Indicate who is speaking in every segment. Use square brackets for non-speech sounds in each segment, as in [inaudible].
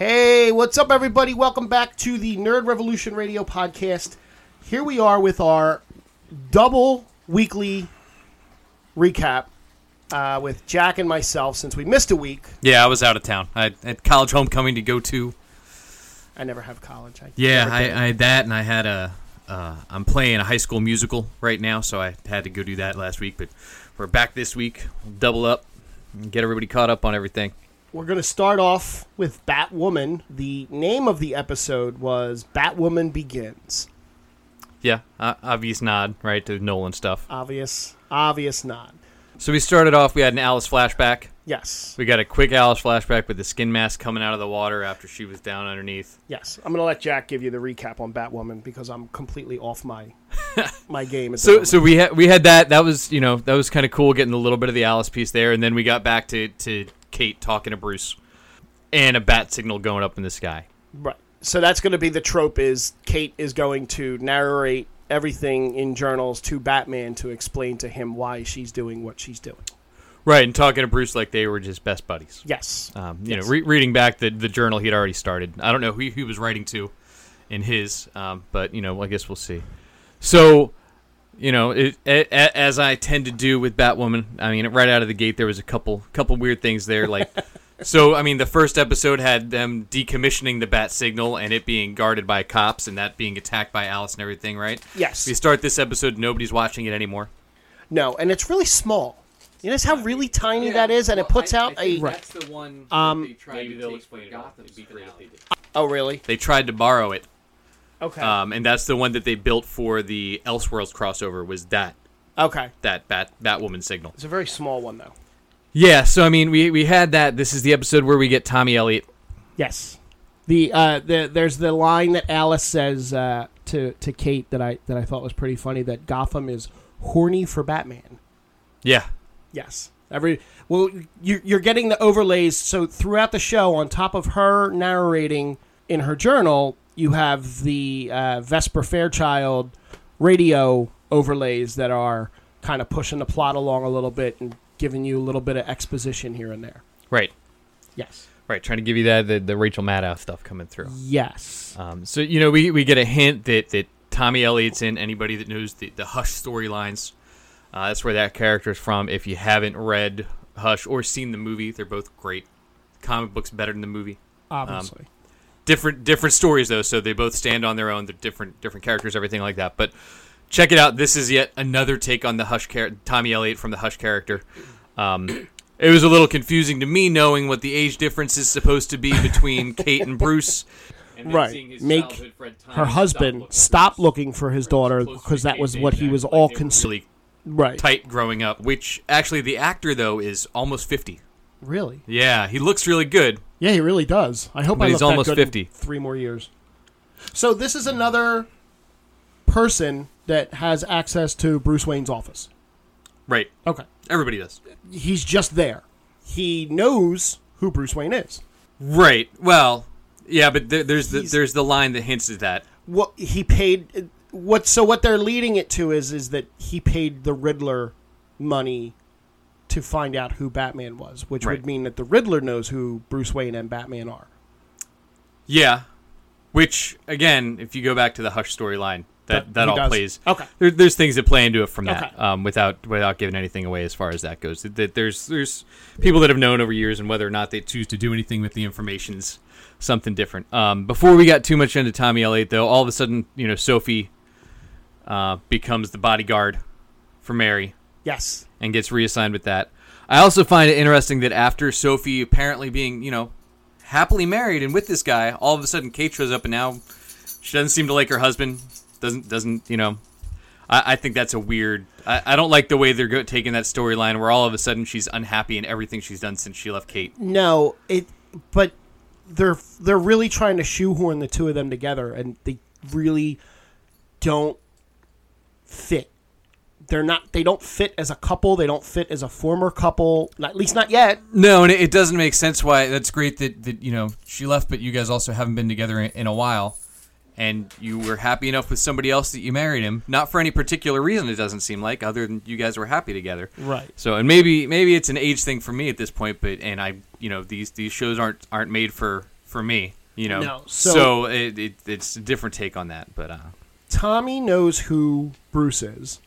Speaker 1: what's up, everybody? Welcome back to the Nerd Revolution Radio podcast. Here we are with our double weekly recap uh, with Jack and myself since we missed a week.
Speaker 2: Yeah, I was out of town. I had college homecoming to go to.
Speaker 1: I never have college. I
Speaker 2: Yeah,
Speaker 1: never did.
Speaker 2: I, I had that, and I had a. Uh, I'm playing a high school musical right now, so I had to go do that last week. But we're back this week. Double up, and get everybody caught up on everything.
Speaker 1: We're going to start off with Batwoman. The name of the episode was Batwoman Begins.
Speaker 2: Yeah, uh, obvious nod right to Nolan stuff.
Speaker 1: Obvious, obvious nod.
Speaker 2: So we started off. We had an Alice flashback.
Speaker 1: Yes,
Speaker 2: We got a quick Alice flashback with the skin mask coming out of the water after she was down underneath.
Speaker 1: yes. I'm going to let Jack give you the recap on Batwoman because I'm completely off
Speaker 2: [laughs]
Speaker 1: my my game. at the
Speaker 2: So
Speaker 1: moment.
Speaker 2: so we had we had that. That was you know that was kind of cool getting a little bit of the Alice piece there, and then we got back to to Kate talking to Bruce, and a bat signal going up in the sky.
Speaker 1: Right. So that's going to be the trope is Kate is going to narrate everything in journals to Batman to explain to him why she's doing what she's doing.
Speaker 2: Right, and talking to Bruce like they were just best buddies.
Speaker 1: Yes.
Speaker 2: Um, you
Speaker 1: Yes.
Speaker 2: know, re- reading back the the journal he'd already started. I don't know who he was writing to, in his, um, but you know, I guess we'll see. So, you know, it, a, a, as I tend to do with Batwoman, I mean, right out of the gate, there was a couple couple weird things there. Like, so I mean, the first episode had them decommissioning the bat signal and it being guarded by cops and that being attacked by Alice and everything. Right?
Speaker 1: Yes.
Speaker 2: We start this episode, nobody's watching it anymore.
Speaker 1: No, and it's really small. You notice how really tiny that is, and it puts out a.
Speaker 3: That's the one.
Speaker 1: Um,
Speaker 3: that they tried
Speaker 2: Maybe
Speaker 3: to
Speaker 2: they'll
Speaker 3: take
Speaker 2: explain it all.
Speaker 3: Gotham
Speaker 2: It'd be
Speaker 3: Street
Speaker 2: great
Speaker 3: out.
Speaker 2: if they did.
Speaker 1: Oh, really?
Speaker 2: They tried to borrow it
Speaker 1: Okay.
Speaker 2: Um, and that's the one that they built for the Elseworlds crossover was that
Speaker 1: okay.
Speaker 2: that bat Batwoman signal.
Speaker 1: It's a very small one, though.
Speaker 2: Yeah, so I mean we we had that. This is the episode where we get Tommy Elliott.
Speaker 1: Yes. The uh, the there's the line that Alice says uh, to to Kate that I that I thought was pretty funny that Gotham is horny for Batman.
Speaker 2: Yeah.
Speaker 1: Yes. Every well, you, you're getting the overlays. So throughout the show, on top of her narrating in her journal, you have the uh, Vesper Fairchild radio overlays that are kind of pushing the plot along a little bit and giving you a little bit of exposition here and there.
Speaker 2: Right.
Speaker 1: Yes.
Speaker 2: Right, trying to give you that the, the Rachel Maddow stuff coming through.
Speaker 1: Yes.
Speaker 2: Um, so you know we, we get a hint that, that Tommy Elliott's in anybody that knows the, the Hush storylines. Uh, that's where that character's from. If you haven't read Hush or seen the movie, they're both great. comic book's better than the movie.
Speaker 1: Obviously.
Speaker 2: different different stories though, so they both stand on their own. They're different different characters, everything like that. But check it out. This is yet another take on the Hush character, Tommy Elliott from the Hush character. Um, it was a little confusing to me knowing what the age difference is supposed to be
Speaker 1: [laughs]
Speaker 2: between Kate and Bruce.
Speaker 3: And then
Speaker 1: Right.
Speaker 3: seeing his
Speaker 1: Make
Speaker 3: childhood friend Tommy
Speaker 1: her
Speaker 3: stop
Speaker 1: husband
Speaker 3: looking
Speaker 1: stopped
Speaker 3: for his-
Speaker 1: looking for his daughter
Speaker 3: close
Speaker 1: because that was what he
Speaker 3: communication
Speaker 1: was
Speaker 3: back,
Speaker 1: all
Speaker 3: like they were
Speaker 1: concerned.
Speaker 2: Really
Speaker 1: Right.
Speaker 2: tight growing up, which actually the actor though is almost fifty.
Speaker 1: Really?
Speaker 2: Yeah, he looks really good.
Speaker 1: Yeah, he really does. I hope
Speaker 2: But
Speaker 1: I
Speaker 2: he's
Speaker 1: look that
Speaker 2: almost
Speaker 1: good in
Speaker 2: 50.
Speaker 1: three more years. So this is another person that has access to Bruce Wayne's office.
Speaker 2: Right.
Speaker 1: Okay,
Speaker 2: Everybody does.
Speaker 1: he's just there. He knows who Bruce Wayne is.
Speaker 2: Right. Well, yeah, but there, there's the,
Speaker 1: He's-
Speaker 2: there's the line that hints at that.
Speaker 1: What he paid. What so what they're leading it to is is that he paid the Riddler money to find out who Batman was, which
Speaker 2: Right.
Speaker 1: would mean that the Riddler knows who Bruce Wayne and Batman are.
Speaker 2: Yeah, which again, if you go back to the Hush storyline, that
Speaker 1: But
Speaker 2: that
Speaker 1: he
Speaker 2: all
Speaker 1: does.
Speaker 2: plays.
Speaker 1: Okay.
Speaker 2: There, there's things that play into it from that,
Speaker 1: Okay.
Speaker 2: um, without without giving anything away as far as that goes. That- that There's there's people that have known over years, and whether or not they choose to do anything with the information's something different. Um, before we got too much into Tommy Elliott, though, all of a sudden, you know, Sophie uh, becomes the bodyguard for Mary
Speaker 1: Yes.
Speaker 2: and gets reassigned with that. I also find it interesting that after Sophie apparently being, you know, happily married and with this guy, all of a sudden Kate shows up and now she doesn't seem to like her husband. Doesn't doesn't you know? I, I think that's a weird. I, I don't like the way they're go- taking that storyline where all of a sudden she's unhappy in everything she's done since she left Kate.
Speaker 1: No, it. But they're they're really trying to shoehorn the two of them together, and they really don't fit. They're not. They don't fit as a couple. They don't fit as a former couple. At least not yet.
Speaker 2: No, and it, it doesn't make sense why. That's great that, that you know she left, but you guys also haven't been together in, in a while, and you were happy enough with somebody else that you married him, not for any particular reason. It doesn't seem like other than you guys were happy together,
Speaker 1: Right.
Speaker 2: So, and maybe maybe it's an age thing for me at this point, but and I you know these these shows aren't aren't made for for me. You know,
Speaker 1: No, so-
Speaker 2: so, it, it, it's a different take on that. But uh,
Speaker 1: Tommy knows who Bruce is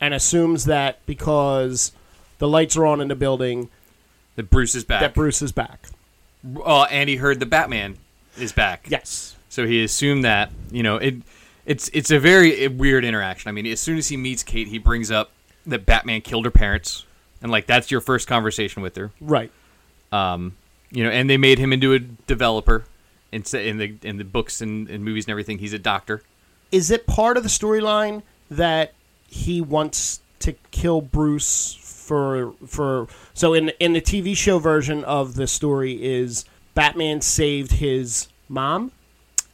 Speaker 1: and assumes that because the lights are on in the building
Speaker 2: the Bruce is back.
Speaker 1: that Bruce is back.
Speaker 2: Oh, and he heard the Batman is back.
Speaker 1: Yes.
Speaker 2: So he assumed that you know it. It's it's a very eh, weird interaction. I mean, as soon as he meets Kate, he brings up that Batman killed her parents, and like that's your first conversation with her.
Speaker 1: Right.
Speaker 2: Um, you know, and they made him into a developer. In, in the in the books and, and movies and everything, he's a doctor.
Speaker 1: Is it part of the storyline that he wants to kill Bruce for for so in in the TV show version of the story is Batman saved his mom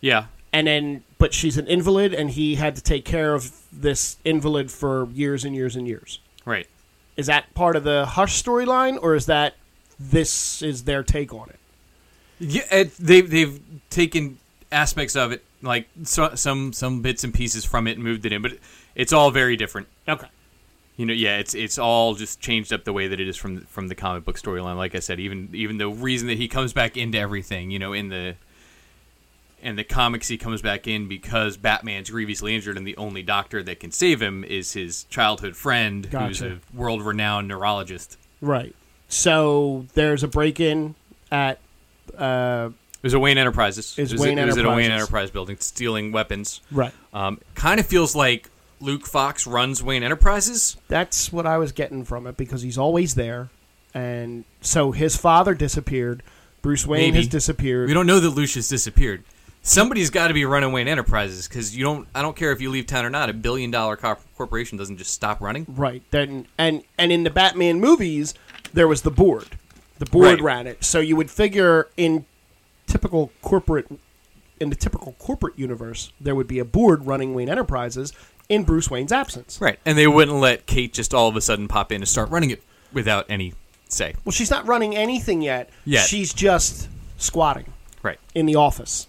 Speaker 2: Yeah,
Speaker 1: and then but she's an invalid and he had to take care of this invalid for years and years and years.
Speaker 2: right.
Speaker 1: Is that part of the Hush storyline, or is that this is their take on it?
Speaker 2: Yeah, it, they've they've taken aspects of it, like so, some some bits and pieces from it, and moved it in, but it, it's all very different.
Speaker 1: Okay.
Speaker 2: You know, yeah, it's it's all just changed up the way that it is from from the comic book storyline. Like I said, even even the reason that he comes back into everything, you know, in the in the comics he comes back in because Batman's grievously injured, and the only doctor that can save him is his childhood friend, who's
Speaker 1: Gotcha.
Speaker 2: a world renowned neurologist.
Speaker 1: Right. So there's a break in at. Uh,
Speaker 2: It was a Wayne Enterprises.
Speaker 1: It's
Speaker 2: it was,
Speaker 1: Wayne
Speaker 2: it was at a Wayne
Speaker 1: Enterprises.
Speaker 2: Enterprise building, stealing weapons.
Speaker 1: right.
Speaker 2: Um, kind of feels like Luke Fox runs Wayne Enterprises.
Speaker 1: That's what I was getting from it because he's always there, and so his father disappeared. Bruce Wayne
Speaker 2: Maybe.
Speaker 1: has disappeared.
Speaker 2: We don't know that Lucius disappeared. Somebody's got to be running Wayne Enterprises because you don't. I don't care if you leave town or not. A billion dollar cor- corporation doesn't just stop running.
Speaker 1: Right. Then and and in the Batman movies, there was the board. The board
Speaker 2: Right.
Speaker 1: ran it. So you would figure in typical corporate in the typical corporate universe, there would be a board running Wayne Enterprises in Bruce Wayne's absence.
Speaker 2: Right, and they wouldn't let Kate just all of a sudden pop in and start running it without any say.
Speaker 1: Well, she's not running anything yet.
Speaker 2: Yet.
Speaker 1: She's just squatting
Speaker 2: Right,
Speaker 1: in the office.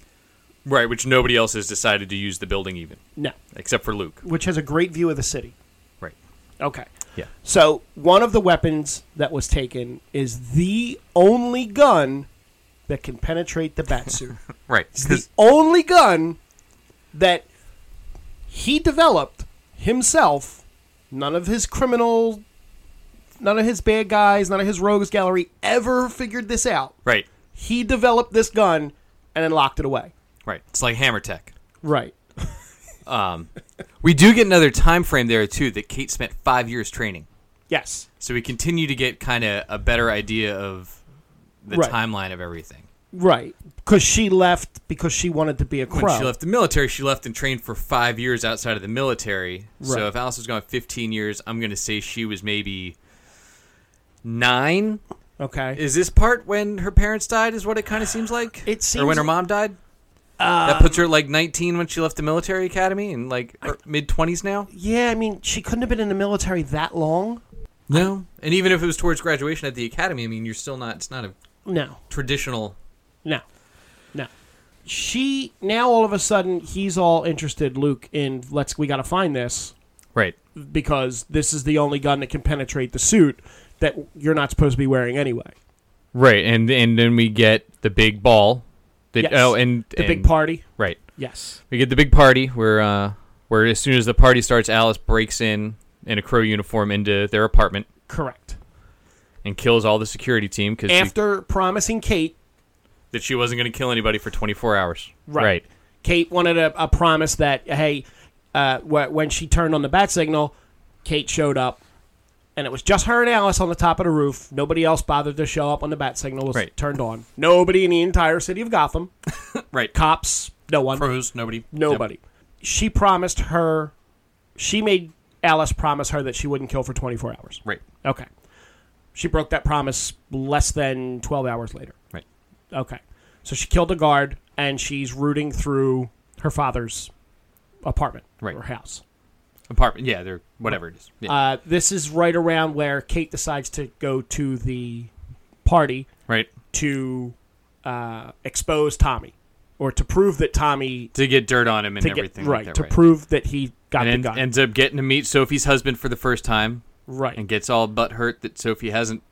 Speaker 2: right, which nobody else has decided to use the building even,
Speaker 1: No.
Speaker 2: except for Luke.
Speaker 1: Which has a great view of the city.
Speaker 2: Right.
Speaker 1: Okay.
Speaker 2: Yeah.
Speaker 1: So one of the weapons that was taken is the only gun that can penetrate the
Speaker 2: [laughs]
Speaker 1: batsuit.
Speaker 2: Right.
Speaker 1: It's the only gun that he developed himself. None of his criminal, none of his bad guys, none of his rogues gallery ever figured this out.
Speaker 2: right.
Speaker 1: He developed this gun and then locked it away.
Speaker 2: Right. It's like Hammer Tech.
Speaker 1: Right.
Speaker 2: Um, we do get another time frame there too that Kate spent five years training,
Speaker 1: Yes.
Speaker 2: so we continue to get kind of a better idea of the
Speaker 1: Right.
Speaker 2: timeline of everything.
Speaker 1: Right. Because she left because she wanted to be a crow.
Speaker 2: When she left the military, she left and trained for five years outside of the military.
Speaker 1: Right.
Speaker 2: So if Alice was gone 15 years, I'm going to say she was maybe nine.
Speaker 1: Okay.
Speaker 2: Is this part when her parents died? Is what it kind of seems like.
Speaker 1: It
Speaker 2: or
Speaker 1: seems-
Speaker 2: when her mom died. that puts her at like 19 when she left the military academy, and like mid 20s now.
Speaker 1: yeah, I mean, she couldn't have been in the military that long.
Speaker 2: No, and even if it was towards graduation at the academy, I mean, you're still not. It's not a
Speaker 1: No.
Speaker 2: traditional.
Speaker 1: No. No. She now all of a sudden he's all interested, Luke, in let's we gotta find this
Speaker 2: Right.
Speaker 1: because this is the only gun that can penetrate the suit that you're not supposed to be wearing anyway.
Speaker 2: Right, and and then we get the big ball. That,
Speaker 1: Yes.
Speaker 2: Oh, and
Speaker 1: The big
Speaker 2: and-
Speaker 1: party.
Speaker 2: Right.
Speaker 1: Yes.
Speaker 2: We get the big party where uh, where as soon as the party starts, Alice breaks in in a crow uniform into their apartment
Speaker 1: Correct.
Speaker 2: and kills all the security team because
Speaker 1: After promising Kate
Speaker 2: that she wasn't going to kill anybody for 24 hours.
Speaker 1: Right. Kate wanted a, a promise that hey, uh, wh- when she turned on the bat signal, Kate showed up, and it was just her and Alice on the top of the roof. Nobody else bothered to show up when the bat signal was
Speaker 2: Right.
Speaker 1: turned on. Nobody in the entire city of Gotham,
Speaker 2: Right.
Speaker 1: cops, no one,
Speaker 2: Crows, nobody.
Speaker 1: nobody. She promised her, she made Alice promise her that she wouldn't kill for twenty four hours.
Speaker 2: Right.
Speaker 1: Okay. She broke that promise less than 12 hours later.
Speaker 2: Right.
Speaker 1: Okay. So she killed a guard and she's rooting through her father's apartment
Speaker 2: Right.
Speaker 1: or house.
Speaker 2: Apartment. Yeah, they're whatever it is. Yeah.
Speaker 1: Uh, this is right around where Kate decides to go to the party
Speaker 2: right.
Speaker 1: to uh, expose Tommy or to prove that Tommy.
Speaker 2: To get dirt on him and
Speaker 1: To get,
Speaker 2: everything.
Speaker 1: right,
Speaker 2: Like that,
Speaker 1: to prove that he got
Speaker 2: and
Speaker 1: the
Speaker 2: en-
Speaker 1: gun.
Speaker 2: ends up getting to meet Sophie's husband for the first time
Speaker 1: right.
Speaker 2: and gets all butt hurt that Sophie hasn't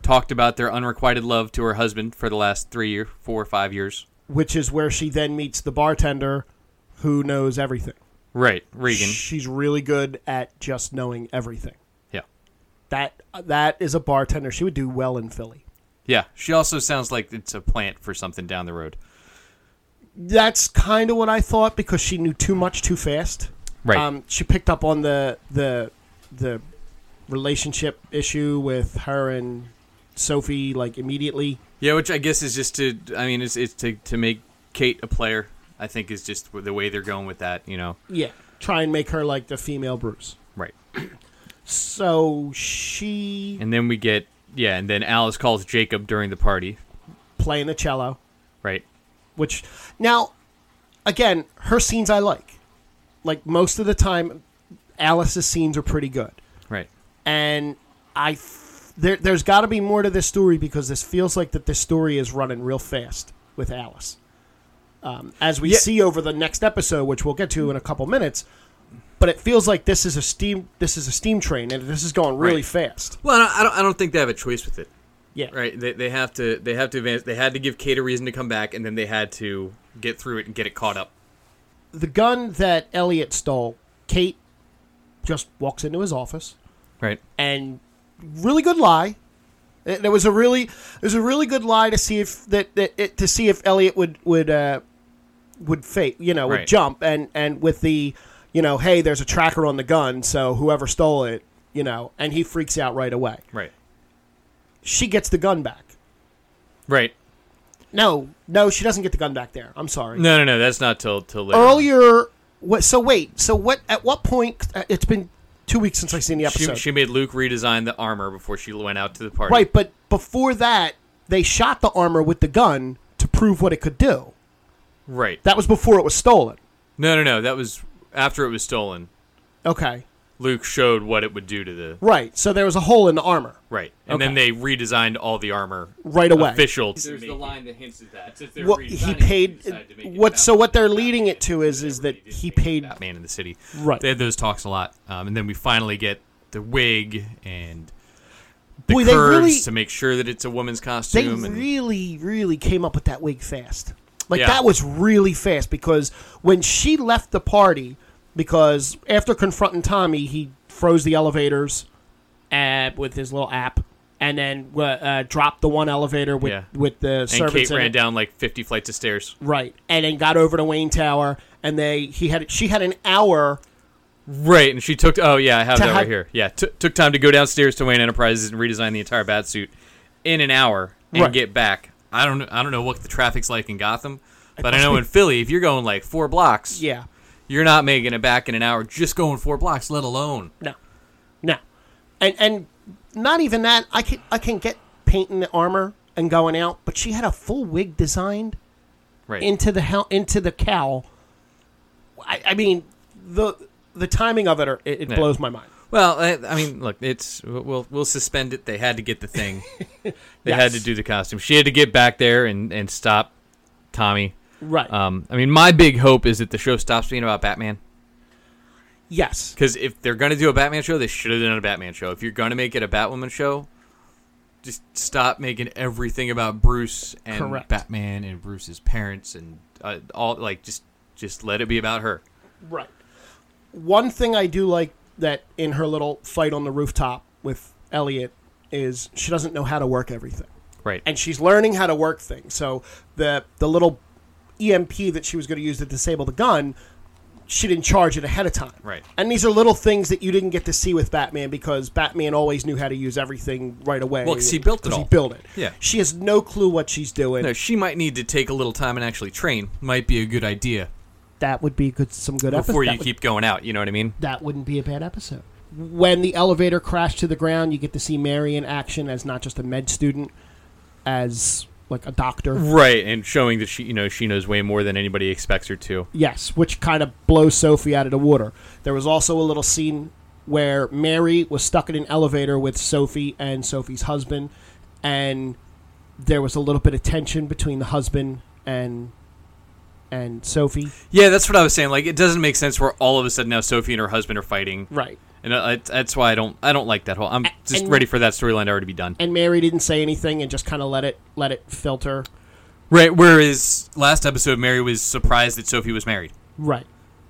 Speaker 2: talked about their unrequited love to her husband for the last three or four or five years.
Speaker 1: which is where she then meets the bartender who knows everything.
Speaker 2: Right, Regan.
Speaker 1: She's really good at just knowing everything.
Speaker 2: Yeah.
Speaker 1: That that is a bartender. She would do well in Philly.
Speaker 2: Yeah, she also sounds like it's a plant for something down the road.
Speaker 1: That's kind of what I thought because she knew too much too fast.
Speaker 2: Right.
Speaker 1: Um, she picked up on the the the relationship issue with her and Sophie like immediately.
Speaker 2: yeah, which I guess is just to I mean it's it's to to make Kate a player. I think is just the way they're going with that, you know.
Speaker 1: Yeah. Try and make her like the female Bruce.
Speaker 2: Right.
Speaker 1: So she
Speaker 2: And then we get yeah, and then Alice calls Jacob during the party,
Speaker 1: playing the cello,
Speaker 2: right?
Speaker 1: which now again, her scenes I like. Like most of the time Alice's scenes are pretty good.
Speaker 2: Right.
Speaker 1: and I f- there, there's got to be more to this story because this feels like that this story is running real fast with Alice, um, as we
Speaker 2: Yeah.
Speaker 1: see over the next episode, which we'll get to in a couple minutes. But it feels like this is a steam this is a steam train, and this is going really
Speaker 2: Right.
Speaker 1: fast.
Speaker 2: Well, I don't, I don't I don't think they have a choice with it.
Speaker 1: Yeah,
Speaker 2: Right. They, they have to they have to advance. They had to give Kate a reason to come back, and then they had to get through it and get it caught up.
Speaker 1: the gun that Elliot stole, Kate just walks into his office.
Speaker 2: Right.
Speaker 1: and really good lie. It- There was a really there was a really good lie to see if that, that it, to see if Elliot would would uh, would fake you know would
Speaker 2: Right.
Speaker 1: jump and and with the you know hey there's a tracker on the gun so whoever stole it you know and he freaks out right away.
Speaker 2: Right.
Speaker 1: She gets the gun back.
Speaker 2: Right.
Speaker 1: No, no, she doesn't get the gun back there. I'm sorry.
Speaker 2: No, no, no. That's not till till later.
Speaker 1: Earlier, what? So wait, so what? At what point? uh, It's been two weeks since I've seen the
Speaker 2: She,
Speaker 1: episode.
Speaker 2: she made Luke redesign the armor before she went out to the party.
Speaker 1: Right, but before that, they shot the armor with the gun to prove what it could do.
Speaker 2: Right.
Speaker 1: That was before it was stolen.
Speaker 2: No, no, no. That was after it was stolen.
Speaker 1: Okay.
Speaker 2: Luke showed what it would do to the
Speaker 1: Right. So there was a hole in the armor
Speaker 2: right, and then they redesigned all the armor
Speaker 1: right away.
Speaker 2: official.
Speaker 3: There's the line that hints at that. Since they're
Speaker 1: What he
Speaker 3: redesigning it,
Speaker 1: paid
Speaker 3: they decided to make it
Speaker 1: what? So
Speaker 3: about-
Speaker 1: what they're leading it to is is that he paid
Speaker 2: Batman in the city.
Speaker 1: Right.
Speaker 2: They had those talks a lot, um, and then we finally get the wig and the
Speaker 1: Boy, they
Speaker 2: curves
Speaker 1: really-
Speaker 2: to make sure that it's a woman's
Speaker 1: they
Speaker 2: costume. and
Speaker 1: really really came up with that wig fast like
Speaker 2: Yeah.
Speaker 1: that was really fast because when she left the party because after confronting tommy he froze the elevators uh, with his little app and then uh, uh, dropped the one elevator with,
Speaker 2: Yeah.
Speaker 1: with the
Speaker 2: and
Speaker 1: servants
Speaker 2: Kate
Speaker 1: in
Speaker 2: ran
Speaker 1: it.
Speaker 2: down like 50 flights of stairs.
Speaker 1: right and then got over to wayne tower and they he had she had an hour
Speaker 2: Right, and she took. Oh yeah, I have
Speaker 1: To
Speaker 2: that
Speaker 1: have-
Speaker 2: right here. Yeah, t- took time to go downstairs to Wayne Enterprises and redesign the entire bat suit in an hour and
Speaker 1: Right.
Speaker 2: get back. I don't. I don't know what the traffic's like in Gotham, but I know in Philly, if you're going like four blocks,
Speaker 1: yeah
Speaker 2: you're not making it back in an hour. Just going four blocks, let alone
Speaker 1: No, no, and and not even that. I can I can get painting the armor and going out, but she had a full wig designed
Speaker 2: right.
Speaker 1: into the hell into the cowl. I, I mean the the timing of it are, it, it
Speaker 2: Yeah.
Speaker 1: blows my mind.
Speaker 2: well, I, I mean, look, it's we'll we'll suspend it. They had to get
Speaker 1: [laughs]
Speaker 2: the thing. they
Speaker 1: Yes.
Speaker 2: had to do the costume. She had to get back there and and stop Tommy.
Speaker 1: Right.
Speaker 2: Um, I mean, my big hope is that the show stops being about Batman.
Speaker 1: yes.
Speaker 2: Because if they're gonna do a Batman show, they should have done a Batman show. If you're gonna make it a Batwoman show, just stop making everything about Bruce and
Speaker 1: Correct.
Speaker 2: Batman and Bruce's parents and uh, all. Like just just let it be about her.
Speaker 1: Right. One thing I do like that in her little fight on the rooftop with Elliot is she doesn't know how to work everything.
Speaker 2: Right.
Speaker 1: and she's learning how to work things. So the the little EMP that she was going to use to disable the gun, she didn't charge it ahead of time.
Speaker 2: Right.
Speaker 1: And these are little things that you didn't get to see with Batman because Batman always knew how to use everything right away.
Speaker 2: Well, 'cause he built it
Speaker 1: 'Cause He
Speaker 2: all.
Speaker 1: built it.
Speaker 2: Yeah.
Speaker 1: She has no clue what she's doing.
Speaker 2: no, she might need to take a little time and actually train. Might be a good idea
Speaker 1: That would be good. Some good episode.
Speaker 2: before
Speaker 1: that
Speaker 2: you
Speaker 1: would-
Speaker 2: keep going out. You know what I mean?
Speaker 1: that wouldn't be a bad episode. When the elevator crashed to the ground, you get to see Mary in action as not just a med student, as like a doctor.
Speaker 2: Right. And showing that she, you know, she knows way more than anybody expects her to.
Speaker 1: Yes, which kind of blows Sophie out of the water. There was also a little scene where Mary was stuck in an elevator with Sophie and Sophie's husband, and there was a little bit of tension between the husband and and Sophie.
Speaker 2: Yeah, that's what I was saying. Like, it doesn't make sense where all of a sudden now Sophie and her husband are fighting.
Speaker 1: Right.
Speaker 2: And uh, it- that's why I don't I don't like that whole. I'm just
Speaker 1: and-
Speaker 2: ready for that storyline to already be done.
Speaker 1: And Mary didn't say anything and just kind of let it let it filter.
Speaker 2: Right. Whereas last episode, Mary was surprised that Sophie was married.
Speaker 1: Right.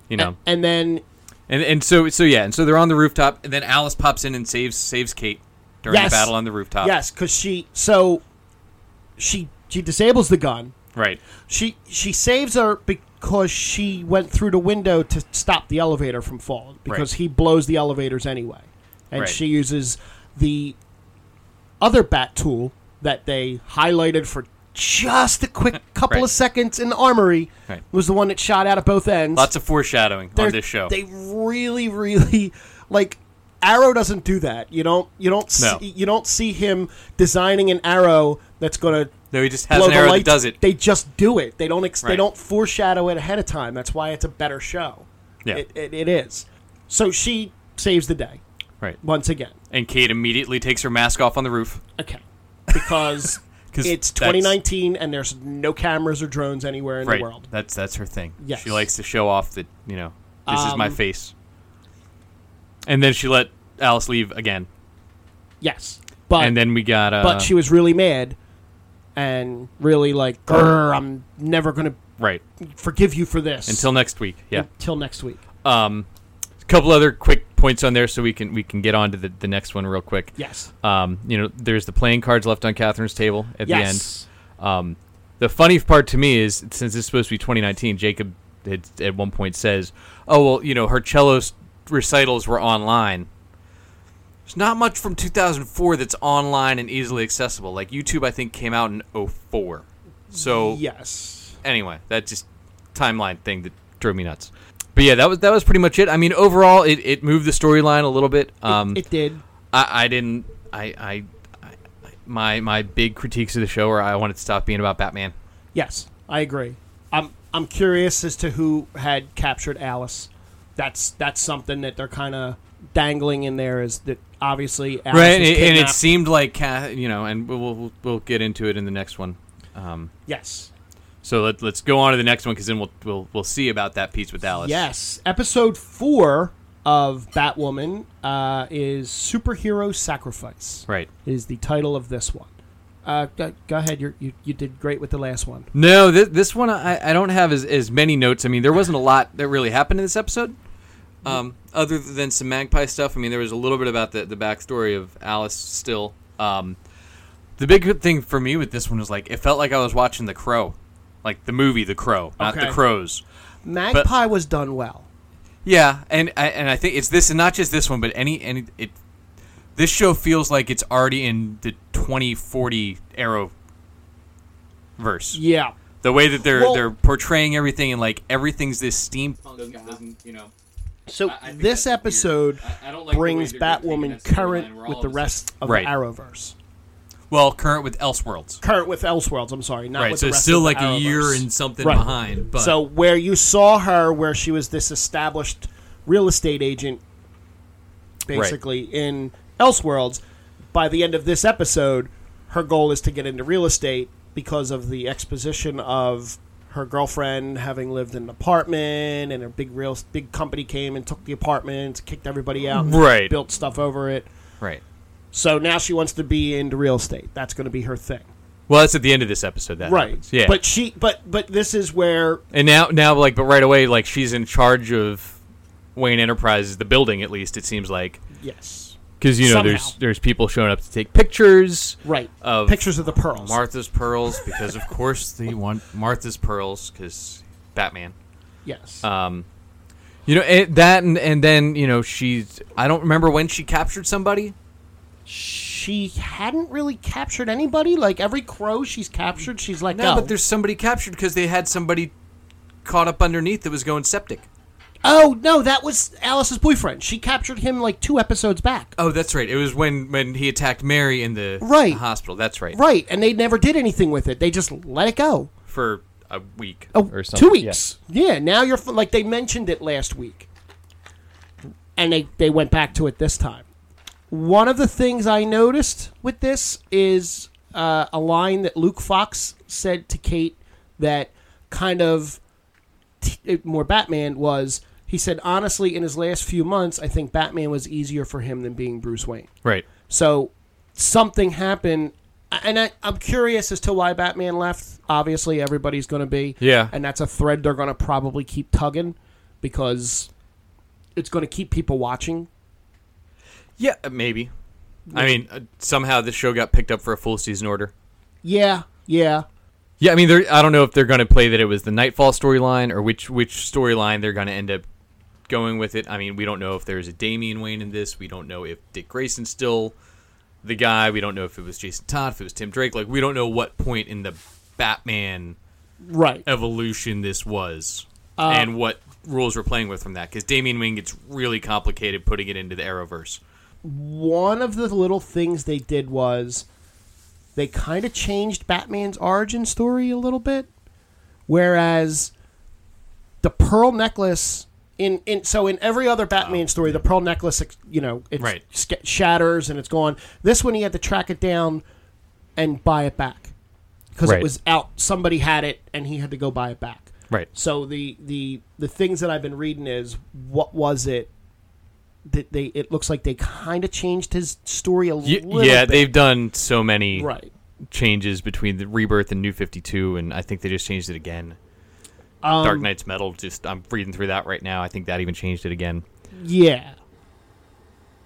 Speaker 2: You
Speaker 1: A-
Speaker 2: know,
Speaker 1: and then
Speaker 2: and and so so yeah, and so they're on the rooftop, and then Alice pops in and saves saves Kate during
Speaker 1: Yes.
Speaker 2: the battle on the rooftop.
Speaker 1: yes, because she so she she disables the gun.
Speaker 2: Right.
Speaker 1: She she saves her because she went through the window to stop the elevator from falling because
Speaker 2: Right.
Speaker 1: he blows the elevators anyway, and
Speaker 2: Right.
Speaker 1: she uses the other bat tool that they highlighted for just a
Speaker 2: [laughs]
Speaker 1: quick couple
Speaker 2: Right.
Speaker 1: of seconds in the armory
Speaker 2: Right.
Speaker 1: was the one that shot out at both ends.
Speaker 2: Lots of foreshadowing on
Speaker 1: They're-
Speaker 2: this show.
Speaker 1: They really, really [laughs] like Arrow doesn't do that. You don't you don't
Speaker 2: No.
Speaker 1: see, you don't see him designing an arrow that's going to
Speaker 2: no, he just has
Speaker 1: blow
Speaker 2: an
Speaker 1: the
Speaker 2: arrow that
Speaker 1: lights.
Speaker 2: does it.
Speaker 1: They just do it. They don't ex- they
Speaker 2: Right.
Speaker 1: don't foreshadow it ahead of time. That's why it's a better show.
Speaker 2: Yeah.
Speaker 1: It, it, it is. So she saves the day
Speaker 2: right.
Speaker 1: once again.
Speaker 2: And Kate immediately takes her mask off on the roof.
Speaker 1: Okay. Because
Speaker 2: [laughs] 'Cause
Speaker 1: it's
Speaker 2: that's-
Speaker 1: 2019 and there's no cameras or drones anywhere in
Speaker 2: Right.
Speaker 1: the world.
Speaker 2: That's that's her thing.
Speaker 1: Yes.
Speaker 2: She likes to show off that, you know, this is my
Speaker 1: Um,
Speaker 2: face. And then she let Alice leave again.
Speaker 1: Yes. But
Speaker 2: and then we got uh
Speaker 1: but she was really mad and really like "Grr, i'm never going to
Speaker 2: right.
Speaker 1: forgive you for this
Speaker 2: Until next week. Yeah.
Speaker 1: until next week
Speaker 2: Um a couple other quick points on there so we can we can get on to the, the next one real quick.
Speaker 1: yes
Speaker 2: Um, you know, there's the playing cards left on Catherine's table at the end.
Speaker 1: yes
Speaker 2: Um, the funny part to me is since it's supposed to be 2019, Jacob had, at one point says, "Oh well, you know, her cello s- recitals were online." There's not much from 2004 that's online and easily accessible. Like YouTube, I think came out in 04. So
Speaker 1: yes
Speaker 2: anyway, that just timeline thing that drove me nuts. But yeah, that was that was pretty much it. I mean, overall, it, it moved the storyline a little bit. Um,
Speaker 1: it did
Speaker 2: I, I didn't. I, I, I, my my big critiques of the show are I wanted to stop being about Batman.
Speaker 1: yes i agree i'm i'm curious as to who had captured alice that's that's something that they're kind of dangling in there is that obviously alice
Speaker 2: right,
Speaker 1: was
Speaker 2: and, and it
Speaker 1: kidnapped.
Speaker 2: seemed like Ca- you know, and we'll, we'll we'll get into it in the next one. Um,
Speaker 1: yes
Speaker 2: so let, let's go on to the next one because then we'll we'll we'll see about that piece with Alice.
Speaker 1: Yes. Episode four of Batwoman uh, is Superhero Sacrifice.
Speaker 2: Right.
Speaker 1: Is the title of this one. Uh, go, go ahead. You're, you you did great with the last one.
Speaker 2: No, this, this one I, I don't have as, as many notes. I mean, there wasn't a lot that really happened in this episode, um, other than some magpie stuff. I mean, there was a little bit about the, the backstory of Alice still. Um, the big thing for me with this one was like, it felt like I was watching The Crow, like the movie The Crow, not
Speaker 1: Okay.
Speaker 2: The Crows.
Speaker 1: Magpie was done well.
Speaker 2: Yeah, and I, and I think it's this, and not just this one, but any any it. This show feels like it's already in the 2040 Arrow verse
Speaker 1: Yeah.
Speaker 2: the way that they're
Speaker 1: Well-
Speaker 2: they're portraying everything and like everything's this steam
Speaker 3: Doesn't, doesn't, you know,
Speaker 1: So
Speaker 3: I- I think
Speaker 1: this
Speaker 3: that's weird.
Speaker 1: episode
Speaker 3: I- I don't like the way
Speaker 1: brings
Speaker 3: they're taking
Speaker 1: Batwoman
Speaker 3: that storyline
Speaker 1: current
Speaker 3: where all
Speaker 1: with
Speaker 3: of
Speaker 1: the
Speaker 3: a
Speaker 1: rest of
Speaker 2: Right.
Speaker 1: the Arrowverse.
Speaker 2: well current with Elseworlds.
Speaker 1: Current with Elseworlds. I'm sorry. Not
Speaker 2: Right,
Speaker 1: with
Speaker 2: so
Speaker 1: the
Speaker 2: it's
Speaker 1: rest
Speaker 2: still
Speaker 1: of the
Speaker 2: like a year
Speaker 1: Arrowverse.
Speaker 2: and something
Speaker 1: Right.
Speaker 2: behind. But
Speaker 1: so where you saw her, where she was this established real estate agent, basically in Elseworlds, by the end of this episode, her goal is to get into real estate because of the exposition of her girlfriend having lived in an apartment, and a big real big company came and took the apartment, kicked everybody out, and
Speaker 2: Right.
Speaker 1: built stuff over it.
Speaker 2: right,
Speaker 1: So now she wants to be into real estate. That's going to be her thing,
Speaker 2: well that's at the end of this episode. That
Speaker 1: right?
Speaker 2: happens. yeah.
Speaker 1: But she, but but this is where
Speaker 2: and now now like but right away like she's in charge of Wayne Enterprises, the building at least it seems like
Speaker 1: yes,
Speaker 2: because you know there's
Speaker 1: Somehow.
Speaker 2: there's people showing up to take pictures.
Speaker 1: right.
Speaker 2: Of
Speaker 1: Pictures of the pearls.
Speaker 2: Martha's pearls because of course they want Martha's pearls because Batman.
Speaker 1: Yes.
Speaker 2: Um, you know it, that, and, and then you know she's. I don't remember when she captured somebody.
Speaker 1: she hadn't really captured anybody. Like every crow she's captured, she's like,
Speaker 2: No, but there's somebody captured because they had somebody caught up underneath that was going septic.
Speaker 1: Oh no, that was Alice's boyfriend. She captured him like two episodes back.
Speaker 2: Oh, that's right. It was when when he attacked Mary in the
Speaker 1: Right.
Speaker 2: the hospital. That's right.
Speaker 1: Right, and they never did anything with it. They just let it go.
Speaker 2: For a week
Speaker 1: Oh,
Speaker 2: or something.
Speaker 1: two weeks. Yeah. now you're f- like they mentioned it last week, and they they went back to it this time. One of the things I noticed with this is uh, a line that Luke Fox said to Kate that kind of t- it- more Batman was. He said honestly, in his last few months, I think Batman was easier for him than being Bruce Wayne.
Speaker 2: Right.
Speaker 1: So something happened and I, I'm curious as to why Batman left. Obviously, everybody's going to be,
Speaker 2: Yeah.
Speaker 1: and that's a thread they're going to probably keep tugging because it's going to keep people watching.
Speaker 2: Yeah, uh, maybe. I mean, uh, somehow this show got picked up for a full season order.
Speaker 1: Yeah, yeah.
Speaker 2: Yeah, I mean, they're, I don't know if they're going to play that it was the Nightfall storyline or which which storyline they're going to end up going with it. I mean, we don't know if there's a Damian Wayne in this. We don't know if Dick Grayson's still the guy. We don't know if it was Jason Todd, if it was Tim Drake. Like, we don't know what point in the Batman
Speaker 1: Right.
Speaker 2: evolution this was
Speaker 1: Uh,
Speaker 2: and what rules we're playing with from that. Because Damian Wayne gets really complicated putting it into the Arrowverse.
Speaker 1: One of the little things they did was they kind of changed Batman's origin story a little bit. Whereas the pearl necklace in, in so in every other Batman story, the pearl necklace, you know, it
Speaker 2: Right.
Speaker 1: sca- shatters and it's gone. This one, he had to track it down and buy it back because
Speaker 2: Right.
Speaker 1: it was out. Somebody had it, and he had to go buy it back.
Speaker 2: Right.
Speaker 1: So the the the things that I've been reading is what was it that they? It looks like they kind of changed his story a little.
Speaker 2: yeah,
Speaker 1: bit.
Speaker 2: they've done so many
Speaker 1: right.
Speaker 2: changes between the Rebirth and New 52, and I think they just changed it again.
Speaker 1: Um,
Speaker 2: Dark Knight's Metal, just I'm reading through that right now. I think that even changed it again.
Speaker 1: Yeah.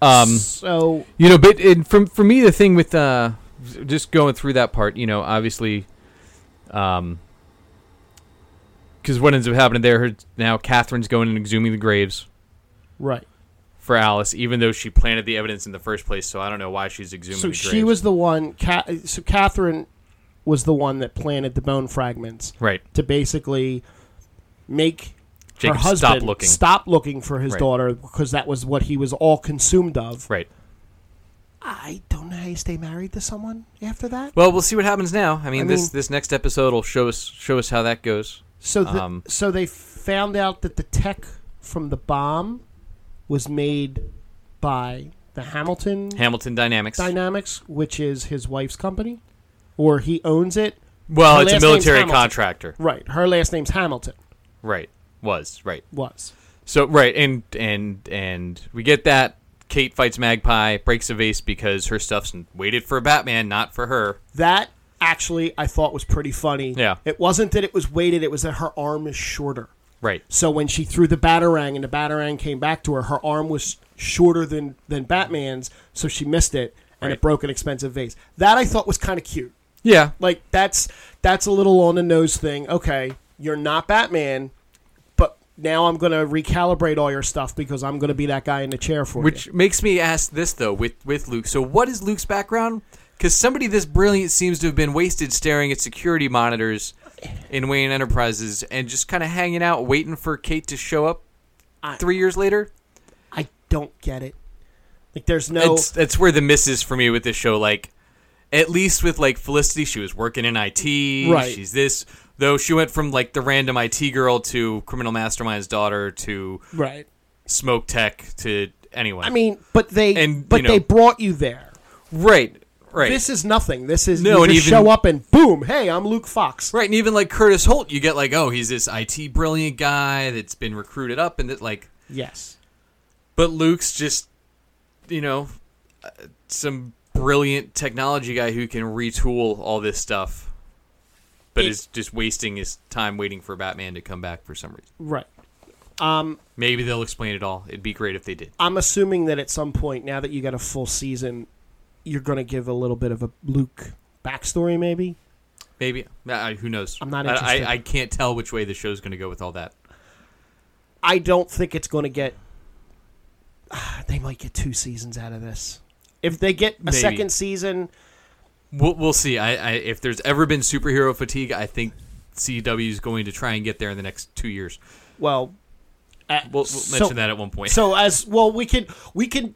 Speaker 2: Um,
Speaker 1: So
Speaker 2: You know, but and from for me, the thing with uh, just going through that part, you know, obviously, um, because what ends up happening there her- now, Catherine's going and exhuming the graves
Speaker 1: right.
Speaker 2: for Alice, even though she planted the evidence in the first place. So I don't know why she's exhuming.
Speaker 1: So
Speaker 2: the
Speaker 1: she
Speaker 2: graves.
Speaker 1: was the one. Ca- so Catherine was the one that planted the bone fragments
Speaker 2: right.
Speaker 1: to basically make
Speaker 2: Jacob,
Speaker 1: her husband
Speaker 2: stop looking.
Speaker 1: stop looking for his
Speaker 2: Right.
Speaker 1: daughter because that was what he was all consumed of.
Speaker 2: Right.
Speaker 1: I don't know how you stay married to someone after that.
Speaker 2: Well, we'll see what happens now. I
Speaker 1: I
Speaker 2: mean, this
Speaker 1: mean-
Speaker 2: this next episode will show us show us how that goes.
Speaker 1: So, the,
Speaker 2: Um,
Speaker 1: so they found out that the tech from the bomb was made by the Hamilton
Speaker 2: Hamilton Dynamics.
Speaker 1: Dynamics, which is his wife's company, or he owns it.
Speaker 2: well,
Speaker 1: Her
Speaker 2: it's a
Speaker 1: last name's
Speaker 2: military
Speaker 1: Hamilton.
Speaker 2: contractor.
Speaker 1: Right. Her last name's Hamilton.
Speaker 2: Right. Was right.
Speaker 1: Was
Speaker 2: So right, and and and we get that Kate fights Magpie, breaks a vase because her stuff's waited for Batman, not for her.
Speaker 1: that actually I thought was pretty funny.
Speaker 2: Yeah.
Speaker 1: It wasn't that it was weighted; it was that her arm is shorter.
Speaker 2: Right.
Speaker 1: So when she threw the batarang and the batarang came back to her, her arm was shorter than than Batman's, so she missed it and
Speaker 2: Right.
Speaker 1: it broke an expensive vase. That I thought was kind of cute.
Speaker 2: Yeah.
Speaker 1: Like that's that's a little on the nose thing. Okay, you're not Batman, but now I'm gonna recalibrate all your stuff because I'm gonna be that guy in the chair for
Speaker 2: Which
Speaker 1: you.
Speaker 2: makes me ask this though, with with Luke. So what is Luke's background? Because somebody this brilliant seems to have been wasted staring at security monitors in Wayne Enterprises and just kind of hanging out, waiting for Kate to show up.
Speaker 1: I-
Speaker 2: Three years later,
Speaker 1: I don't get it. Like there's no
Speaker 2: it's, that's where the miss is for me with this show. Like, at least with like Felicity, she was working in IT.
Speaker 1: Right.
Speaker 2: She's this though. She went from like the random IT girl to criminal mastermind's daughter to
Speaker 1: right.
Speaker 2: smoke tech to anyway.
Speaker 1: I mean, but they
Speaker 2: And,
Speaker 1: but
Speaker 2: you know-
Speaker 1: they brought you there.
Speaker 2: right, right,
Speaker 1: This is nothing. This is
Speaker 2: No,
Speaker 1: you
Speaker 2: and
Speaker 1: just
Speaker 2: even-
Speaker 1: show up and boom, hey, I'm Luke Fox.
Speaker 2: right, and even like Curtis Holt, you get like, oh, he's this IT brilliant guy that's been recruited up, and that like,
Speaker 1: Yes.
Speaker 2: but Luke's just, you know, uh, some brilliant technology guy who can retool all this stuff. But
Speaker 1: It-
Speaker 2: is just wasting his time waiting for Batman to come back for some reason.
Speaker 1: Right.
Speaker 2: Maybe they'll explain it all. It'd be great if they did.
Speaker 1: I'm assuming that at some point, now that you got a full season, you're going to give a little bit of a Luke backstory, maybe.
Speaker 2: Maybe. I, I- who knows?
Speaker 1: I'm not
Speaker 2: I-
Speaker 1: interested.
Speaker 2: I, I can't tell which way the show's going to go with all that.
Speaker 1: I don't think it's going to get. [sighs] They might get two seasons out of this. If they get a
Speaker 2: Maybe.
Speaker 1: second season,
Speaker 2: We'll, we'll see. I, I if there's ever been superhero fatigue, I think CW is going to try and get there in the next two years.
Speaker 1: well, uh,
Speaker 2: We'll, we'll
Speaker 1: so-
Speaker 2: mention that at one point.
Speaker 1: So as well, we can we can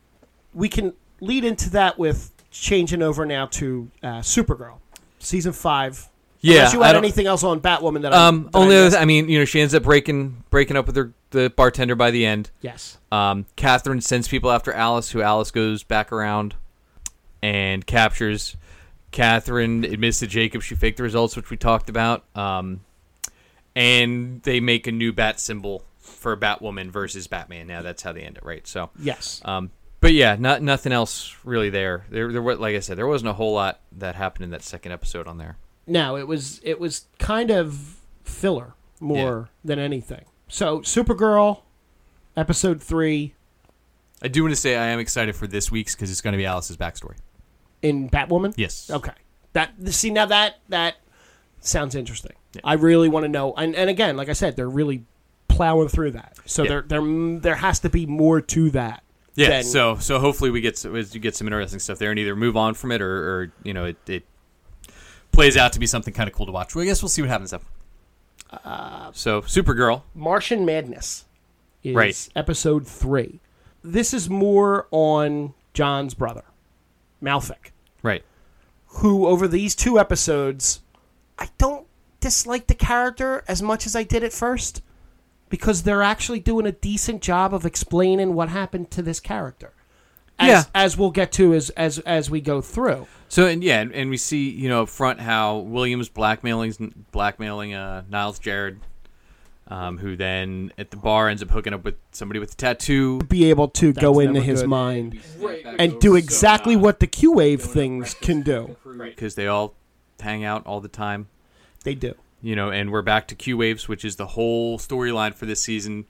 Speaker 1: we can lead into that with changing over now to uh, Supergirl season five.
Speaker 2: [laughs] Yeah,
Speaker 1: Unless you
Speaker 2: I
Speaker 1: had
Speaker 2: don't- [laughs]
Speaker 1: anything else on Batwoman that I-
Speaker 2: Um,
Speaker 1: that I
Speaker 2: only other
Speaker 1: missed.
Speaker 2: th- I mean, you know, she ends up breaking breaking up with her the bartender by the end.
Speaker 1: yes,
Speaker 2: Um, Catherine sends people after Alice, who Alice goes back around and captures. Catherine admits to Jacob she faked the results, which we talked about. Um, and they make a new bat symbol for Batwoman versus Batman. Now that's how they end it, right? So,
Speaker 1: yes.
Speaker 2: um, But yeah, not nothing else really there. There, there was like I said, there wasn't a whole lot that happened in that second episode on there.
Speaker 1: No, it was it was kind of filler more than anything. So Supergirl, episode three
Speaker 2: I do want to say I am excited for this week's because it's going to be Alice's backstory.
Speaker 1: in Batwoman.
Speaker 2: Yes.
Speaker 1: Okay. That see now that that sounds interesting.
Speaker 2: Yeah.
Speaker 1: I really want to know. And and again, like I said, they're really plowing through that. So
Speaker 2: Yeah.
Speaker 1: there there there has to be more to that.
Speaker 2: Yeah.
Speaker 1: than-
Speaker 2: So so hopefully we get some, you get some interesting stuff there and either move on from it or, or you know it, it plays out to be something kind of cool to watch. Well, I guess we'll see what happens. Up. so Supergirl.
Speaker 1: Martian Madness is
Speaker 2: Right.
Speaker 1: episode three. This is more on John's brother, Malfic,
Speaker 2: Right.
Speaker 1: who over these two episodes, I don't dislike the character as much as I did at first because they're actually doing a decent job of explaining what happened to this character. As,
Speaker 2: Yeah.
Speaker 1: as we'll get to as, as as we go through.
Speaker 2: So and yeah, and, and we see you know up front how Williams blackmailing blackmailing uh, Niles Jared, um, who then at the bar ends up hooking up with somebody with a tattoo.
Speaker 1: Be able to go
Speaker 4: That's
Speaker 1: into
Speaker 4: never
Speaker 1: his
Speaker 4: good.
Speaker 1: mind
Speaker 3: Right.
Speaker 1: and do exactly what the Q wave things can do.
Speaker 3: Right.
Speaker 2: because they all hang out all the time.
Speaker 1: They do.
Speaker 2: You know, and we're back to Q waves, which is the whole storyline for this season.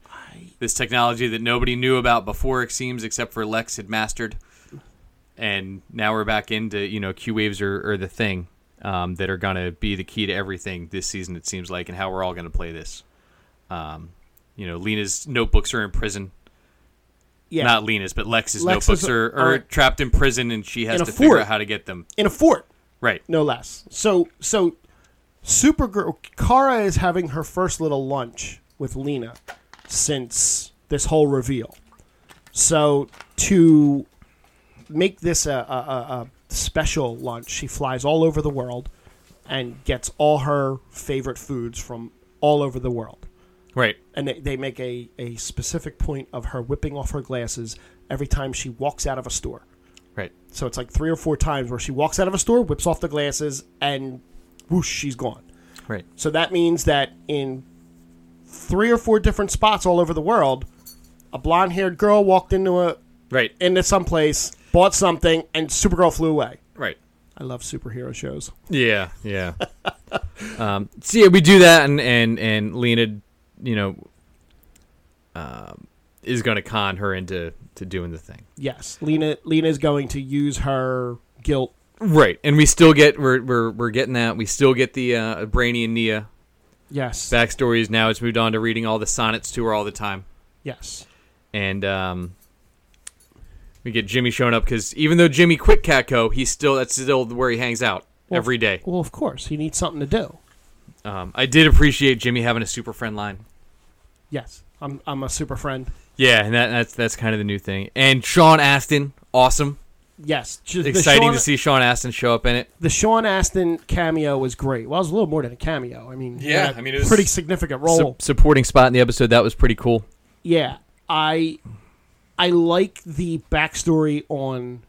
Speaker 2: This technology that nobody knew about before, it seems, except for Lex had mastered, and now we're back into you know Q waves are, are the thing um, that are gonna be the key to everything this season. It seems like, and how we're all gonna play this. Um, you know, Lena's notebooks are in prison.
Speaker 1: Yeah.
Speaker 2: Not Lena's, but Lex's,
Speaker 1: Lex's
Speaker 2: notebooks are, are
Speaker 1: are-
Speaker 2: trapped in prison, and she has
Speaker 1: In a
Speaker 2: to figure
Speaker 1: fort.
Speaker 2: out how to get them.
Speaker 1: in a fort.
Speaker 2: Right.
Speaker 1: no less. So so Supergirl Kara is having her first little lunch with Lena since this whole reveal. So to make this a, a, a, a special lunch, she flies all over the world and gets all her favorite foods from all over the world.
Speaker 2: Right.
Speaker 1: And they, they make a, a specific point of her whipping off her glasses every time she walks out of a store.
Speaker 2: Right.
Speaker 1: So it's like three or four times where she walks out of a store, whips off the glasses, and whoosh, she's gone.
Speaker 2: Right.
Speaker 1: So that means that in three or four different spots all over the world, a blonde-haired girl walked into a
Speaker 2: Right.
Speaker 1: into someplace, bought something, and Supergirl flew away.
Speaker 2: Right.
Speaker 1: I love superhero shows.
Speaker 2: Yeah, yeah. um, so yeah, we do that, and and and Lena, you know, um, is going to con her into to doing the thing.
Speaker 1: Yes, Lena Lena is going to use her guilt.
Speaker 2: Right, and we still get we're we're, we're getting that. We still get the uh, Brainy and Nia
Speaker 1: Yes,
Speaker 2: backstories. Now it's moved on to reading all the sonnets to her all the time,
Speaker 1: yes,
Speaker 2: and um, we get Jimmy showing up because even though Jimmy quit Catco, he's still that's still where he hangs out
Speaker 1: Well,
Speaker 2: every day.
Speaker 1: Well, of course, he needs something to do.
Speaker 2: Um, I did appreciate Jimmy having a super friend line.
Speaker 1: Yes, I'm I'm a super friend.
Speaker 2: Yeah, and that, that's that's kind of the new thing. And Sean Astin, awesome,
Speaker 1: Yes, Ju- the
Speaker 2: exciting
Speaker 1: Shawn-
Speaker 2: to see Sean Astin show up in it.
Speaker 1: the Sean Astin cameo was great. Well, it was a little more than a cameo. I mean, he
Speaker 2: Yeah,
Speaker 1: had a
Speaker 2: I mean, it was-
Speaker 1: pretty significant
Speaker 2: Su-
Speaker 1: role.
Speaker 2: supporting spot in the episode that was pretty cool.
Speaker 1: yeah, I, I like the backstory on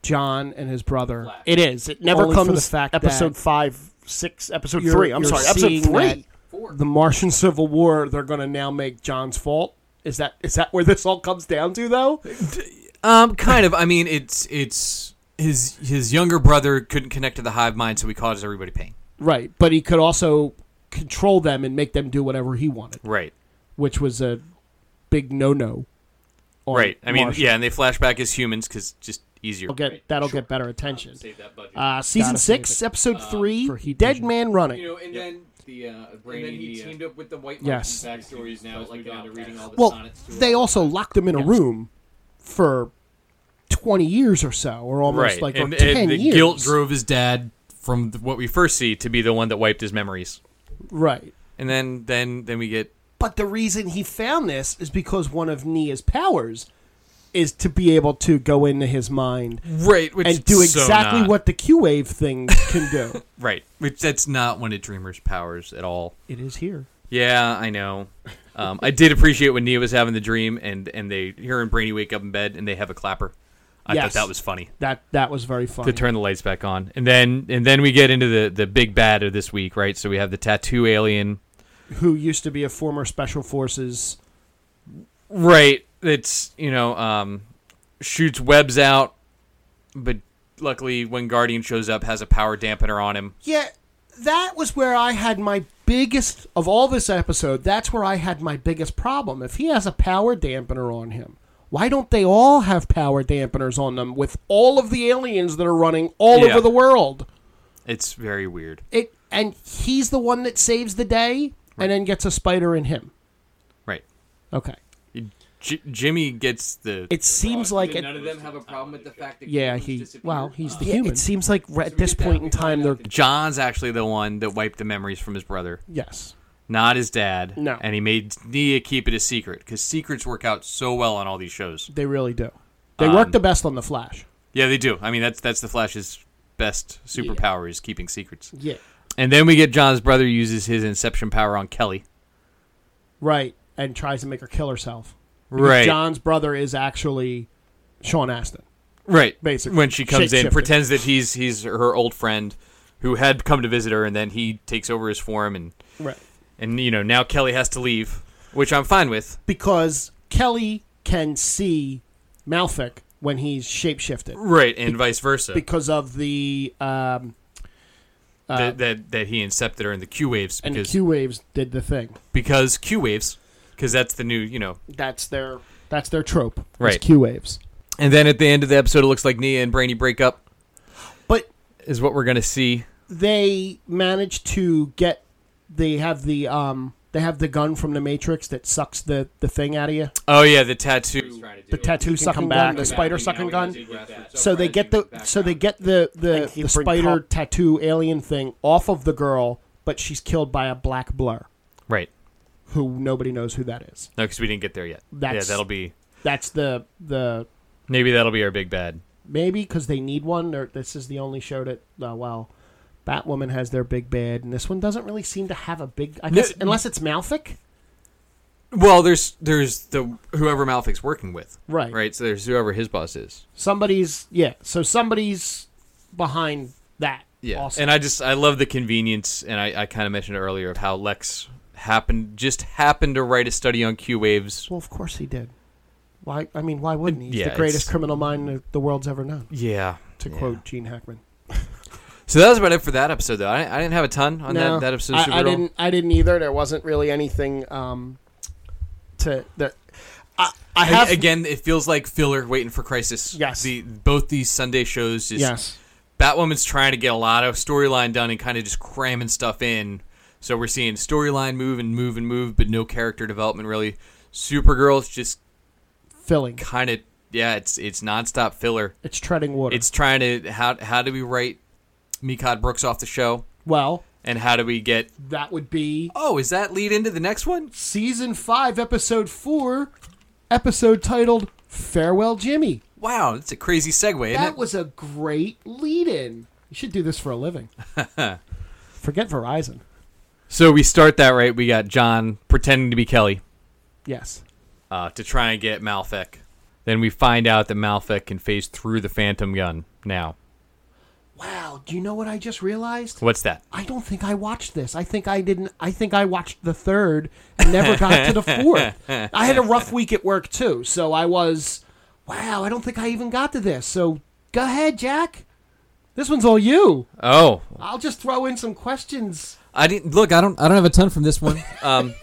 Speaker 1: John and his brother.
Speaker 3: Flash.
Speaker 1: It is. It never
Speaker 4: Only for
Speaker 1: comes.
Speaker 4: the fact
Speaker 1: episode
Speaker 4: that
Speaker 1: five, six, episode
Speaker 4: you're-
Speaker 1: three. I'm
Speaker 4: you're
Speaker 1: sorry, episode
Speaker 4: seeing
Speaker 1: three.
Speaker 3: Four.
Speaker 1: The Martian Civil War. They're going to now make John's fault. Is that is that where this all comes down to though?
Speaker 2: Um, kind of. I mean, it's it's his his younger brother couldn't connect to the hive mind, so he caused everybody pain.
Speaker 1: Right, but he could also control them and make them do whatever he wanted,
Speaker 2: Right,
Speaker 1: which was a big no-no. on
Speaker 2: right. I mean,
Speaker 1: Martian.
Speaker 2: yeah, and they flash back as humans because just easier.
Speaker 1: We'll get that'll get better attention.
Speaker 3: Save that budget.
Speaker 1: Uh, season
Speaker 4: Gotta save Uh,
Speaker 1: six, episode
Speaker 3: Um,
Speaker 1: three,
Speaker 4: for heat
Speaker 1: Dead
Speaker 4: vision.
Speaker 1: Man Running.
Speaker 3: you know, and then the uh, brain
Speaker 5: And then
Speaker 3: and
Speaker 5: he teamed up with the White
Speaker 1: Yes.
Speaker 5: Monkey backstories now,
Speaker 3: Like
Speaker 5: like down to
Speaker 3: that.
Speaker 5: reading all the
Speaker 1: well,
Speaker 5: sonnets. To
Speaker 1: they
Speaker 5: him.
Speaker 1: also locked him in a room for twenty years or so, or almost
Speaker 2: right,
Speaker 1: like
Speaker 2: and,
Speaker 1: or
Speaker 2: and
Speaker 1: ten
Speaker 2: the
Speaker 1: years.
Speaker 2: guilt drove his dad from th- what we first see to be the one that wiped his memories,
Speaker 1: right.
Speaker 2: and then then then we get
Speaker 1: But the reason he found this is because one of Nia's powers is to be able to go into his mind
Speaker 2: right which
Speaker 1: and do exactly what the Q wave thing can
Speaker 2: [laughs]
Speaker 1: do.
Speaker 2: Right. Which that's not one of Dreamer's powers at all.
Speaker 1: it is here.
Speaker 2: Yeah, I know. [laughs] Um, I did appreciate when Nia was having the dream and, and they her and Brainy wake up in bed and they have a clapper. I
Speaker 1: Yes.
Speaker 2: thought that was funny.
Speaker 1: That that was very funny.
Speaker 2: To turn the lights back on. And then and then we get into the, the big bad of this week, right? So we have the tattoo alien.
Speaker 1: Who used to be a former special forces?
Speaker 2: Right. It's you know, um shoots webs out, but luckily when Guardian shows up, has a power dampener on him.
Speaker 1: Yeah, that was where I had my biggest of all this episode. That's where I had my biggest problem. If he has a power dampener on him, why don't they all have power dampeners on them with all of the aliens that are running all
Speaker 2: Yeah.
Speaker 1: over the world?
Speaker 2: It's very weird.
Speaker 1: It and he's the one that saves the day and then gets a spider in him.
Speaker 2: Right.
Speaker 1: Okay.
Speaker 2: J- Jimmy gets the
Speaker 1: It seems like
Speaker 3: Did
Speaker 1: it,
Speaker 3: none of them have a problem with the fact that
Speaker 1: yeah,
Speaker 3: humans
Speaker 1: he
Speaker 3: disappeared?
Speaker 1: well, he's
Speaker 3: Uh,
Speaker 1: the human.
Speaker 4: human.
Speaker 1: It seems like right at
Speaker 3: we
Speaker 1: this
Speaker 3: get that,
Speaker 1: point in
Speaker 3: we find
Speaker 1: time
Speaker 3: out
Speaker 1: they're
Speaker 3: that-
Speaker 2: Uh, John's actually the one that wiped the memories from his brother,
Speaker 1: yes.
Speaker 2: not his dad.
Speaker 1: No.
Speaker 2: And he made Nia keep it a secret because secrets work out so well on all these shows.
Speaker 1: They really do. They work the best on the Flash.
Speaker 2: Yeah, they do. I mean, that's that's the Flash's best superpower is keeping secrets.
Speaker 1: Yeah.
Speaker 2: And then we get John's brother uses his Inception power on Kelly.
Speaker 1: Right. And tries to make her kill herself. Because John's brother is actually Sean Astin.
Speaker 2: Right.
Speaker 1: Basically,
Speaker 2: When she comes in,
Speaker 1: shapeshifting.
Speaker 2: pretends that he's he's her old friend who had come to visit her and then he takes over his form and
Speaker 1: Right.
Speaker 2: and you know, now Kelly has to leave, which I'm fine with.
Speaker 1: Because Kelly can see Malfic when he's shapeshifted
Speaker 2: Right, and vice versa.
Speaker 1: because of the um uh,
Speaker 2: that, that that he incepted her in the Q waves
Speaker 1: and the
Speaker 2: because
Speaker 1: Q waves did the thing.
Speaker 2: because Q waves because that's the new, you know.
Speaker 1: That's their that's their trope. is
Speaker 2: Right.
Speaker 1: Q waves.
Speaker 2: And then at the end of the episode it looks like Nia and Brainy break up
Speaker 1: But
Speaker 2: is what we're going to see.
Speaker 1: they manage to get they have the um they have the gun from the Matrix that sucks the the thing out of you.
Speaker 2: Oh yeah, the
Speaker 3: he was
Speaker 2: tattoo.
Speaker 3: trying to do
Speaker 1: The
Speaker 3: it.
Speaker 1: tattoo sucking
Speaker 4: come back.
Speaker 1: gun, the
Speaker 4: Yeah,
Speaker 1: spider
Speaker 3: Exactly,
Speaker 1: sucking
Speaker 3: now we
Speaker 1: gun.
Speaker 3: can do that.
Speaker 1: So they get the so they get the the,
Speaker 4: And he
Speaker 1: the
Speaker 4: bring
Speaker 1: spider
Speaker 4: cop-
Speaker 1: tattoo alien thing off of the girl, but she's killed by a black blur
Speaker 2: Right.
Speaker 1: who nobody knows who that is.
Speaker 2: No, cuz we didn't get there yet.
Speaker 1: That's-
Speaker 2: yeah, that'll be
Speaker 1: That's the the
Speaker 2: maybe that'll be our big bad.
Speaker 1: maybe because they need one. Or this is the only show that uh, well, Batwoman has their big bad, and this one doesn't really seem to have a big. I guess unless it's Malfic,
Speaker 2: Well, there's there's the whoever Malfic's working with,
Speaker 1: right?
Speaker 2: right? So there's whoever his boss is.
Speaker 1: Somebody's yeah. So somebody's behind that.
Speaker 2: Yeah,
Speaker 1: also.
Speaker 2: and I just I love the convenience, and I, I kind of mentioned it earlier of how Lex happened just happened to write a study on Q waves.
Speaker 1: well, of course he did. Why? I mean, why wouldn't he? He's
Speaker 2: Yeah,
Speaker 1: the
Speaker 2: it's-
Speaker 1: greatest criminal mind the, the world's ever known.
Speaker 2: Yeah,
Speaker 1: To quote Gene Hackman.
Speaker 2: So that was about it for that episode, though. I, I didn't have a ton on that, that episode. Of
Speaker 1: I, I
Speaker 2: Supergirl.
Speaker 1: didn't. I didn't either. There wasn't really anything um, to that. I, I
Speaker 2: A-
Speaker 1: have
Speaker 2: again, it feels like filler waiting for Crisis.
Speaker 1: Yes.
Speaker 2: the both these Sunday shows. Just,
Speaker 1: Yes.
Speaker 2: Batwoman's trying to get a lot of storyline done and kind of just cramming stuff in. So we're seeing storyline move and move and move, but no character development really. Supergirl's just
Speaker 1: Filling.
Speaker 2: kind of yeah, it's it's nonstop filler.
Speaker 1: It's treading water.
Speaker 2: It's trying to how how do we write Mikad Brooks off the show,
Speaker 1: well,
Speaker 2: and how do we get
Speaker 1: that would be
Speaker 2: oh is that lead into the next one?
Speaker 1: season five, episode four, episode titled "Farewell, Jimmy."
Speaker 2: Wow, that's a crazy segue. Isn't
Speaker 1: That
Speaker 2: it?
Speaker 1: was a great lead-in. You should do this for a
Speaker 2: [laughs]
Speaker 1: living. Forget Verizon.
Speaker 2: So we start that right. We got John pretending to be Kelly
Speaker 1: Yes.
Speaker 2: uh, to try and get Malfic. Then we find out that Malfic can phase through the Phantom Gun. Now,
Speaker 1: Wow. Do you know what I just realized?
Speaker 2: what's that?
Speaker 1: I don't think I watched this. I think I didn't. I think I watched the third and never got to the fourth. I had a
Speaker 2: [laughs]
Speaker 1: rough week at work too, so I was, wow. I don't think I even got to this. So go ahead, Jack. This one's all you.
Speaker 2: Oh,
Speaker 1: I'll just throw in some questions.
Speaker 2: I didn't look. I don't. I don't have a ton from this one. Um,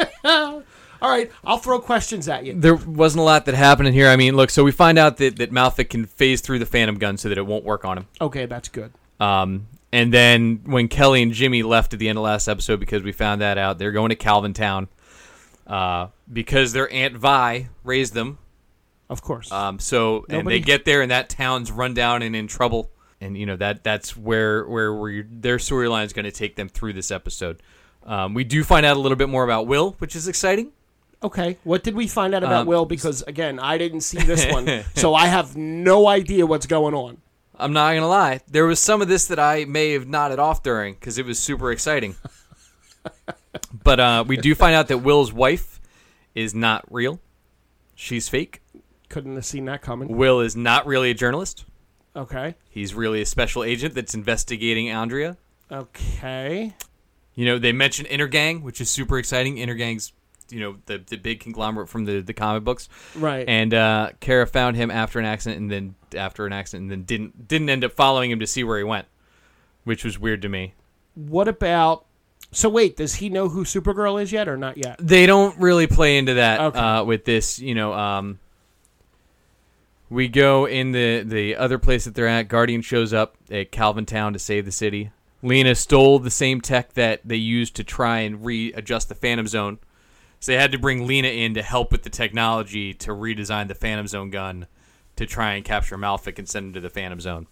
Speaker 1: All right, I'll throw questions at you.
Speaker 2: [laughs] there wasn't a lot that happened in here. I mean, look. So we find out that that Malfic can phase through the Phantom Gun so that it won't work on him.
Speaker 1: Okay, that's good.
Speaker 2: Um, and then when Kelly and Jimmy left at the end of last episode because we found that out, they're going to Calvin Town uh, because their aunt Vi raised them.
Speaker 1: Of course.
Speaker 2: Um, so and
Speaker 1: Nobody-
Speaker 2: they get there and that town's run down and in trouble. And you know that that's where where we their storyline is going to take them through this episode. Um, we do find out a little bit more about Will, which is exciting.
Speaker 1: okay, what did we find out about
Speaker 2: um,
Speaker 1: Will? Because again, I didn't see this
Speaker 2: [laughs]
Speaker 1: one, so I have no idea what's going on.
Speaker 2: I'm not gonna lie. There was some of this that I may have nodded off during because it was super exciting. but uh, we do find out that Will's wife is not real. She's fake.
Speaker 1: Couldn't have seen that coming.
Speaker 2: Will is not really a journalist.
Speaker 1: Okay.
Speaker 2: He's really a special agent that's investigating Andrea.
Speaker 1: Okay.
Speaker 2: You know, they mentioned Intergang, which is super exciting. Intergang's you know the the big conglomerate from the the comic books.
Speaker 1: Right.
Speaker 2: And uh, Kara found him after an accident, and then after an accident, and then didn't didn't end up following him to see where he went, which was weird to me.
Speaker 1: what about? So wait, does he know who Supergirl is yet or not yet?
Speaker 2: They don't really play into that
Speaker 1: Okay.
Speaker 2: uh, with this, you know. Um, we go in the the other place that they're at. Guardian shows up at Calvin Town to save the city. Lena stole the same tech that they used to try and readjust the Phantom Zone, so they had to bring Lena in to help with the technology to redesign the Phantom Zone gun to try and capture Malfic and send him to the Phantom Zone.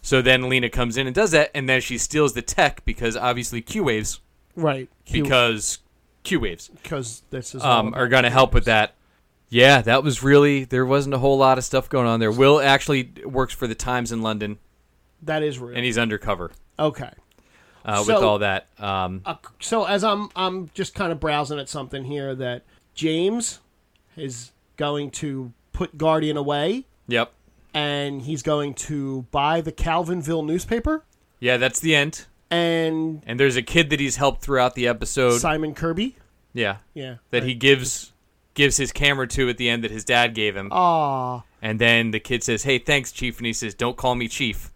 Speaker 2: So then Lena comes in and does that, and then she steals the tech because obviously Q waves
Speaker 1: Right.
Speaker 2: because Q waves
Speaker 1: because this is all
Speaker 2: um,
Speaker 1: about-
Speaker 2: are going to help with that. Yeah, that was really there wasn't a whole lot of stuff going on there. Will actually works for the Times in London,
Speaker 1: that is real.
Speaker 2: and he's undercover
Speaker 1: okay.
Speaker 2: uh, with
Speaker 1: So-
Speaker 2: all that. Um,
Speaker 1: Uh, so as I'm I'm just kind of browsing at something here that James is going to put Guardian away
Speaker 2: yep,
Speaker 1: and he's going to buy the Calvinville newspaper
Speaker 2: yeah, that's the end.
Speaker 1: and
Speaker 2: And there's a kid that he's helped throughout the episode.
Speaker 1: Simon Kirby.
Speaker 2: yeah,
Speaker 1: Yeah. uh,
Speaker 2: that he gives gives his camera to at the end that his dad gave him.
Speaker 1: Aw.
Speaker 2: And then the kid says, "Hey, thanks, Chief," and he says, "Don't call me Chief,"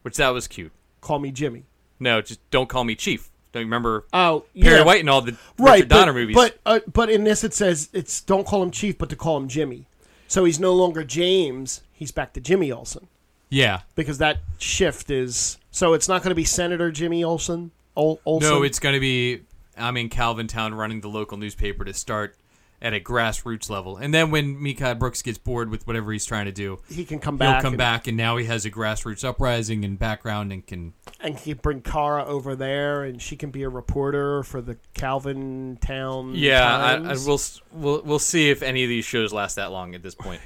Speaker 2: which that was cute.
Speaker 1: Call me Jimmy.
Speaker 2: No, just don't call me Chief. Don't you remember
Speaker 1: Oh,
Speaker 2: Perry
Speaker 1: yeah.
Speaker 2: White and all the
Speaker 1: Right,
Speaker 2: Richard Donner
Speaker 1: but,
Speaker 2: movies?
Speaker 1: but uh, but in this it says it's don't call him Chief, but to call him Jimmy. So he's no longer James. He's back to Jimmy Olsen.
Speaker 2: yeah,
Speaker 1: because that shift is so it's not going to be Senator Jimmy Olsen. Ol- Olsen.
Speaker 2: No, it's going to be I'm in Calvintown running the local newspaper to start at a grassroots level. And then when Mika Brooks gets bored with whatever he's trying to do,
Speaker 1: he can come
Speaker 2: he'll
Speaker 1: back.
Speaker 2: come
Speaker 1: and,
Speaker 2: back and now he has a grassroots uprising and background and can
Speaker 1: and he can bring Kara over there, and she can be a reporter for the Calvin Town. Times.
Speaker 2: will we'll we'll see if any of these shows last that long at this point.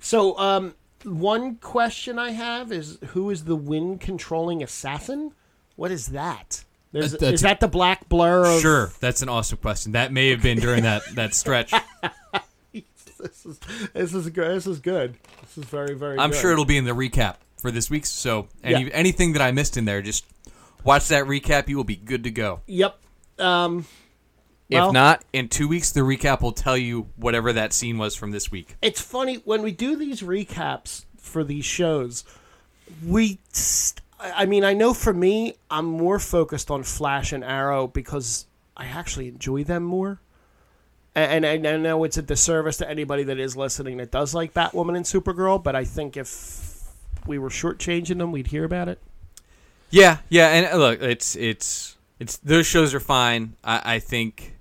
Speaker 1: So, um, one question I have is who is the wind controlling assassin? What is that? There's,
Speaker 2: That- that's-
Speaker 1: is that the black blur? Of,
Speaker 2: [laughs] Sure, that's an awesome question. That may have been during that that [laughs] stretch.
Speaker 1: This is this is good. This is good. This is very very.
Speaker 2: I'm
Speaker 1: good.
Speaker 2: sure it'll be in the recap for this week. So any
Speaker 1: Yeah.
Speaker 2: anything that I missed in there, just watch that recap. You will be good to go.
Speaker 1: Yep. Um, Well-
Speaker 2: if not, in two weeks, the recap will tell you whatever that scene was from this week.
Speaker 1: it's funny when we do these recaps for these shows we st- i mean i know for me i'm more focused on flash and arrow because i actually enjoy them more and, and i know it's a disservice to anybody that is listening that does like batwoman and supergirl but i think if we were shortchanging them we'd hear about it
Speaker 2: Yeah, yeah, and uh, look, it's it's it's those shows are fine. I, I think,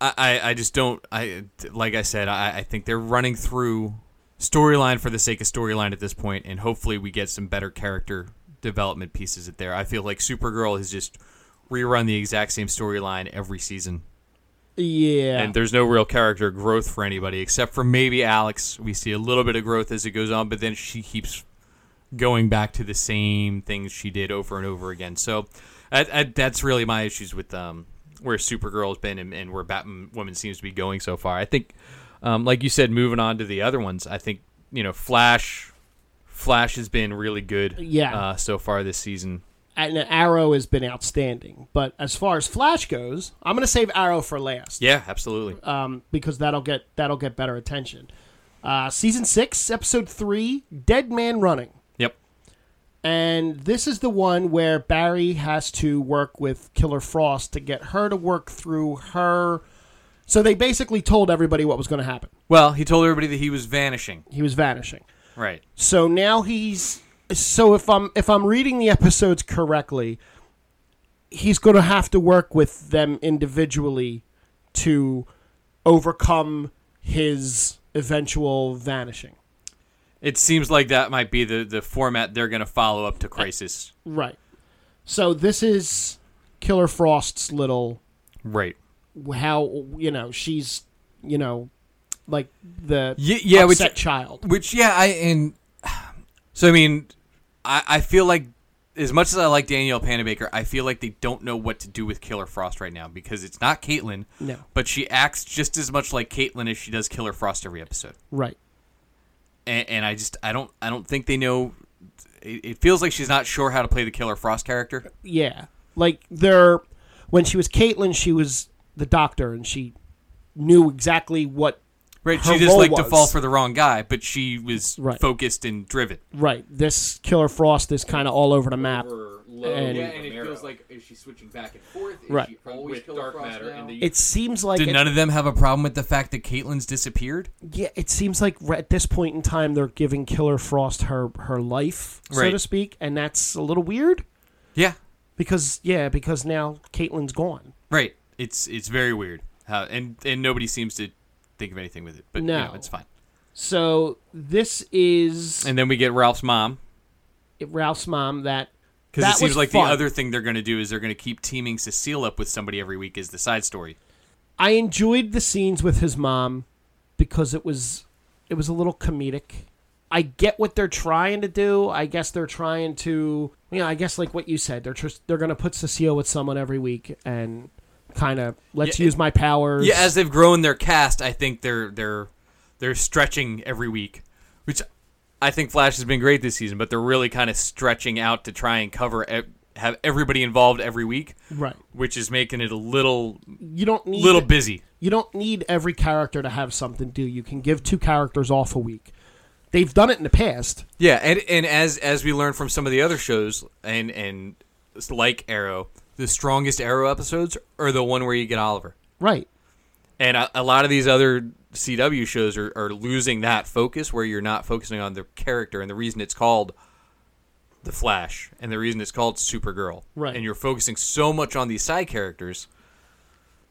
Speaker 2: I, I I just don't. I like I said, I I think they're running through storyline for the sake of storyline at this point, and hopefully we get some better character development pieces at there. I feel like Supergirl has just rerun the exact same storyline every season.
Speaker 1: yeah
Speaker 2: and there's no real character growth for anybody except for maybe Alex. We see a little bit of growth as it goes on, but then she keeps going back to the same things she did over and over again. So I, I, that's really my issues with um, where Supergirl's been and, and where Batwoman seems to be going so far. I think, um, like you said, moving on to the other ones, I think you know Flash. Flash has been really good,
Speaker 1: Yeah.
Speaker 2: uh, so far this season.
Speaker 1: and arrow has been outstanding but as far as flash goes i'm going to save arrow for last
Speaker 2: Yeah, absolutely.
Speaker 1: um, because that'll get that'll get better attention. Uh, season six, episode three, Dead Man Running,
Speaker 2: yep.
Speaker 1: and this is the one where Barry has to work with Killer Frost to get her to work through her. So they basically told everybody what was going to happen.
Speaker 2: Well, he told everybody that he was vanishing.
Speaker 1: He was vanishing.
Speaker 2: Right.
Speaker 1: So now he's so if I'm if I'm reading the episodes correctly, he's going to have to work with them individually to overcome his eventual vanishing.
Speaker 2: It seems like that might be the, the format they're going to follow up to Crisis.
Speaker 1: Right. So this is Killer Frost's little
Speaker 2: Right.
Speaker 1: how you know she's you know like the
Speaker 2: Yeah, yeah which,
Speaker 1: upset child.
Speaker 2: which, yeah, I, and, [sighs] so, I mean, I, I feel like, as much as I like Danielle Panabaker, I feel like they don't know what to do with Killer Frost right now because it's not Caitlyn,
Speaker 1: No.
Speaker 2: but she acts just as much like Caitlyn as she does Killer Frost every episode.
Speaker 1: Right.
Speaker 2: And, and I just, I don't, I don't think they know. It, it feels like she's not sure how to play the Killer Frost character.
Speaker 1: Yeah. Like they're when she was Caitlyn, she was the doctor and she knew exactly what
Speaker 2: Right,
Speaker 1: her
Speaker 2: she just
Speaker 1: role
Speaker 2: liked to
Speaker 1: was.
Speaker 2: fall for the wrong guy, but she was
Speaker 1: Right.
Speaker 2: focused and driven.
Speaker 1: right this Killer Frost is kind of all over the map.
Speaker 4: Over low
Speaker 1: And-
Speaker 3: yeah, and it
Speaker 4: Romero.
Speaker 3: feels like is she switching back and forth? Is
Speaker 1: Right.
Speaker 3: she always
Speaker 4: with
Speaker 3: Killer
Speaker 4: dark
Speaker 3: Frost
Speaker 4: matter
Speaker 3: now?
Speaker 4: and the
Speaker 1: It seems like
Speaker 2: Did
Speaker 1: it-
Speaker 2: none of them have a problem with the fact that Caitlin's disappeared?
Speaker 1: yeah, it seems like r- at this point in time they're giving Killer Frost her her life, so
Speaker 2: Right.
Speaker 1: to speak, and that's a little weird
Speaker 2: Yeah,
Speaker 1: because yeah, because now Caitlin's gone.
Speaker 2: right. It's it's very weird, how, and and nobody seems to think of anything with it. But you
Speaker 1: No.
Speaker 2: know, it's fine.
Speaker 1: So this is
Speaker 2: And then we get Ralph's mom
Speaker 1: Ralph's mom that
Speaker 2: because
Speaker 1: that
Speaker 2: it seems
Speaker 1: was
Speaker 2: like
Speaker 1: fun.
Speaker 2: the other thing they're going to do is they're going to keep teaming Cecile up with somebody every week as the side story.
Speaker 1: I enjoyed the scenes with his mom because it was it was a little comedic. I get what they're trying to do. I guess they're trying to, you know, I guess like what you said, they're just they're gonna put Cecile with someone every week and kind of let's
Speaker 2: Yeah,
Speaker 1: use my powers.
Speaker 2: Yeah, as they've grown their cast, I think they're they're they're stretching every week, which I think Flash has been great this season. But they're really kind of stretching out to try and cover e- have everybody involved every week,
Speaker 1: right.
Speaker 2: which is making it a little
Speaker 1: You don't need
Speaker 2: little busy.
Speaker 1: you don't need every character to have something do. You can give two characters off a week. They've done it in the past.
Speaker 2: Yeah, and and as as we learned from some of the other shows, and and it's like Arrow, the strongest Arrow episodes are the one where you get Oliver,
Speaker 1: Right.
Speaker 2: and a, a lot of these other CW shows are, are losing that focus where you're not focusing on the character and the reason it's called the Flash and the reason it's called Supergirl,
Speaker 1: Right.
Speaker 2: And you're focusing so much on these side characters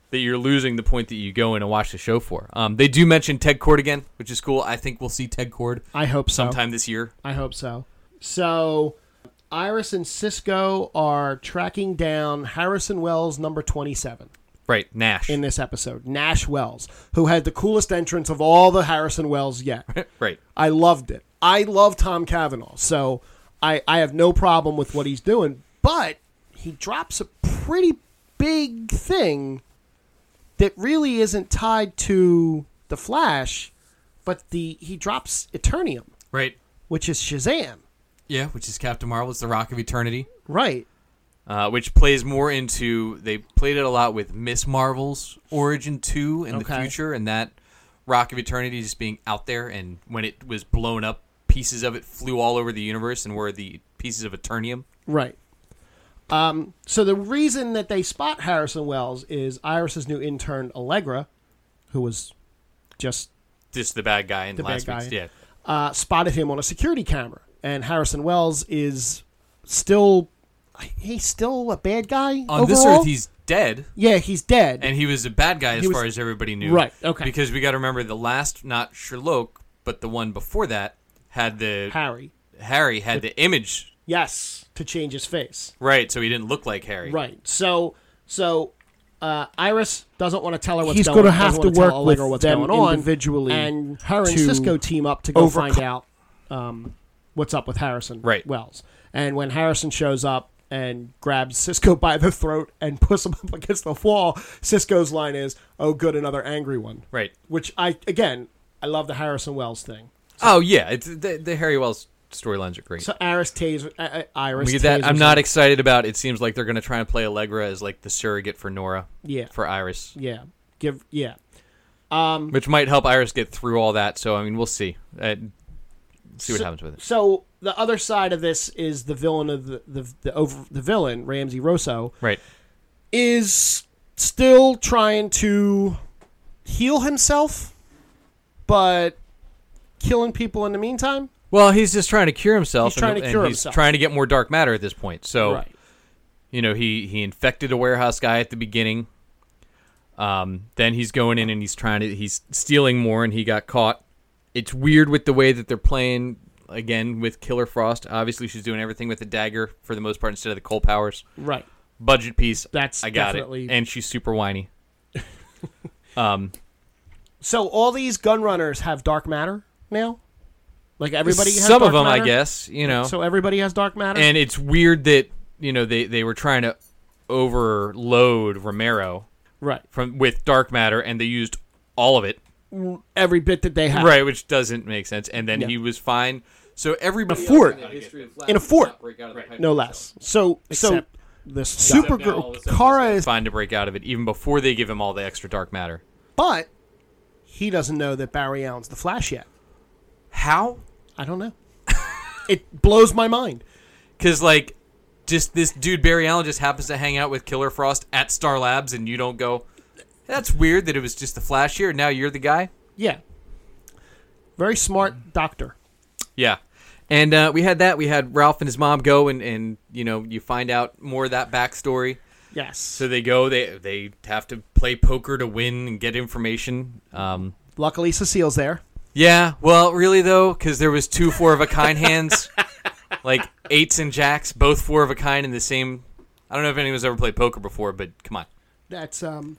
Speaker 2: that you're losing the point that you go in and watch the show for. Um, they do mention Ted Cord again, which is cool. I think we'll see Ted Cord
Speaker 1: I hope so.
Speaker 2: sometime this year.
Speaker 1: I hope so. So, Iris and Cisco are tracking down Harrison Wells, number 27,
Speaker 2: Right, Nash.
Speaker 1: in this episode. Nash Wells, who had the coolest entrance of all the Harrison Wells yet.
Speaker 2: right.
Speaker 1: I loved it. I love Tom Cavanaugh, so I, I have no problem with what he's doing, but he drops a pretty big thing that really isn't tied to the Flash, but the he drops Eternium,
Speaker 2: Right.
Speaker 1: which is Shazam.
Speaker 2: Yeah, which is Captain Marvel. It's the Rock of Eternity,
Speaker 1: Right.
Speaker 2: uh, which plays more into they played it a lot with Miss Marvel's Origin Two in the
Speaker 1: Okay.
Speaker 2: future, and that Rock of Eternity just being out there, and when it was blown up, pieces of it flew all over the universe, and were the pieces of Eternium.
Speaker 1: Right. Um, so the reason that they spot Harrison Wells is Iris's new intern Allegra, who was just
Speaker 2: This is the bad guy in
Speaker 1: The
Speaker 2: last
Speaker 1: bad guy.
Speaker 2: week's. Yeah,
Speaker 1: uh, spotted him on a security camera, and Harrison Wells is still he's still a bad guy
Speaker 2: on this
Speaker 1: overall?
Speaker 2: Earth, he's dead,
Speaker 1: yeah, he's dead.
Speaker 2: and he was a bad guy as
Speaker 1: He was-
Speaker 2: far as everybody knew.
Speaker 1: Right, okay.
Speaker 2: Because we got to remember the last, not Sherlock, but the one before that had the
Speaker 1: Harry,
Speaker 2: Harry had the image
Speaker 1: yes, to change his face.
Speaker 2: Right, so he didn't look like Harry.
Speaker 1: Right. So so uh, Iris doesn't want to tell her what's
Speaker 5: He's
Speaker 1: going on.
Speaker 5: gonna have
Speaker 1: doesn't wanna
Speaker 5: to
Speaker 1: tell
Speaker 5: work
Speaker 1: Allegra
Speaker 5: with
Speaker 1: what's
Speaker 5: them
Speaker 1: going on
Speaker 5: individually
Speaker 1: and her and
Speaker 5: to
Speaker 1: Cisco team up to go
Speaker 5: overcome-
Speaker 1: find out um, what's up with Harrison
Speaker 2: Right.
Speaker 1: Wells. And when Harrison shows up and grabs Cisco by the throat and [laughs] puts him up against the wall, Cisco's line is, "Oh, good, another angry one."
Speaker 2: Right.
Speaker 1: Which I again, I love the Harrison Wells thing.
Speaker 2: Oh yeah, it's, the, the Harry Wells storylines are great.
Speaker 1: So Iris taser, uh, Iris.
Speaker 2: we get that. I'm
Speaker 1: tasers
Speaker 2: not
Speaker 1: him.
Speaker 2: excited about. It seems like they're going to try and play Allegra as like the surrogate for Nora.
Speaker 1: Yeah.
Speaker 2: For Iris,
Speaker 1: yeah. Give. Yeah. Mm-hmm.
Speaker 2: which might help Iris get through all that. So I mean, we'll see. Uh, see what
Speaker 1: So-
Speaker 2: happens with it.
Speaker 1: So the other side of this is the villain of the the, the over the villain Ramsey Rosso
Speaker 2: Right.
Speaker 1: is still trying to heal himself, but killing people in the meantime.
Speaker 2: Well, he's just trying to cure himself.
Speaker 1: He's trying
Speaker 2: and,
Speaker 1: to cure
Speaker 2: and
Speaker 1: himself.
Speaker 2: He's trying to get more dark matter at this point. So you know he he infected a warehouse guy at the beginning. Um, then he's going in and he's trying to he's stealing more and he got caught. It's weird with the way that they're playing again with Killer Frost. Obviously, she's doing everything with the dagger for the most part instead of the coal powers.
Speaker 1: Right.
Speaker 2: Budget piece.
Speaker 1: That's
Speaker 2: I got
Speaker 1: definitely-
Speaker 2: it. And she's super whiny. um,
Speaker 1: So all these gun runners have dark matter now. Like everybody. Has
Speaker 2: some
Speaker 1: dark
Speaker 2: of them, I
Speaker 1: matter?
Speaker 2: guess. You know,
Speaker 1: So everybody has dark matter.
Speaker 2: and it's weird that you know they they were trying to overload Romero
Speaker 1: right.
Speaker 2: from with dark matter and they used all of it.
Speaker 1: Every bit that they have.
Speaker 2: [laughs] Right, which doesn't make sense. And then
Speaker 1: Yeah.
Speaker 2: he was fine. So everybody
Speaker 1: A fort.
Speaker 3: In the history of Flash,
Speaker 1: In a
Speaker 3: does
Speaker 1: fort.
Speaker 3: not break out of the pipe
Speaker 1: No
Speaker 3: himself.
Speaker 1: less. So
Speaker 5: Except
Speaker 1: so this
Speaker 5: Supergirl.
Speaker 1: Supergirl. Kara
Speaker 2: is fine to break out of it, even before they give him all the extra dark matter.
Speaker 1: But he doesn't know that Barry Allen's the Flash yet.
Speaker 2: How?
Speaker 1: I don't know. [laughs] it blows my mind.
Speaker 2: Because like, just this dude Barry Allen just happens to hang out with Killer Frost at Star Labs, and you don't go. That's weird that it was just the Flash here. Now you're the guy.
Speaker 1: Yeah. Very smart doctor.
Speaker 2: Yeah. And uh, we had that. We had Ralph and his mom go, and, and you know you find out more of that backstory.
Speaker 1: Yes.
Speaker 2: So they go. They they have to play poker to win and get information. Um,
Speaker 1: Luckily, Cecile's there.
Speaker 2: yeah. Well, really though, because there was two four of a kind hands, like eights and jacks, both four of a kind in the same. I don't know if anyone's ever played poker before, but come on.
Speaker 3: [coughs]
Speaker 1: That's um.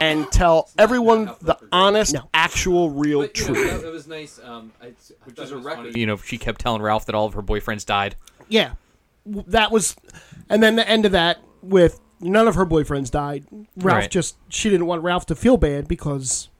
Speaker 1: And tell everyone
Speaker 3: enough
Speaker 1: the
Speaker 3: for-
Speaker 1: honest, actual, real
Speaker 3: But, you know,
Speaker 1: truth.
Speaker 3: that, that was nice. Um, I, which is a record.
Speaker 2: You know, she kept telling Ralph that all of her boyfriends died.
Speaker 1: Yeah, W- that was, and then the end of that with none of her boyfriends died. Ralph
Speaker 2: Right.
Speaker 1: just she didn't want Ralph to feel bad because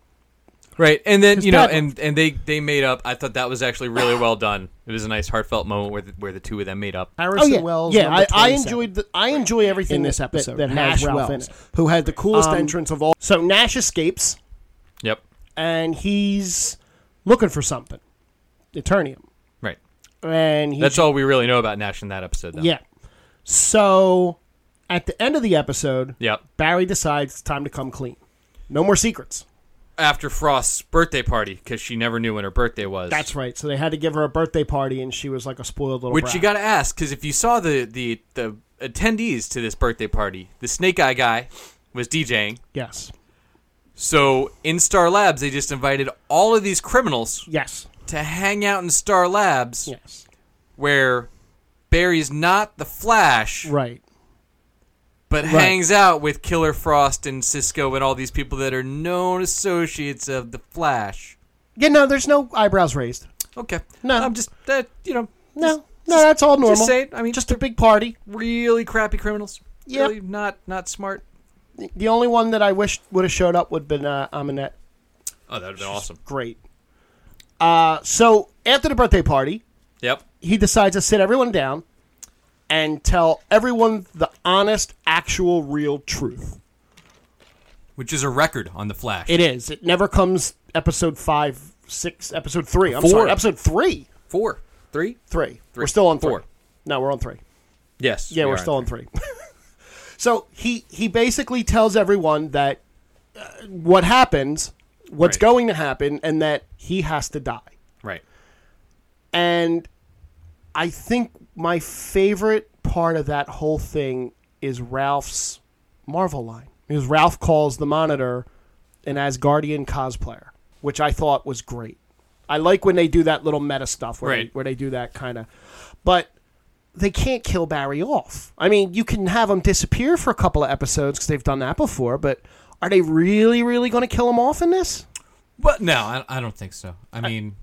Speaker 2: Right, and then
Speaker 1: His
Speaker 2: you know,
Speaker 1: dad
Speaker 2: and and they they made up. I thought that was actually really well done. It was a nice heartfelt moment where the, where the two of them made up.
Speaker 1: oh
Speaker 4: Harrison
Speaker 1: yeah,
Speaker 4: Wells.
Speaker 1: yeah.
Speaker 4: number
Speaker 1: I, I
Speaker 4: 27.
Speaker 1: enjoyed the, I enjoy everything
Speaker 4: in
Speaker 1: this episode
Speaker 4: that, that
Speaker 1: Nash
Speaker 4: has Ralph in
Speaker 1: Wells,
Speaker 4: it.
Speaker 1: who had the coolest
Speaker 4: Um,
Speaker 1: entrance of all. So Nash escapes
Speaker 2: Yep.
Speaker 1: and he's looking for something, Eternium,
Speaker 2: Right.
Speaker 1: and he
Speaker 2: That's all we really know about Nash in that episode, though.
Speaker 1: yeah. So at the end of the episode,
Speaker 2: Yep.
Speaker 1: Barry decides it's time to come clean. No more secrets.
Speaker 2: After Frost's birthday party, because she never knew when her birthday was.
Speaker 1: That's right. So they had to give her a birthday party, and she was like a spoiled little.
Speaker 2: Which
Speaker 1: brat.
Speaker 2: you got to ask, because if you saw the, the the attendees to this birthday party, the Snake Eye guy was DJing.
Speaker 1: Yes.
Speaker 2: So in Star Labs, they just invited all of these criminals
Speaker 1: Yes.
Speaker 2: to hang out in Star Labs,
Speaker 1: Yes.
Speaker 2: where Barry's not the Flash,
Speaker 1: Right.
Speaker 2: but hangs out with Killer Frost and Cisco and all these people that are known associates of the Flash.
Speaker 1: Yeah. No, there's no eyebrows raised.
Speaker 2: Okay.
Speaker 1: No.
Speaker 2: I'm just that you know.
Speaker 1: No.
Speaker 2: just-
Speaker 1: no, that's all normal.
Speaker 2: Just say it. I mean,
Speaker 1: Just
Speaker 2: just
Speaker 1: a big party.
Speaker 2: really crappy criminals.
Speaker 1: Yep.
Speaker 2: Really not not smart.
Speaker 1: The only one that I wish would have showed up would have been uh, Aminette.
Speaker 2: Oh, that'd have been awesome.
Speaker 1: Great. Uh, so after the birthday party,
Speaker 2: Yep.
Speaker 1: he decides to sit everyone down and tell everyone the honest, actual, real truth.
Speaker 2: Which is a record on the Flash.
Speaker 1: It is. It never comes episode five, six, episode three. I'm
Speaker 2: Four.
Speaker 1: sorry, episode three.
Speaker 2: Four, three.
Speaker 1: Three.
Speaker 2: Three.
Speaker 1: We're still on three.
Speaker 2: Four.
Speaker 1: No, we're on three.
Speaker 2: Yes.
Speaker 1: Yeah, we are still on three. [laughs] so he he basically tells everyone that uh, what happens, what's
Speaker 2: Right.
Speaker 1: going to happen, and that he has to die.
Speaker 2: Right.
Speaker 1: And I think my favorite part of that whole thing is Ralph's Marvel line. Because Ralph calls the monitor an Asgardian cosplayer, which I thought was great. I like when they do that little meta stuff where,
Speaker 2: Right.
Speaker 1: they, where they do that kind of. But they can't kill Barry off. I mean, you can have him disappear for a couple of episodes because they've done that before, but are they really, really going to kill him off in this?
Speaker 2: But no, I, I don't think so. I mean,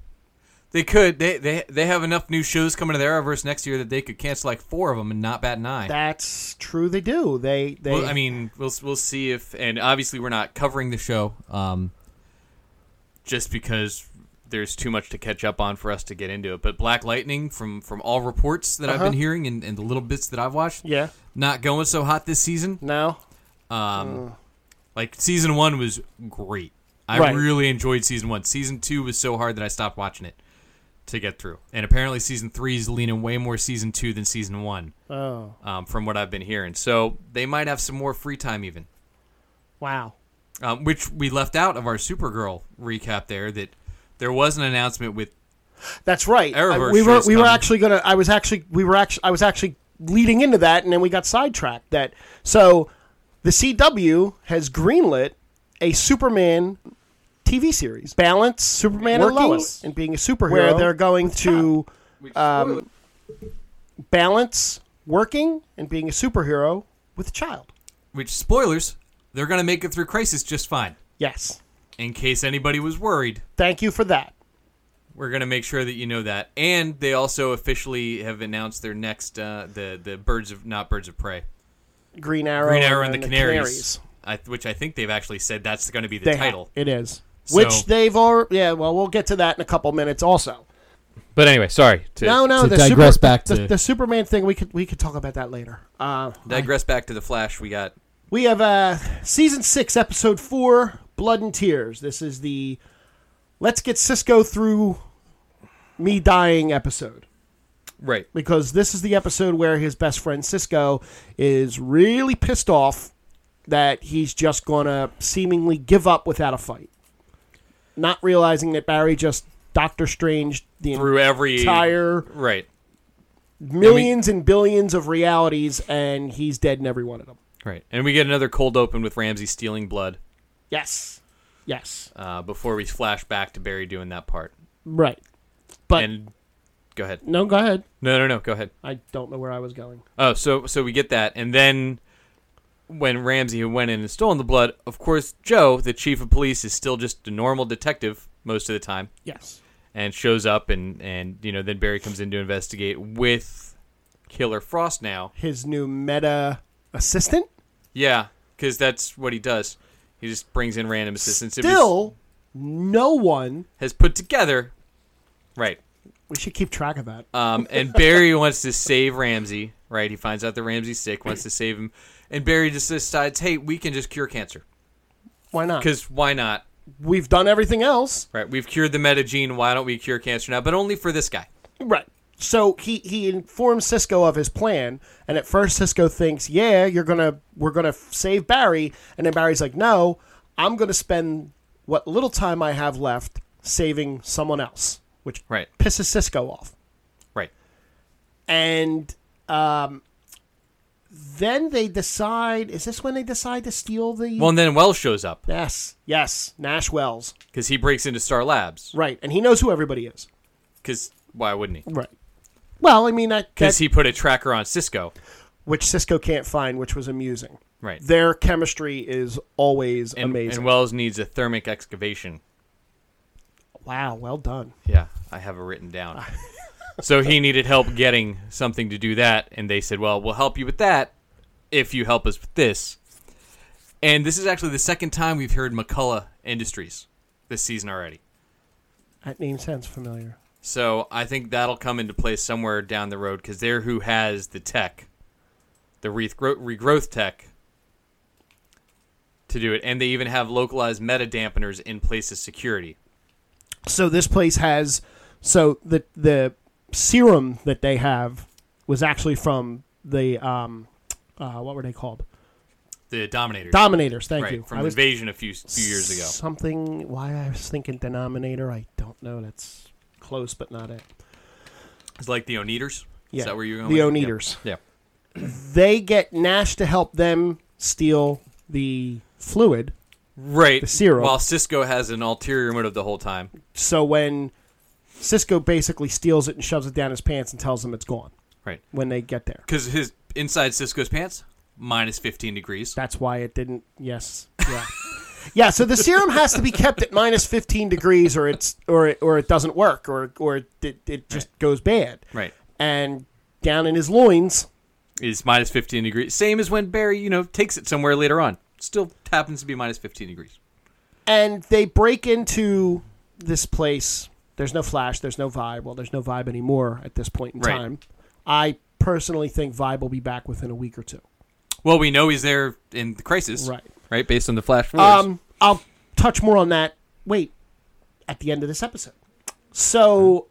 Speaker 2: they could. They, they they have enough new shows coming to their Arrowverse next year that they could cancel like four of them and not bat an eye.
Speaker 1: That's true. They do. They. they
Speaker 2: Well, I mean, we'll we'll see if, and obviously we're not covering the show, um, just because there's too much to catch up on for us to get into it. But Black Lightning, from from all reports that I've been hearing and, and the little bits that I've watched,
Speaker 1: Uh-huh. yeah.
Speaker 2: not going so hot this season.
Speaker 1: No.
Speaker 2: Um, Like season one was great. I
Speaker 1: Right.
Speaker 2: really enjoyed season one. Season two was so hard that I stopped watching it to get through. And apparently, season three is leaning way more season two than season one,
Speaker 1: Oh.
Speaker 2: um, from what I've been hearing. So they might have some more free time even.
Speaker 1: Wow.
Speaker 2: um, which we left out of our Supergirl recap there that there was an announcement with
Speaker 1: That's right.
Speaker 2: Arrowverse
Speaker 1: I- we were
Speaker 2: show's
Speaker 1: we were
Speaker 2: coming.
Speaker 1: actually gonna. I was actually we were actually I was actually leading into that, and then we got sidetracked. That so the CW has greenlit a Superman TV series, balance Superman
Speaker 4: Working?
Speaker 1: and Lois, and being a superhero. Where
Speaker 4: Where
Speaker 1: they're
Speaker 4: they're
Speaker 1: going to
Speaker 3: Which, um,
Speaker 1: balance working and being a superhero with a child.
Speaker 2: which spoilers they're going to make it through crisis just fine
Speaker 1: Yes.
Speaker 2: in case anybody was worried
Speaker 1: Thank you for that.
Speaker 2: we're going to make sure that you know that and they also officially have announced their next uh, the the birds of not birds of prey
Speaker 1: Green Arrow.
Speaker 2: green arrow and the canaries, I, which i think they've actually said that's going to be the
Speaker 1: They have.
Speaker 2: title
Speaker 1: It is.
Speaker 2: So-
Speaker 1: Which they've already. Yeah. Well, we'll get to that in a couple minutes. Also.
Speaker 2: but anyway sorry to
Speaker 1: No, no.
Speaker 4: to
Speaker 1: the
Speaker 4: digress
Speaker 1: super,
Speaker 4: back
Speaker 1: the,
Speaker 4: to-
Speaker 1: the Superman thing. We could we could talk about that later. Uh,
Speaker 2: digress back to the flash we got
Speaker 1: we have uh, season six, episode four, Blood and Tears. This is the let's get Cisco through me dying episode
Speaker 2: Right.
Speaker 1: because this is the episode where his best friend Cisco is really pissed off that he's just gonna seemingly give up without a fight, not realizing that Barry just Doctor Strange the
Speaker 2: Through every
Speaker 1: entire
Speaker 2: Right.
Speaker 1: millions and billions of realities, and he's dead in every one of them.
Speaker 2: Right. And we get another cold open with Ramsey stealing blood
Speaker 1: Yes, yes,
Speaker 2: uh, before we flash back to Barry doing that part.
Speaker 1: right. But
Speaker 2: and go ahead.
Speaker 1: no, go ahead.
Speaker 2: No, no, no. Go ahead.
Speaker 1: I don't know where I was going.
Speaker 2: Oh, so so we get that, and then when Ramsey went in and stolen the blood, of course Joe, the chief of police, is still just a normal detective most of the time,
Speaker 1: Yes,
Speaker 2: and shows up, and and you know then Barry comes in to investigate with Killer Frost now.
Speaker 1: his new meta assistant.
Speaker 2: Yeah, because that's what he does. He just brings in random assistants. It was-
Speaker 1: Still, no one.
Speaker 2: has put together, right?
Speaker 1: We should keep track of that.
Speaker 2: Um, and Barry wants to save Ramsey, right? He finds out that Ramsey's sick, wants to save him, and Barry just decides, hey, we can just cure cancer.
Speaker 1: Why not?
Speaker 2: Because why not?
Speaker 1: we've done everything else.
Speaker 2: Right? We've cured the metagene. Why don't we cure cancer now? But only for this guy.
Speaker 1: Right. So he he informs Cisco of his plan, and at first Cisco thinks, "Yeah, you're gonna we're gonna f- save Barry," and then Barry's like, "No, I'm gonna spend what little time I have left saving someone else," which
Speaker 2: Right.
Speaker 1: pisses Cisco off.
Speaker 2: Right.
Speaker 1: And um, then they decide. Is this when they decide to steal the?
Speaker 2: Well, and then Wells shows up
Speaker 1: yes, yes, Nash Wells.
Speaker 2: because he breaks into Star Labs.
Speaker 1: Right, and he knows who everybody is.
Speaker 2: Because why wouldn't he?
Speaker 1: Right. Well, I mean, that,
Speaker 2: Because
Speaker 1: that
Speaker 2: he put a tracker on Cisco.
Speaker 1: which Cisco can't find, which was amusing.
Speaker 2: Right.
Speaker 1: Their chemistry is always
Speaker 2: And,
Speaker 1: amazing.
Speaker 2: and Wells needs a thermic excavation.
Speaker 1: wow, well done.
Speaker 2: Yeah, I have it written down. [laughs] so he needed help getting something to do that, and they said, "Well, we'll help you with that if you help us with this." And this is actually the second time we've heard McCullough Industries this season already.
Speaker 1: That name sounds familiar.
Speaker 2: So I think that'll come into play somewhere down the road because they're who has the tech, the regro- regrowth tech, to do it, and they even have localized meta dampeners in place of security.
Speaker 1: So this place has so the the serum that they have was actually from the um uh, what were they called?
Speaker 2: The Dominators,
Speaker 1: Dominators. Thank
Speaker 2: right
Speaker 1: you.
Speaker 2: from
Speaker 1: I was
Speaker 2: Invasion a few few years ago.
Speaker 1: Something. Why I was thinking denominator. I don't know. That's close, but not it.
Speaker 2: It's like the Oneaters.
Speaker 1: Yeah.
Speaker 2: Is that where you're going?
Speaker 1: the
Speaker 2: with it?
Speaker 1: Oneaters.
Speaker 2: Yeah.
Speaker 1: They get Nash to help them steal the fluid.
Speaker 2: Right.
Speaker 1: The serum.
Speaker 2: While Cisco has an ulterior motive the whole time.
Speaker 1: So when Cisco basically steals it and shoves it down his pants and tells them it's gone
Speaker 2: Right.
Speaker 1: when they get there.
Speaker 2: Because his inside Cisco's pants minus 15 degrees.
Speaker 1: That's why it didn't. Yes.
Speaker 2: [laughs]
Speaker 1: Yeah. yeah. So the serum has to be kept at minus 15 degrees, or it's or it, or it doesn't work, or or it it just goes bad.
Speaker 2: Right.
Speaker 1: And down in his loins,
Speaker 2: Is minus 15 degrees. Same as when Barry, you know, takes it somewhere later on. Still happens to be minus 15 degrees.
Speaker 1: and they break into this place. There's no flash. There's no vibe. Well, there's no vibe anymore at this point in
Speaker 2: Right.
Speaker 1: time. I personally think vibe will be back within a week or two.
Speaker 2: Well, we know he's there in the crisis.
Speaker 1: Right.
Speaker 2: Right. Based on the flash forwards.
Speaker 1: Um, I'll touch more on that. Wait, at the end of this episode. So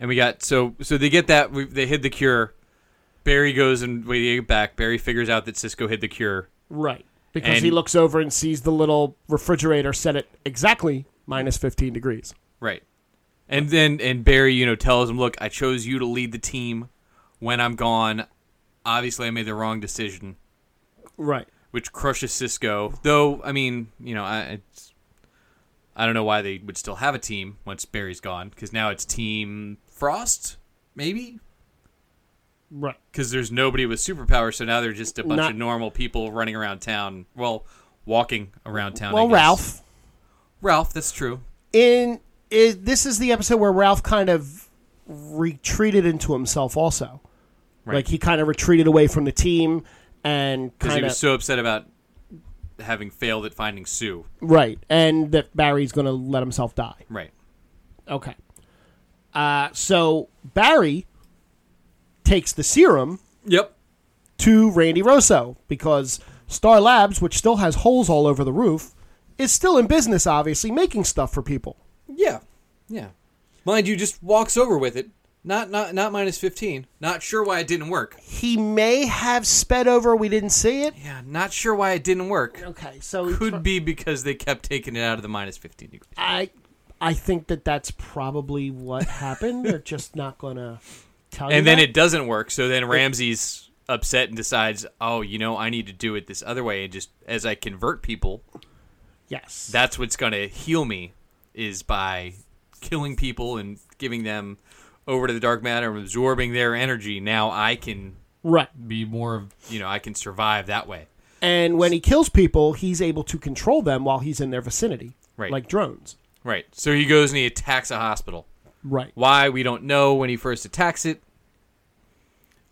Speaker 2: and we got so so they get that we, they hid the cure. Barry goes and we get back. Barry figures out that Cisco hid the cure.
Speaker 1: right, because
Speaker 2: And-
Speaker 1: he looks over and sees the little refrigerator set at exactly minus fifteen degrees.
Speaker 2: Right. And then and Barry, you know, tells him, "Look, I chose you to lead the team when I'm gone. Obviously, I made the wrong decision,
Speaker 1: Right.
Speaker 2: which crushes Cisco. Though, I mean, you know, I it's, I don't know why they would still have a team once Barry's gone cuz now it's team Frost, maybe?
Speaker 1: Right.
Speaker 2: Cuz there's nobody with superpowers, so now they're just a bunch
Speaker 1: Not-
Speaker 2: of normal people running around town. Well, walking around town. I
Speaker 1: Well,
Speaker 2: guess.
Speaker 1: Ralph.
Speaker 2: Ralph, that's true.
Speaker 1: In is this is the episode where Ralph kind of retreated into himself. Also,
Speaker 2: Right.
Speaker 1: like he kind of retreated away from the team and
Speaker 2: Cuz he
Speaker 1: kind of
Speaker 2: was so upset about having failed at finding Sue.
Speaker 1: right, and that Barry's going to let himself die.
Speaker 2: Right.
Speaker 1: Okay. Uh, so Barry takes the serum
Speaker 2: Yep.
Speaker 1: to Randy Rosso because Star Labs, which still has holes all over the roof, is still in business, obviously, making stuff for people.
Speaker 4: Yeah, yeah. Mind you, just walks over with it. Not not not minus fifteen. Not sure why it didn't work.
Speaker 1: He may have sped over. We didn't see it.
Speaker 4: Yeah, not sure why it didn't work.
Speaker 1: Okay, so
Speaker 2: Could be because they kept taking it out of the minus 15 degrees.
Speaker 1: I, I think that that's probably what happened. They're just not gonna tell you.
Speaker 2: And then
Speaker 1: that.
Speaker 2: it doesn't work. So then Ramsey's upset and decides, oh, you know, I need to do it this other way. And just as I convert people,
Speaker 1: yes,
Speaker 2: that's what's going to heal me is by killing people and giving them over to the dark matter and absorbing their energy. Now I can
Speaker 1: right.
Speaker 2: be more of, you know, I can survive that way.
Speaker 1: And when he kills people, he's able to control them while he's in their vicinity,
Speaker 2: Right.
Speaker 1: Like drones,
Speaker 2: Right. So he goes and he attacks a hospital.
Speaker 1: right?
Speaker 2: Why we don't know when he first attacks it.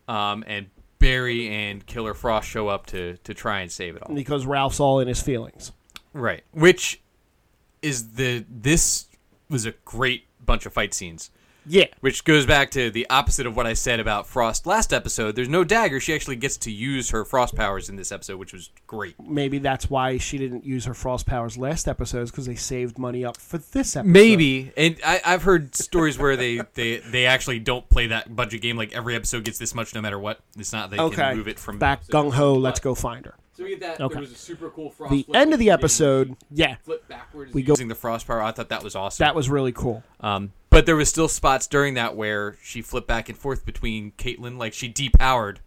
Speaker 2: Um, and Barry and Killer Frost show up to to try and save it all.
Speaker 1: Because Ralph's all in his feelings.
Speaker 2: Right. Which is the this was a great bunch of fight scenes.
Speaker 1: Yeah,
Speaker 2: Which goes back to the opposite of what I said about Frost last episode. There's no dagger. She actually gets to use her frost powers in this episode, which was great.
Speaker 1: maybe that's why she didn't use her frost powers last episode because they saved money up for this episode.
Speaker 2: Maybe, and I, I've heard stories where they, they, they actually don't play that budget game. Like every episode gets this much, no matter what. It's not they
Speaker 1: Okay.
Speaker 2: can move it from
Speaker 1: Back gung ho. Let's go find her.
Speaker 3: So we get that.
Speaker 1: Okay.
Speaker 3: There was a super cool frost.
Speaker 1: The
Speaker 3: flip
Speaker 1: end of the
Speaker 3: that you
Speaker 1: episode. Yeah,
Speaker 3: Flip backwards.
Speaker 1: We
Speaker 3: You
Speaker 1: go-
Speaker 2: using the frost power. I thought that was awesome.
Speaker 1: that was really cool.
Speaker 2: um, but there was still spots during that where she flipped back and forth between Caitlyn. Like she depowered,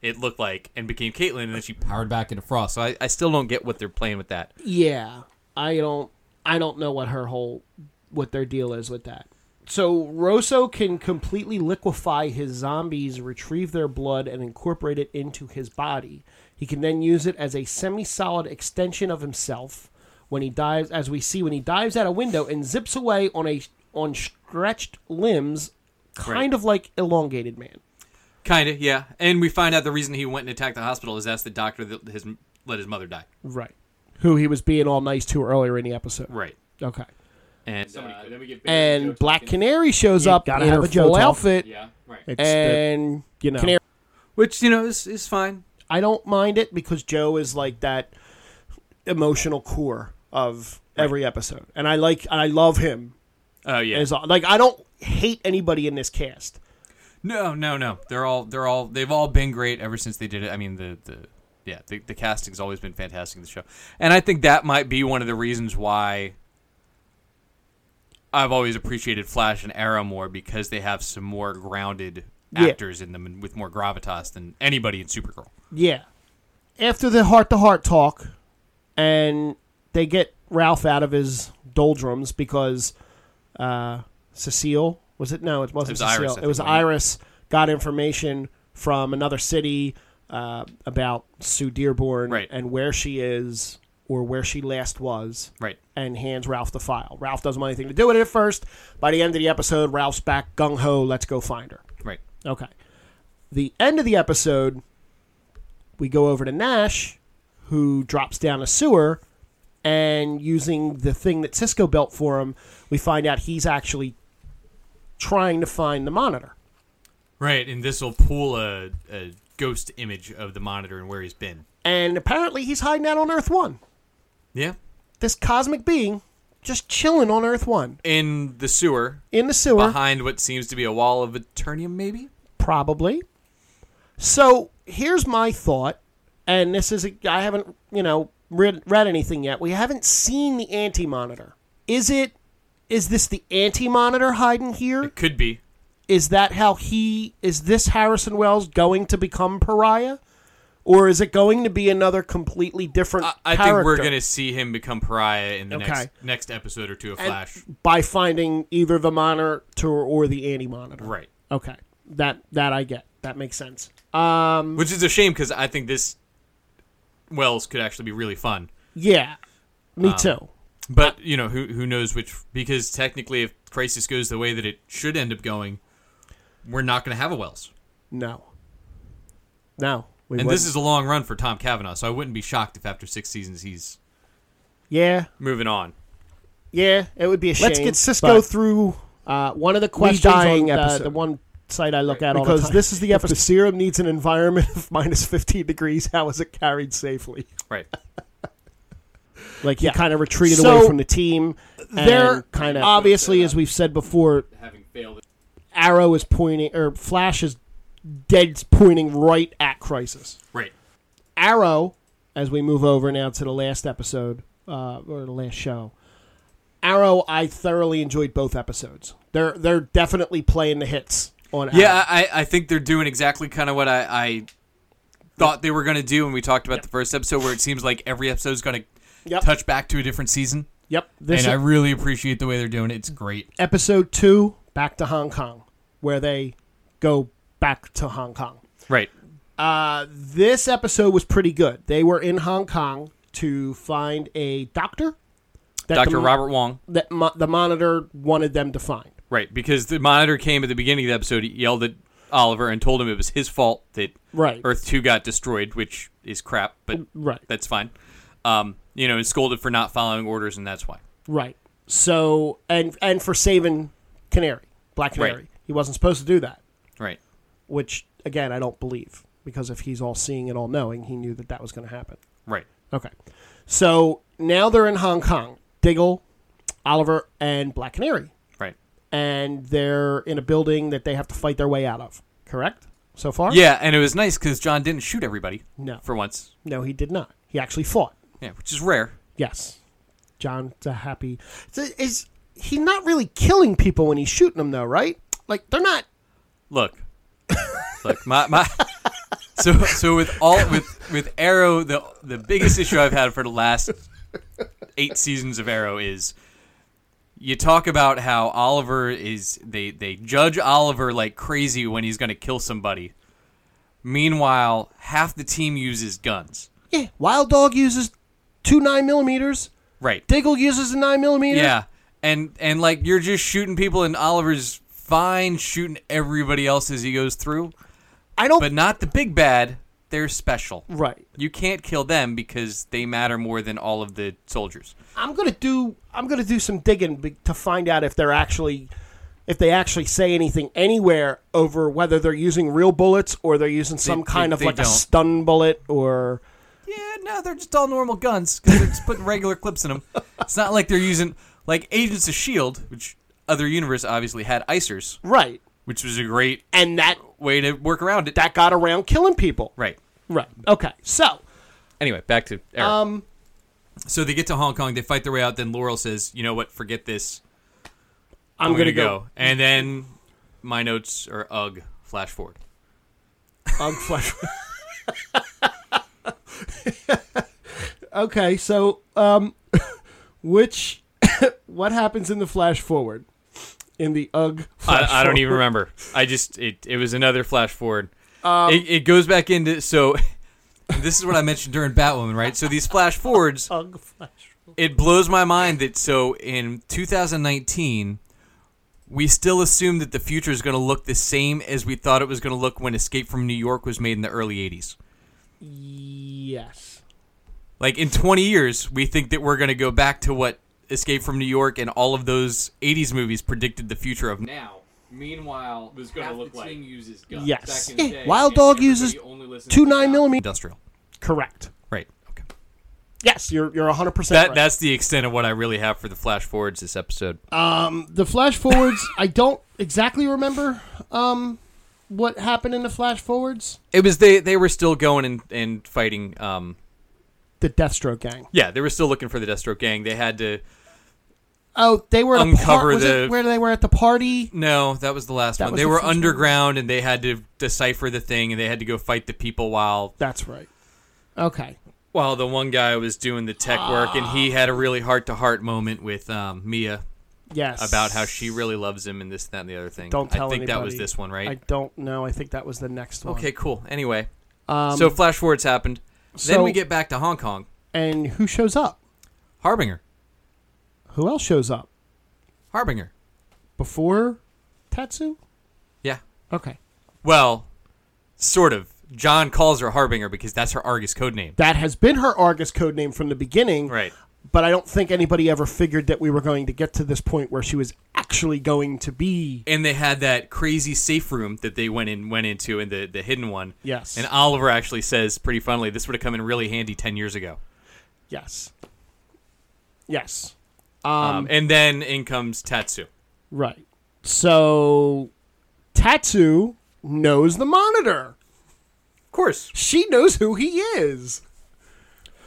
Speaker 2: it looked like, and became Caitlyn, and then she powered back into frost. So I, I still don't get what they're playing with that.
Speaker 1: Yeah, I don't. I don't know what her whole what their deal is with that. So Rosso can completely liquefy his zombies, retrieve their blood, and incorporate it into his body. He can then use it as a semi-solid extension of himself when he dives, as we see when he dives out a window and zips away on a on stretched limbs, kind
Speaker 2: Right.
Speaker 1: of like elongated man.
Speaker 2: Kinda, yeah. And we find out the reason he went and attacked the hospital is that's the doctor that his let his mother die.
Speaker 1: Right. Who he was being all nice to earlier in the episode.
Speaker 2: Right.
Speaker 1: Okay.
Speaker 2: And
Speaker 3: get, uh, then we get Barry Joe
Speaker 1: And Black
Speaker 3: talking.
Speaker 1: Canary shows
Speaker 5: You
Speaker 1: up
Speaker 5: gotta
Speaker 1: in
Speaker 5: have
Speaker 1: her
Speaker 5: a Joe
Speaker 1: full
Speaker 5: talk.
Speaker 1: outfit.
Speaker 3: Yeah. Right.
Speaker 5: It's the-
Speaker 1: and
Speaker 5: you know,
Speaker 1: Canary-
Speaker 2: which you know is is fine.
Speaker 1: I don't mind it because Joe is like that emotional core of every episode, and I like I love him
Speaker 2: Oh yeah.
Speaker 1: as like I don't hate anybody in this cast.
Speaker 2: No, no, no. They're all they're all they've all been great ever since they did it. I mean the the yeah the, the casting's always been fantastic in the show, and I think that might be one of the reasons why I've always appreciated Flash and Arrow more because they have some more grounded
Speaker 1: Yeah.
Speaker 2: actors in them and with more gravitas than anybody in Supergirl.
Speaker 1: Yeah. After the heart to heart talk, and they get Ralph out of his doldrums because uh, Cecile was it? No, it wasn't
Speaker 2: It was
Speaker 1: Cecile.
Speaker 2: Iris, I
Speaker 1: it was
Speaker 2: think, wasn't it?
Speaker 1: Iris got information from another city uh, about Sue Dearborn
Speaker 2: Right.
Speaker 1: and where she is or where she last was.
Speaker 2: Right.
Speaker 1: And hands Ralph the file. Ralph doesn't want anything to do with it at first. By the end of the episode, Ralph's back gung ho. Let's go find her.
Speaker 2: Right.
Speaker 1: Okay. The end of the episode, we go over to Nash, who drops down a sewer, and using the thing that Cisco built for him, we find out he's actually trying to find the monitor.
Speaker 2: Right. And this will pull a, a ghost image of the monitor and where he's been.
Speaker 1: And apparently, he's hiding out on Earth One.
Speaker 2: Yeah.
Speaker 1: This cosmic being just chilling on Earth One
Speaker 2: In the sewer,
Speaker 1: in the sewer,
Speaker 2: behind what seems to be a wall of Eternium, maybe.
Speaker 1: probably. So here's my thought, and this is a, I haven't you know read read anything yet. We haven't seen the anti monitor. Is it? Is this the anti monitor hiding here?
Speaker 2: It could be.
Speaker 1: Is that how he? Is this Harrison Wells going to become pariah, or is it going to be another completely different?
Speaker 2: I, I think we're
Speaker 1: character
Speaker 2: going to see him become pariah in the
Speaker 1: Okay.
Speaker 2: next next episode or two of Flash.
Speaker 1: by finding either the monitor or the anti monitor.
Speaker 2: right.
Speaker 1: Okay, that that I get. That makes sense.
Speaker 2: Which is a shame because I think this Wells could actually be really fun.
Speaker 1: Yeah,
Speaker 2: Um,
Speaker 1: me too.
Speaker 2: But, you know, who who knows which because technically if Crisis goes the way that it should end up going, we're not going to have a Wells.
Speaker 1: No. No. We
Speaker 2: And
Speaker 1: wouldn't.
Speaker 2: this is a long run for Tom Cavanaugh, so I wouldn't be shocked if after 6 seasons he's
Speaker 1: yeah,
Speaker 2: moving on.
Speaker 1: yeah. It would be a shame.
Speaker 5: Let's get Cisco
Speaker 1: but,
Speaker 5: through
Speaker 1: Uh, one of the questions
Speaker 5: dying
Speaker 1: on uh,
Speaker 5: episode.
Speaker 1: the one site I look at all the
Speaker 5: because
Speaker 1: time.
Speaker 4: [laughs]
Speaker 5: this is the
Speaker 1: if [laughs] the
Speaker 5: episode.
Speaker 1: serum needs an environment of minus fifteen degrees, how is it carried safely?
Speaker 2: Right.
Speaker 1: Like he kind of retreated
Speaker 5: So,
Speaker 1: away from the team.
Speaker 5: there-
Speaker 1: There, kind of obviously, as we've said before,
Speaker 6: having failed.
Speaker 1: Arrow is pointing or Flash is dead pointing right at Crisis.
Speaker 7: Right.
Speaker 1: Arrow, as we move over now to the last episode uh, or the last show, Arrow, I thoroughly enjoyed both episodes. They're they're definitely playing the hits on. Arrow.
Speaker 2: Yeah, I, I think they're doing exactly kind of what I, I thought they were going to do when we talked about the first episode, where it seems like every episode is going to
Speaker 1: Yep.
Speaker 2: touch back to a different season.
Speaker 1: Yep. This
Speaker 2: and I really appreciate the way they're doing it. It's great.
Speaker 1: episode two, back to Hong Kong, where they go back to Hong Kong.
Speaker 7: Right.
Speaker 1: Uh, this episode was pretty good. They were in Hong Kong to find a doctor. That
Speaker 2: Dr.
Speaker 1: the,
Speaker 2: Robert Wong.
Speaker 1: That mo- the monitor wanted them to find.
Speaker 7: Right. Because the monitor came at the beginning of the episode, he yelled at Oliver and told him it was his fault that
Speaker 1: Right. Mm,
Speaker 7: Earth Two got destroyed, which is crap, but
Speaker 1: Right.
Speaker 7: that's fine. Um, you know, and scolded for not following orders, and that's why.
Speaker 1: Right. So and and for saving Canary, Black Canary,
Speaker 7: Right.
Speaker 1: he wasn't supposed to do that.
Speaker 7: Right.
Speaker 1: Which again, I don't believe because if he's all seeing and all knowing, he knew that that was going to happen.
Speaker 7: Right.
Speaker 1: Okay. So now they're in Hong Kong. Diggle, Oliver, and Black Canary.
Speaker 7: Right.
Speaker 1: And they're in a building that they have to fight their way out of. Correct? So far?
Speaker 2: Yeah, and it was nice because John didn't shoot everybody
Speaker 1: No.
Speaker 2: for once.
Speaker 1: No, he did not. He actually fought.
Speaker 2: Yeah, which is rare.
Speaker 1: Yes. John's a happy. So Is he not really killing people when he's shooting them, though, right? Like, they're not.
Speaker 7: Look.
Speaker 2: Look, my my. [laughs] So so with all with with Arrow, the the biggest issue I've had for the last eight seasons of Arrow is you talk about how Oliver is they they judge Oliver like crazy when he's going to kill somebody. Meanwhile, half the team uses guns.
Speaker 1: Yeah. Wild Dog uses two 9 millimeters.
Speaker 2: Right.
Speaker 1: Diggle uses a 9 millimeter.
Speaker 2: Yeah. And and like you're just shooting people and Oliver's fine shooting everybody else as he goes through,
Speaker 1: I don't.
Speaker 2: but not the big bad. They're special.
Speaker 1: Oh. right.
Speaker 2: You can't kill them because they matter more than all of the soldiers.
Speaker 1: I'm gonna do I'm gonna do some digging be- to find out if they're actually if they actually say anything anywhere over whether they're using real bullets or they're using some
Speaker 2: they-
Speaker 1: kind of
Speaker 2: they
Speaker 1: like a
Speaker 2: don't.
Speaker 1: stun bullet or
Speaker 2: Yeah, no, they're just all normal guns because they're just putting regular clips in them. It's not like they're using like Agents of Shield, E which other universe obviously had icers,
Speaker 1: right.
Speaker 2: which was a great
Speaker 1: And that
Speaker 2: way to work around it.
Speaker 1: that got around killing people.
Speaker 2: Right.
Speaker 1: Right. Okay. So
Speaker 7: Anyway, back to Arrow.
Speaker 1: um
Speaker 2: So they get to Hong Kong, they fight their way out. Then Laurel says, "You know what? Forget this.
Speaker 1: I'm,
Speaker 2: gonna
Speaker 1: gonna, go.
Speaker 2: And then my notes are ugh. Flash forward.
Speaker 1: I'm
Speaker 2: [laughs]
Speaker 1: flush. [laughs] okay. So um, [laughs] which [coughs] what happens in the flash forward? In the UG flash
Speaker 7: I, I don't
Speaker 1: forward?
Speaker 7: even remember. I just it it was another flash forward.
Speaker 1: Um,
Speaker 7: it, it goes back into so
Speaker 2: [laughs] This is what I mentioned during Batwoman, right? So these flash forwards
Speaker 1: UG flash.
Speaker 2: it blows my mind that so in 2019 we still assume that the future is going to look the same as we thought it was going to look when escape from new york was made in the early 80s
Speaker 1: Yes.
Speaker 2: like in 20 years we think that we're going to go back to what escape from new york and all of those 80s movies predicted the future of
Speaker 6: Now, meanwhile, was gonna
Speaker 5: half
Speaker 6: look
Speaker 5: the
Speaker 6: like.
Speaker 5: team
Speaker 6: uses
Speaker 5: guns.
Speaker 1: Yes.
Speaker 6: Back in the
Speaker 1: Yeah,
Speaker 6: day,
Speaker 1: Wild
Speaker 6: and
Speaker 1: Dog
Speaker 6: everybody
Speaker 1: uses
Speaker 6: only listened
Speaker 1: Two
Speaker 6: to
Speaker 1: nine
Speaker 6: Wild
Speaker 1: millimeter.
Speaker 2: industrial
Speaker 1: Correct.
Speaker 2: right okay
Speaker 1: Yes, you're you're 100 percent
Speaker 2: that
Speaker 1: right.
Speaker 2: that's the extent of what i really have for the flash forwards this episode
Speaker 1: the flash forwards. [laughs] I don't exactly remember um, what happened in the flash forwards.
Speaker 2: it was they they were still going and, and fighting um
Speaker 1: The Deathstroke gang.
Speaker 2: yeah they were still looking for the deathstroke gang they had to
Speaker 1: Oh, they were at a par-
Speaker 2: Uncover
Speaker 1: was
Speaker 2: the-
Speaker 1: it where they were at the party.
Speaker 2: No, that was the last
Speaker 1: That
Speaker 2: one.
Speaker 1: was
Speaker 2: They
Speaker 1: the
Speaker 2: were
Speaker 1: first one?
Speaker 2: underground and they had to decipher the thing and they had to go fight the people while
Speaker 1: That's right. Okay.
Speaker 2: while the one guy was doing the tech work and he had a really heart to heart moment with um, Mia
Speaker 1: Yes.
Speaker 2: about how she really loves him and this that and the other thing.
Speaker 1: Don't tell
Speaker 2: I think that was
Speaker 1: anybody.
Speaker 2: this one, right?
Speaker 1: I don't know. I think that was the next one.
Speaker 2: Okay, cool. Anyway,
Speaker 1: Um,
Speaker 2: so flash forwards happened.
Speaker 1: so-
Speaker 2: then we get back to Hong Kong.
Speaker 1: and who shows up?
Speaker 2: Harbinger.
Speaker 1: Who else shows up
Speaker 2: Harbinger.
Speaker 1: before Tatsu?
Speaker 2: Yeah.
Speaker 1: Okay.
Speaker 2: Well, sort of. John calls her Harbinger because that's her Argus code name.
Speaker 1: That has been her Argus codename from the beginning.
Speaker 2: Right.
Speaker 1: but I don't think anybody ever figured that we were going to get to this point where she was actually going to be.
Speaker 2: and they had that crazy safe room that they went in went into in the the hidden one.
Speaker 1: Yes.
Speaker 2: And Oliver actually says pretty funnily, this would have come in really handy ten years ago.
Speaker 1: Yes. Yes.
Speaker 2: Um,
Speaker 8: Um, and then in comes Tatsu.
Speaker 1: Right. So Tatsu knows the monitor.
Speaker 2: of course.
Speaker 1: She knows who he is.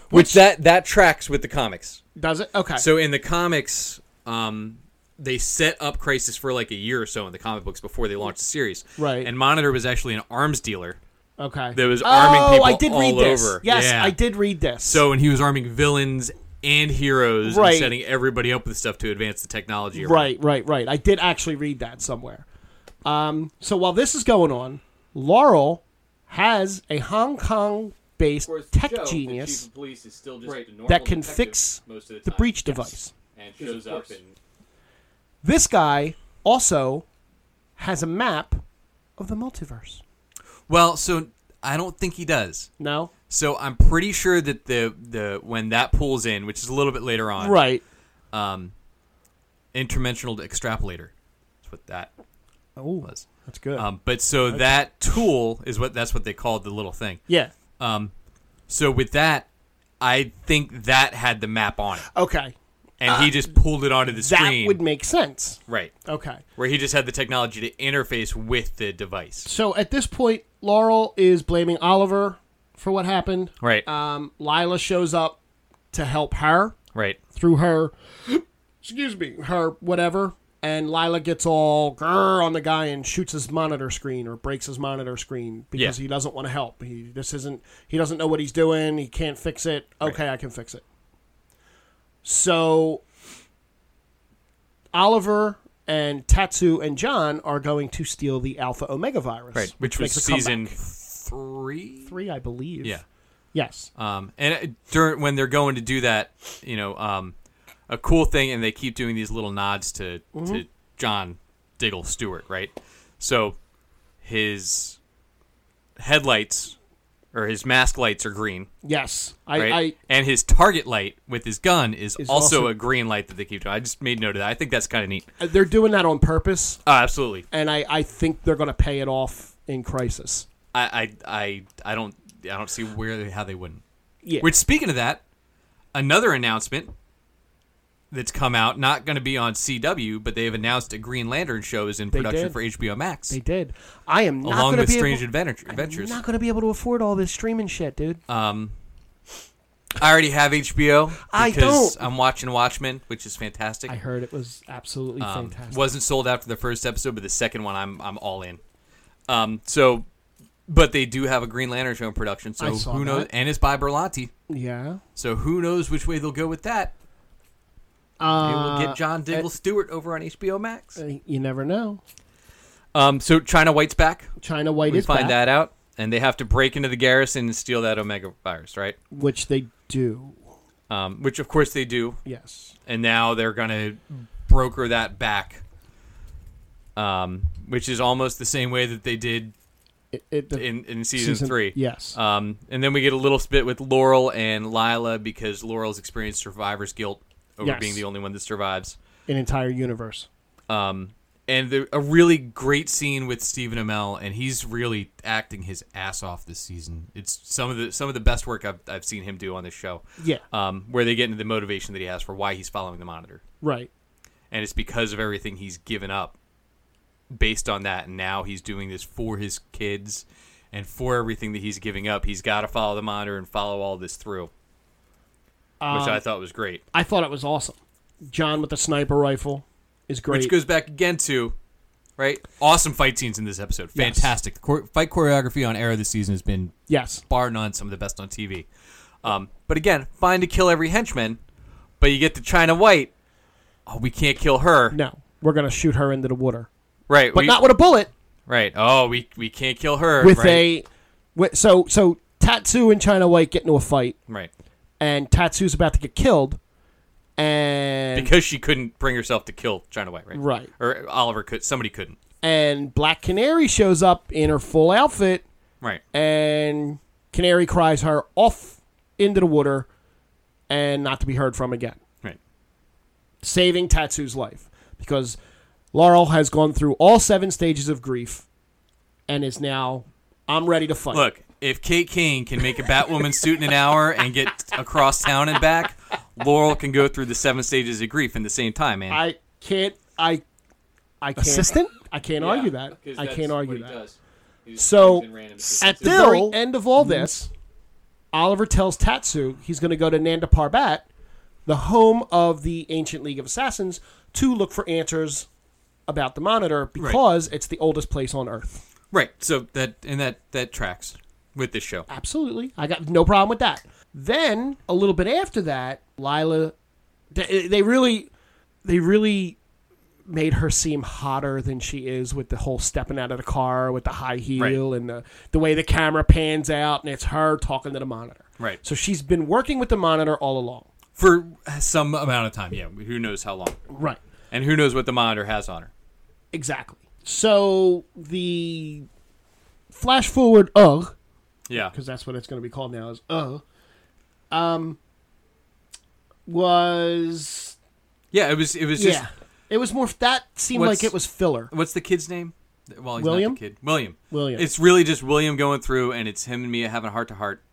Speaker 8: Which that that tracks with the comics.
Speaker 1: Does it? Okay.
Speaker 8: So in the comics, um, they set up Crisis for like a year or so in the comic books before they launched the series.
Speaker 1: Right.
Speaker 8: And Monitor was actually an arms dealer.
Speaker 1: okay.
Speaker 8: there was arming
Speaker 1: oh,
Speaker 8: people
Speaker 1: I did read
Speaker 8: all
Speaker 1: this.
Speaker 8: over.
Speaker 1: Yes,
Speaker 8: Yeah.
Speaker 1: I did read this.
Speaker 8: So and he was arming villains and heroes
Speaker 1: Right.
Speaker 8: and setting everybody up with stuff to advance the technology. around.
Speaker 1: right, right, right. I did actually read that somewhere. Um, so while this is going on, Laurel has a Hong Kong-based
Speaker 9: Whereas
Speaker 1: tech
Speaker 9: Joe, the
Speaker 1: genius.
Speaker 9: chief of police is still just
Speaker 10: Right.
Speaker 9: a normal
Speaker 1: that can
Speaker 9: detective
Speaker 1: fix
Speaker 9: most of the,
Speaker 1: the
Speaker 9: time,
Speaker 1: breach device.
Speaker 9: and
Speaker 10: Yes,
Speaker 9: shows
Speaker 10: of
Speaker 9: up
Speaker 10: course.
Speaker 9: and
Speaker 1: This guy also has a map of the multiverse.
Speaker 2: Well, so I don't think he does.
Speaker 1: No,
Speaker 2: So I'm pretty sure that the the when that pulls in, which is a little bit later on,
Speaker 1: right?
Speaker 2: Um, interdimensional extrapolator. That's what that
Speaker 1: Oh,
Speaker 2: was.
Speaker 1: that's good.
Speaker 2: Um, but so that tool is what that's what they called the little thing.
Speaker 1: yeah.
Speaker 2: Um, so with that, I think that had the map on it,
Speaker 1: Okay.
Speaker 2: and he just pulled it onto the
Speaker 1: Uh, That
Speaker 2: screen.
Speaker 1: would make sense.
Speaker 2: right,
Speaker 1: Okay.
Speaker 2: where he just had the technology to interface with the device.
Speaker 1: So at this point, Laurel is blaming Oliver for what happened.
Speaker 2: Right,
Speaker 1: Um, Lila shows up to help her
Speaker 2: right.
Speaker 1: through her, [gasps] excuse me, her whatever. And Lila gets all grr on the guy and shoots his monitor screen or breaks his monitor screen because
Speaker 2: Yeah.
Speaker 1: he doesn't want to help. He this isn't he doesn't know what he's doing. He can't fix it. Okay, I can fix it. So Oliver and Tatsu and John are going to steal the Alpha Omega virus,
Speaker 2: Right, which was
Speaker 1: makes a comeback.
Speaker 2: season three.
Speaker 1: three, I believe.
Speaker 2: Yeah.
Speaker 1: Yes.
Speaker 2: Um, and it- during when they're going to do that, you know, um, a cool thing, and they keep doing these little nods to to John Diggle Stewart, right? So his headlights or his mask lights are green,
Speaker 1: Yes. I,
Speaker 2: right?
Speaker 1: I
Speaker 2: and his target light with his gun is,
Speaker 1: Is
Speaker 2: also,
Speaker 1: also-
Speaker 2: a green light that they keep doing. I just made note of that. I think that's kind of neat.
Speaker 1: Uh, they're doing that on purpose.
Speaker 2: Uh, absolutely.
Speaker 1: and I, I think they're going to pay it off in crisis.
Speaker 2: I, I I I don't I don't see where they, how they wouldn't.
Speaker 1: Yeah.
Speaker 2: Which, speaking of that, another announcement that's come out, not going to be on CW, but they've announced a Green Lantern show is in production
Speaker 1: did.
Speaker 2: for HBO Max,
Speaker 1: they did. I am not
Speaker 2: along
Speaker 1: gonna
Speaker 2: with
Speaker 1: be
Speaker 2: Strange
Speaker 1: able,
Speaker 2: Adventure, Adventures.
Speaker 1: I'm not going to be able to afford all this streaming shit, dude.
Speaker 2: Um, I already have HBO because
Speaker 1: I don't.
Speaker 2: I'm watching Watchmen, which is fantastic.
Speaker 1: I heard it was absolutely
Speaker 2: Um,
Speaker 1: fantastic.
Speaker 2: wasn't sold after the first episode, but the second one, I'm I'm all in. Um, so, but they do have a Green Lantern show in production, so
Speaker 1: I saw
Speaker 2: who knows?
Speaker 1: that.
Speaker 2: And it's by Berlanti,
Speaker 1: yeah.
Speaker 2: so who knows which way they'll go with that? They will
Speaker 1: Uh,
Speaker 2: get John Diggle Stewart over on HBO Max.
Speaker 1: uh, you never know.
Speaker 2: Um, so China White's back.
Speaker 1: China White
Speaker 2: we
Speaker 1: is
Speaker 2: find
Speaker 1: back,
Speaker 2: that out, and they have to break into the garrison and steal that Omega virus, right?
Speaker 1: which they do.
Speaker 2: Um, which of course they do,
Speaker 1: Yes.
Speaker 2: and now they're gonna broker that back. Um, which is almost the same way that they did
Speaker 1: It, it, the
Speaker 2: in, in season, three.
Speaker 1: Yes.
Speaker 2: Um, and then we get a little spit with Laurel and Lila because Laurel's experienced survivor's guilt over
Speaker 1: Yes.
Speaker 2: being the only one that survives.
Speaker 1: An entire universe.
Speaker 2: Um, and the, a really great scene with Stephen Amell, and he's really acting his ass off this season. It's some of the some of the best work I've, I've seen him do on this show.
Speaker 1: Yeah.
Speaker 2: Um, where they get into the motivation that he has for why he's following the monitor,
Speaker 1: Right.
Speaker 2: and it's because of everything he's given up. Based on that, and now he's doing this for his kids, and for everything that he's giving up, he's got to follow the monitor and follow all this through, which I thought was great.
Speaker 1: I thought it was awesome. John with the sniper rifle is great.
Speaker 2: Which goes back again to, right? Awesome fight scenes in this episode. Fantastic. The chor- fight choreography on Arrow this season has been
Speaker 1: yes.
Speaker 2: bar none some of the best on TV. Um, but again, fine to kill every henchman, but you get to China White. Oh, we can't kill her.
Speaker 1: No. We're going to shoot her into the water.
Speaker 2: Right.
Speaker 1: But
Speaker 2: we-
Speaker 1: not with a bullet.
Speaker 2: right. Oh, we, we can't kill her.
Speaker 1: with
Speaker 2: right.
Speaker 1: a with, so so Tatsu and China White get into a fight,
Speaker 2: Right.
Speaker 1: and Tatsu's about to get killed, and
Speaker 2: Because she couldn't bring herself to kill China White, right?
Speaker 1: Right.
Speaker 2: Or Oliver could. Somebody couldn't.
Speaker 1: and Black Canary shows up in her full outfit,
Speaker 2: Right.
Speaker 1: and Canary cries her off into the water, and not to be heard from again,
Speaker 2: Right.
Speaker 1: saving Tatsu's life because Laurel has gone through all seven stages of grief, and is now I'm ready to fight.
Speaker 2: Look, if Kate Kane can make a Batwoman suit in an hour and get across town and back, Laurel can go through the seven stages of grief in the same time, man.
Speaker 1: I can't. I I can't.
Speaker 5: Assistant?
Speaker 1: I can't
Speaker 11: Yeah,
Speaker 1: argue that.
Speaker 11: 'cause
Speaker 1: I
Speaker 11: that's
Speaker 1: can't argue
Speaker 11: what he
Speaker 1: that.
Speaker 11: does. He just
Speaker 1: So,
Speaker 11: throws in random
Speaker 1: At the
Speaker 11: statistics.
Speaker 1: very
Speaker 5: Still- mm-hmm.
Speaker 1: end of all this, Oliver tells Tatsu he's going to go to Nanda Parbat, the home of the Ancient League of Assassins, to look for answers about the Monitor because it's the oldest place on Earth.
Speaker 2: right. So that and that that tracks with this show.
Speaker 1: Absolutely. I got no problem with that. Then, a little bit after that, Lila. They they really. They really made her seem hotter than she is with the whole stepping out of the car with the high heel and the, the way the camera pans out and it's her talking to the monitor.
Speaker 2: Right.
Speaker 1: So she's been working with the monitor all along.
Speaker 2: For some amount of time, yeah. Who knows how long?
Speaker 1: Right.
Speaker 2: And who knows what the monitor has on her?
Speaker 1: Exactly. So the flash forward ugh,
Speaker 2: Yeah.
Speaker 1: because that's what it's going to be called now is ugh, um, was
Speaker 2: Yeah. It was. It was just.
Speaker 1: yeah, it was more that seemed
Speaker 2: What's-
Speaker 1: like it was filler.
Speaker 2: What's the kid's name? Well, he's
Speaker 1: William?
Speaker 2: not the kid. William.
Speaker 1: William.
Speaker 2: It's really just William going through, and it's him and Mia having a heart to heart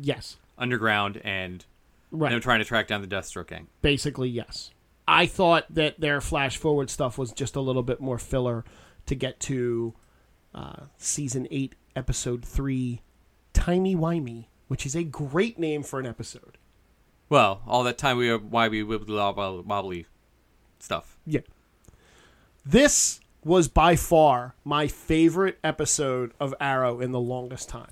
Speaker 1: Yes.
Speaker 2: underground, and
Speaker 1: Right.
Speaker 2: them trying to track down the Deathstroke gang.
Speaker 1: basically yes. I thought that their flash forward stuff was just a little bit more filler to get to uh, season eight, episode three, Timey Wimey, which is a great name for an episode.
Speaker 2: Well, all that time we were why we wibbly wobbly, wobbly stuff.
Speaker 1: Yeah. This was by far my favorite episode of Arrow in the longest time.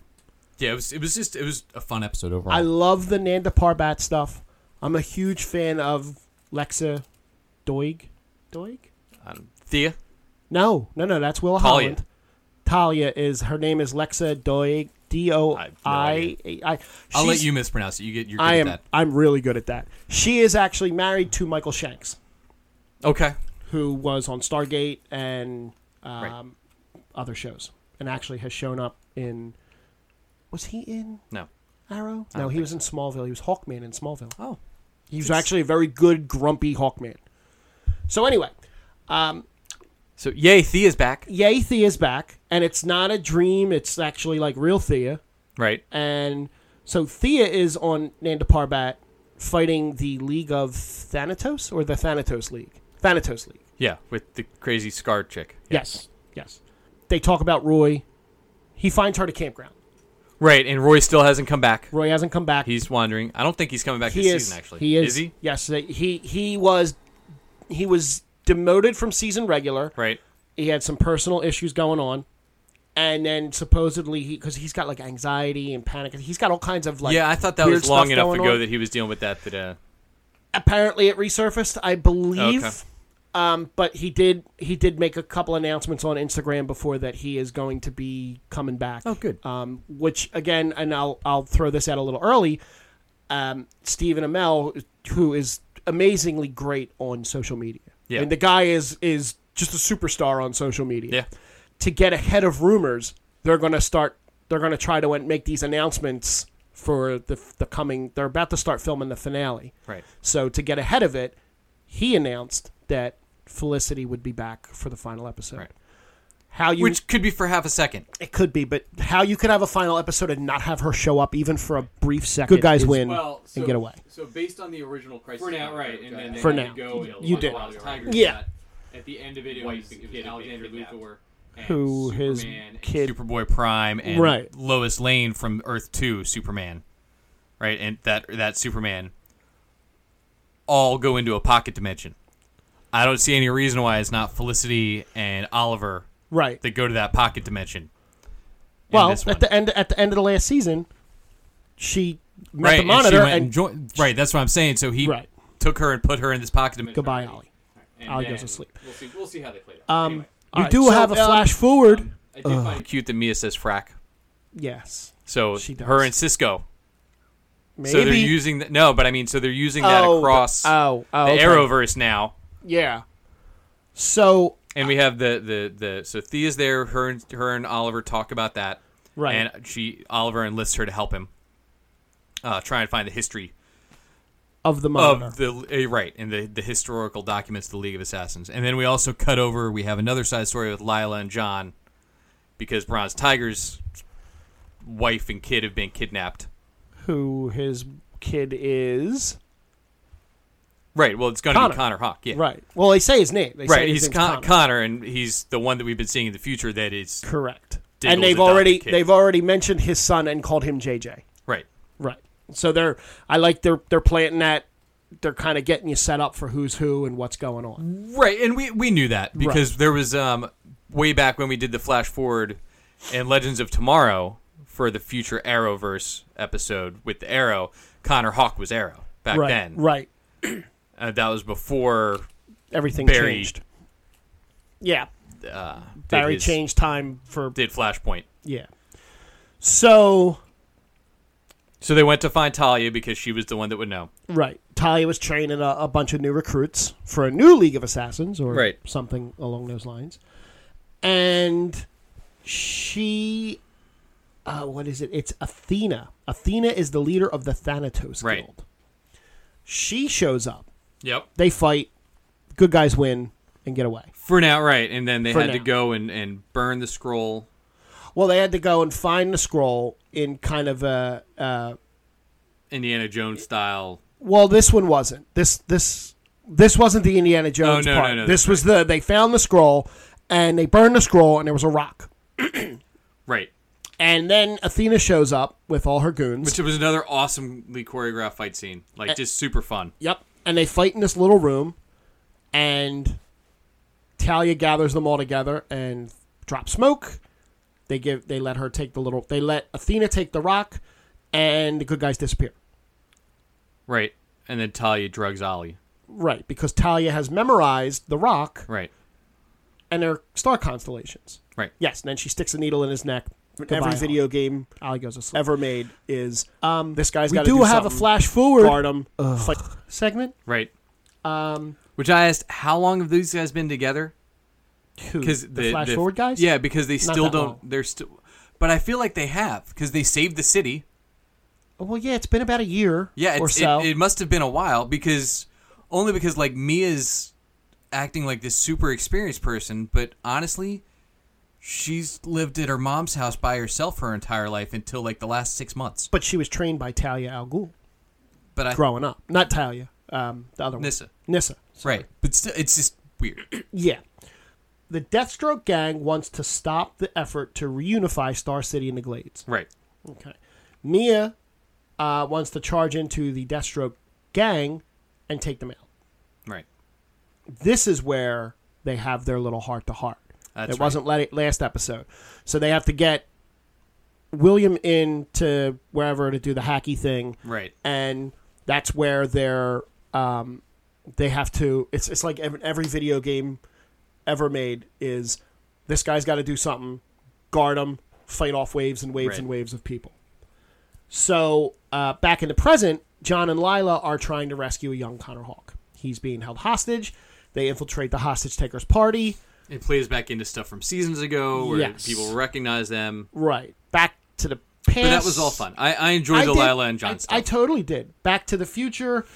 Speaker 2: Yeah, it was. It was just. It was a fun episode overall.
Speaker 1: I love the Nanda Parbat stuff. I'm a huge fan of Lexa Doig. Doig?
Speaker 2: Um, Thea.
Speaker 1: No, no, no. That's Will
Speaker 2: Talia.
Speaker 1: Holland. Talia is her name is Lexa Doig. D O
Speaker 2: I have no
Speaker 1: I. I.
Speaker 2: I'll
Speaker 1: she's-
Speaker 2: let you mispronounce it. You get. You're good
Speaker 1: I
Speaker 2: at
Speaker 1: am.
Speaker 2: that.
Speaker 1: I'm really good at that. She is actually married to Michael Shanks,
Speaker 2: Okay.
Speaker 1: who was on Stargate and um,
Speaker 2: Right.
Speaker 1: other shows, and actually has shown up in. Was he in
Speaker 2: No.
Speaker 1: Arrow? No, he was in Smallville. He was Hawkman in Smallville.
Speaker 2: Oh.
Speaker 1: He was actually a very good, grumpy Hawkman. So anyway,
Speaker 2: So yay, Thea's back.
Speaker 1: yay, Thea's back, and it's not a dream. It's actually like real Thea.
Speaker 2: Right.
Speaker 1: and so Thea is on Nanda Parbat fighting the League of Thanatos or the Thanatos League. Thanatos League.
Speaker 2: Yeah, with the crazy scar chick.
Speaker 1: Yes. Yes. They talk about Roy. He finds her at a campground.
Speaker 2: Right, and Roy still hasn't come back.
Speaker 1: Roy hasn't come back.
Speaker 2: He's wandering. I don't think he's coming back
Speaker 1: he
Speaker 2: this
Speaker 1: is,
Speaker 2: season. Actually,
Speaker 1: He is,
Speaker 2: Is he?
Speaker 1: Yes. they- He he was he was demoted from season regular.
Speaker 2: Right.
Speaker 1: He had some personal issues going on. And then supposedly he because he's got like anxiety and panic. He's got all kinds of like
Speaker 2: yeah, I thought that
Speaker 1: weird
Speaker 2: was long
Speaker 1: stuff
Speaker 2: enough
Speaker 1: going
Speaker 2: ago
Speaker 1: on.
Speaker 2: that he was dealing with that. That uh,
Speaker 1: apparently it resurfaced i believe
Speaker 2: Okay.
Speaker 1: um, but he did he did make a couple announcements on instagram before that he is going to be coming back oh
Speaker 2: good.
Speaker 1: um, which again and i'll i'll throw this out a little early um, stephen amell who is amazingly great on social media
Speaker 2: Yeah.
Speaker 1: and the guy is is just a superstar on social media
Speaker 2: yeah,
Speaker 1: to get ahead of rumors, they're going to start. They're going to try to make these announcements for the the coming. They're about to start filming the finale,
Speaker 2: right.
Speaker 1: so to get ahead of it, he announced that Felicity would be back for the final episode.
Speaker 2: Right.
Speaker 1: How you
Speaker 2: Which could be for half a second.
Speaker 1: it could be, but how you could have a final episode and not have her show up even for a brief second? Good guys win
Speaker 11: well, so,
Speaker 1: and get away.
Speaker 5: So based on the original crisis,
Speaker 11: For now, right? And then they
Speaker 1: For
Speaker 11: had to
Speaker 1: now.
Speaker 11: go and
Speaker 1: You
Speaker 11: allow
Speaker 1: did.
Speaker 11: the Tigers
Speaker 1: Yeah.
Speaker 11: shot. At the end of it, it was, it was Alexander Luthor, and
Speaker 1: Who his
Speaker 11: Superman and
Speaker 1: kid?
Speaker 2: Superboy Prime and
Speaker 1: Right.
Speaker 2: Lois Lane from Earth Two Superman, right? And that that Superman all go into a pocket dimension. I don't see any reason why it's not Felicity and Oliver
Speaker 1: Right.
Speaker 2: that go to that pocket dimension. in
Speaker 1: Well,
Speaker 2: this
Speaker 1: at
Speaker 2: one.
Speaker 1: the end at the end of the last season, she met
Speaker 2: right,
Speaker 1: the
Speaker 2: and she
Speaker 1: monitor
Speaker 2: went
Speaker 1: and,
Speaker 2: joined- right. That's what I'm saying. So he
Speaker 1: Right.
Speaker 2: took her and put her in this pocket dimension.
Speaker 1: goodbye, Ollie.
Speaker 11: and
Speaker 1: Ollie
Speaker 11: then
Speaker 1: goes to sleep.
Speaker 11: We'll see. We'll see how they play that.
Speaker 1: Um, uh,
Speaker 11: anyway,
Speaker 1: you
Speaker 2: right,
Speaker 1: do
Speaker 2: so,
Speaker 1: have a
Speaker 2: um,
Speaker 1: flash forward.
Speaker 11: I did find
Speaker 2: Cute that Mia says frack.
Speaker 1: yes,
Speaker 2: So
Speaker 1: She does.
Speaker 2: her and Cisco.
Speaker 1: maybe.
Speaker 2: So they're using that. No, but I mean, so they're using that across
Speaker 1: the, oh, oh,
Speaker 2: the
Speaker 1: okay.
Speaker 2: Arrowverse now,
Speaker 1: Yeah. So
Speaker 2: and we have the the the. So Thea's there. Her and her and Oliver talk about that,
Speaker 1: Right.
Speaker 2: And she Oliver enlists her to help him. Uh, try and find the history
Speaker 1: of the monitor.
Speaker 2: of the uh, right and the the historical documents of the League of Assassins, and then we also cut over. We have another side story with Lila and John, because Bronze Tiger's wife and kid have been kidnapped.
Speaker 1: who his kid is
Speaker 2: Right. Well, it's going to be
Speaker 1: Connor.
Speaker 2: Connor Hawk. Yeah.
Speaker 1: Right. Well, they say his name. They
Speaker 2: Right,
Speaker 1: Say his
Speaker 2: he's
Speaker 1: name's
Speaker 2: Con- Connor.
Speaker 1: Connor.
Speaker 2: and he's the one that we've been seeing in the future. That is
Speaker 1: Correct.
Speaker 2: Diggle's
Speaker 1: and they've
Speaker 2: adopted
Speaker 1: already
Speaker 2: kid.
Speaker 1: they've already mentioned his son and called him JJ.
Speaker 2: right.
Speaker 1: Right. So they're I like they're they're planting that they're kind of getting you set up for who's who and what's going on.
Speaker 2: Right, and we we knew that because there was um way back when we did the flash forward and Legends of Tomorrow for the future Arrowverse episode with the Arrow, Connor Hawk was Arrow back
Speaker 1: right.
Speaker 2: then.
Speaker 1: Right.
Speaker 2: Uh, that was before
Speaker 1: Everything
Speaker 2: Barry
Speaker 1: changed. Yeah.
Speaker 2: uh, did
Speaker 1: Barry
Speaker 2: his-
Speaker 1: changed time for
Speaker 2: did Flashpoint.
Speaker 1: yeah. So
Speaker 2: So they went to find Talia because she was the one that would know.
Speaker 1: right, Talia was training a, a bunch of new recruits for a new League of Assassins or
Speaker 2: Right.
Speaker 1: something along those lines, and she. Uh, what is it? It's Athena. Athena is the leader of the Thanatos
Speaker 2: Right.
Speaker 1: Guild. She shows up.
Speaker 2: Yep.
Speaker 1: they fight, good guys win and get away.
Speaker 2: For now, right, and then they
Speaker 1: For
Speaker 2: had to
Speaker 1: now.
Speaker 2: go and and burn the scroll.
Speaker 1: Well, they had to go and find the scroll in kind of a. Uh,
Speaker 2: Indiana Jones style.
Speaker 1: well, this one wasn't. This this this wasn't the Indiana Jones
Speaker 2: Oh, no, no,
Speaker 1: part.
Speaker 2: no,
Speaker 1: this was the they found the scroll and they burned the scroll and there was a rock.
Speaker 2: Right.
Speaker 1: And then Athena shows up with all her goons.
Speaker 2: Which was another awesomely choreographed fight scene. Like just super fun.
Speaker 1: yep. And they fight in this little room, and Talia gathers them all together and drops smoke. They give they let her take the little they let Athena take the rock, and the good guys disappear.
Speaker 2: Right. And then Talia drugs Ollie.
Speaker 1: Right, because Talia has memorized the rock
Speaker 2: Right.
Speaker 1: and their star constellations.
Speaker 2: Right.
Speaker 1: Yes, and then she sticks a needle in his neck. Every video game Ali goes asleep. ever made is um, this guy's
Speaker 5: gotta
Speaker 1: We do,
Speaker 5: do
Speaker 1: have a
Speaker 5: something.
Speaker 1: flash forward fight segment.
Speaker 2: Right. Um Which I asked how long have these guys been together?
Speaker 1: Because the, flash forward guys.
Speaker 2: Yeah, because they still
Speaker 1: that
Speaker 2: don't
Speaker 1: long.
Speaker 2: they're still but I feel like they have because they saved the city.
Speaker 1: Oh, Well, yeah, it's been about a year.
Speaker 2: Yeah,
Speaker 1: or
Speaker 2: it's,
Speaker 1: so.
Speaker 2: it, it must have been a while because only because like Mia's acting like this super experienced person, but honestly, she's lived at her mom's house by herself her entire life until like the last six months.
Speaker 1: but she was trained by Talia Al Ghul
Speaker 2: But I
Speaker 1: growing up. Not Talia, um, the other
Speaker 2: Nissa.
Speaker 1: one. Nissa.
Speaker 2: Right, but still, it's just weird.
Speaker 1: Yeah. The Deathstroke gang wants to stop the effort to reunify Star City and the Glades.
Speaker 2: [clears throat] right,
Speaker 1: Okay. Mia uh, wants to charge into the Deathstroke gang and take them out.
Speaker 2: right.
Speaker 1: This is where they have their little heart to heart.
Speaker 2: That's
Speaker 1: It
Speaker 2: right.
Speaker 1: wasn't let last episode. So they have to get William in to wherever to do the hacky thing.
Speaker 2: Right.
Speaker 1: And that's where they're um, they have to it's it's like ev- every video game ever made is this guy's got to do something, guard him, fight off waves and waves
Speaker 2: Right.
Speaker 1: and waves of people. So uh, back in the present, John and Lila are trying to rescue a young Connor Hawk. He's being held hostage. They infiltrate the hostage taker's party.
Speaker 2: It plays back into stuff from seasons ago where
Speaker 1: Yes.
Speaker 2: people recognize them.
Speaker 1: Right. Back to the past.
Speaker 2: But that was all fun. I, I enjoyed the
Speaker 1: did-
Speaker 2: Lila and John
Speaker 1: I-
Speaker 2: stuff.
Speaker 1: I, totally did. Back to the future.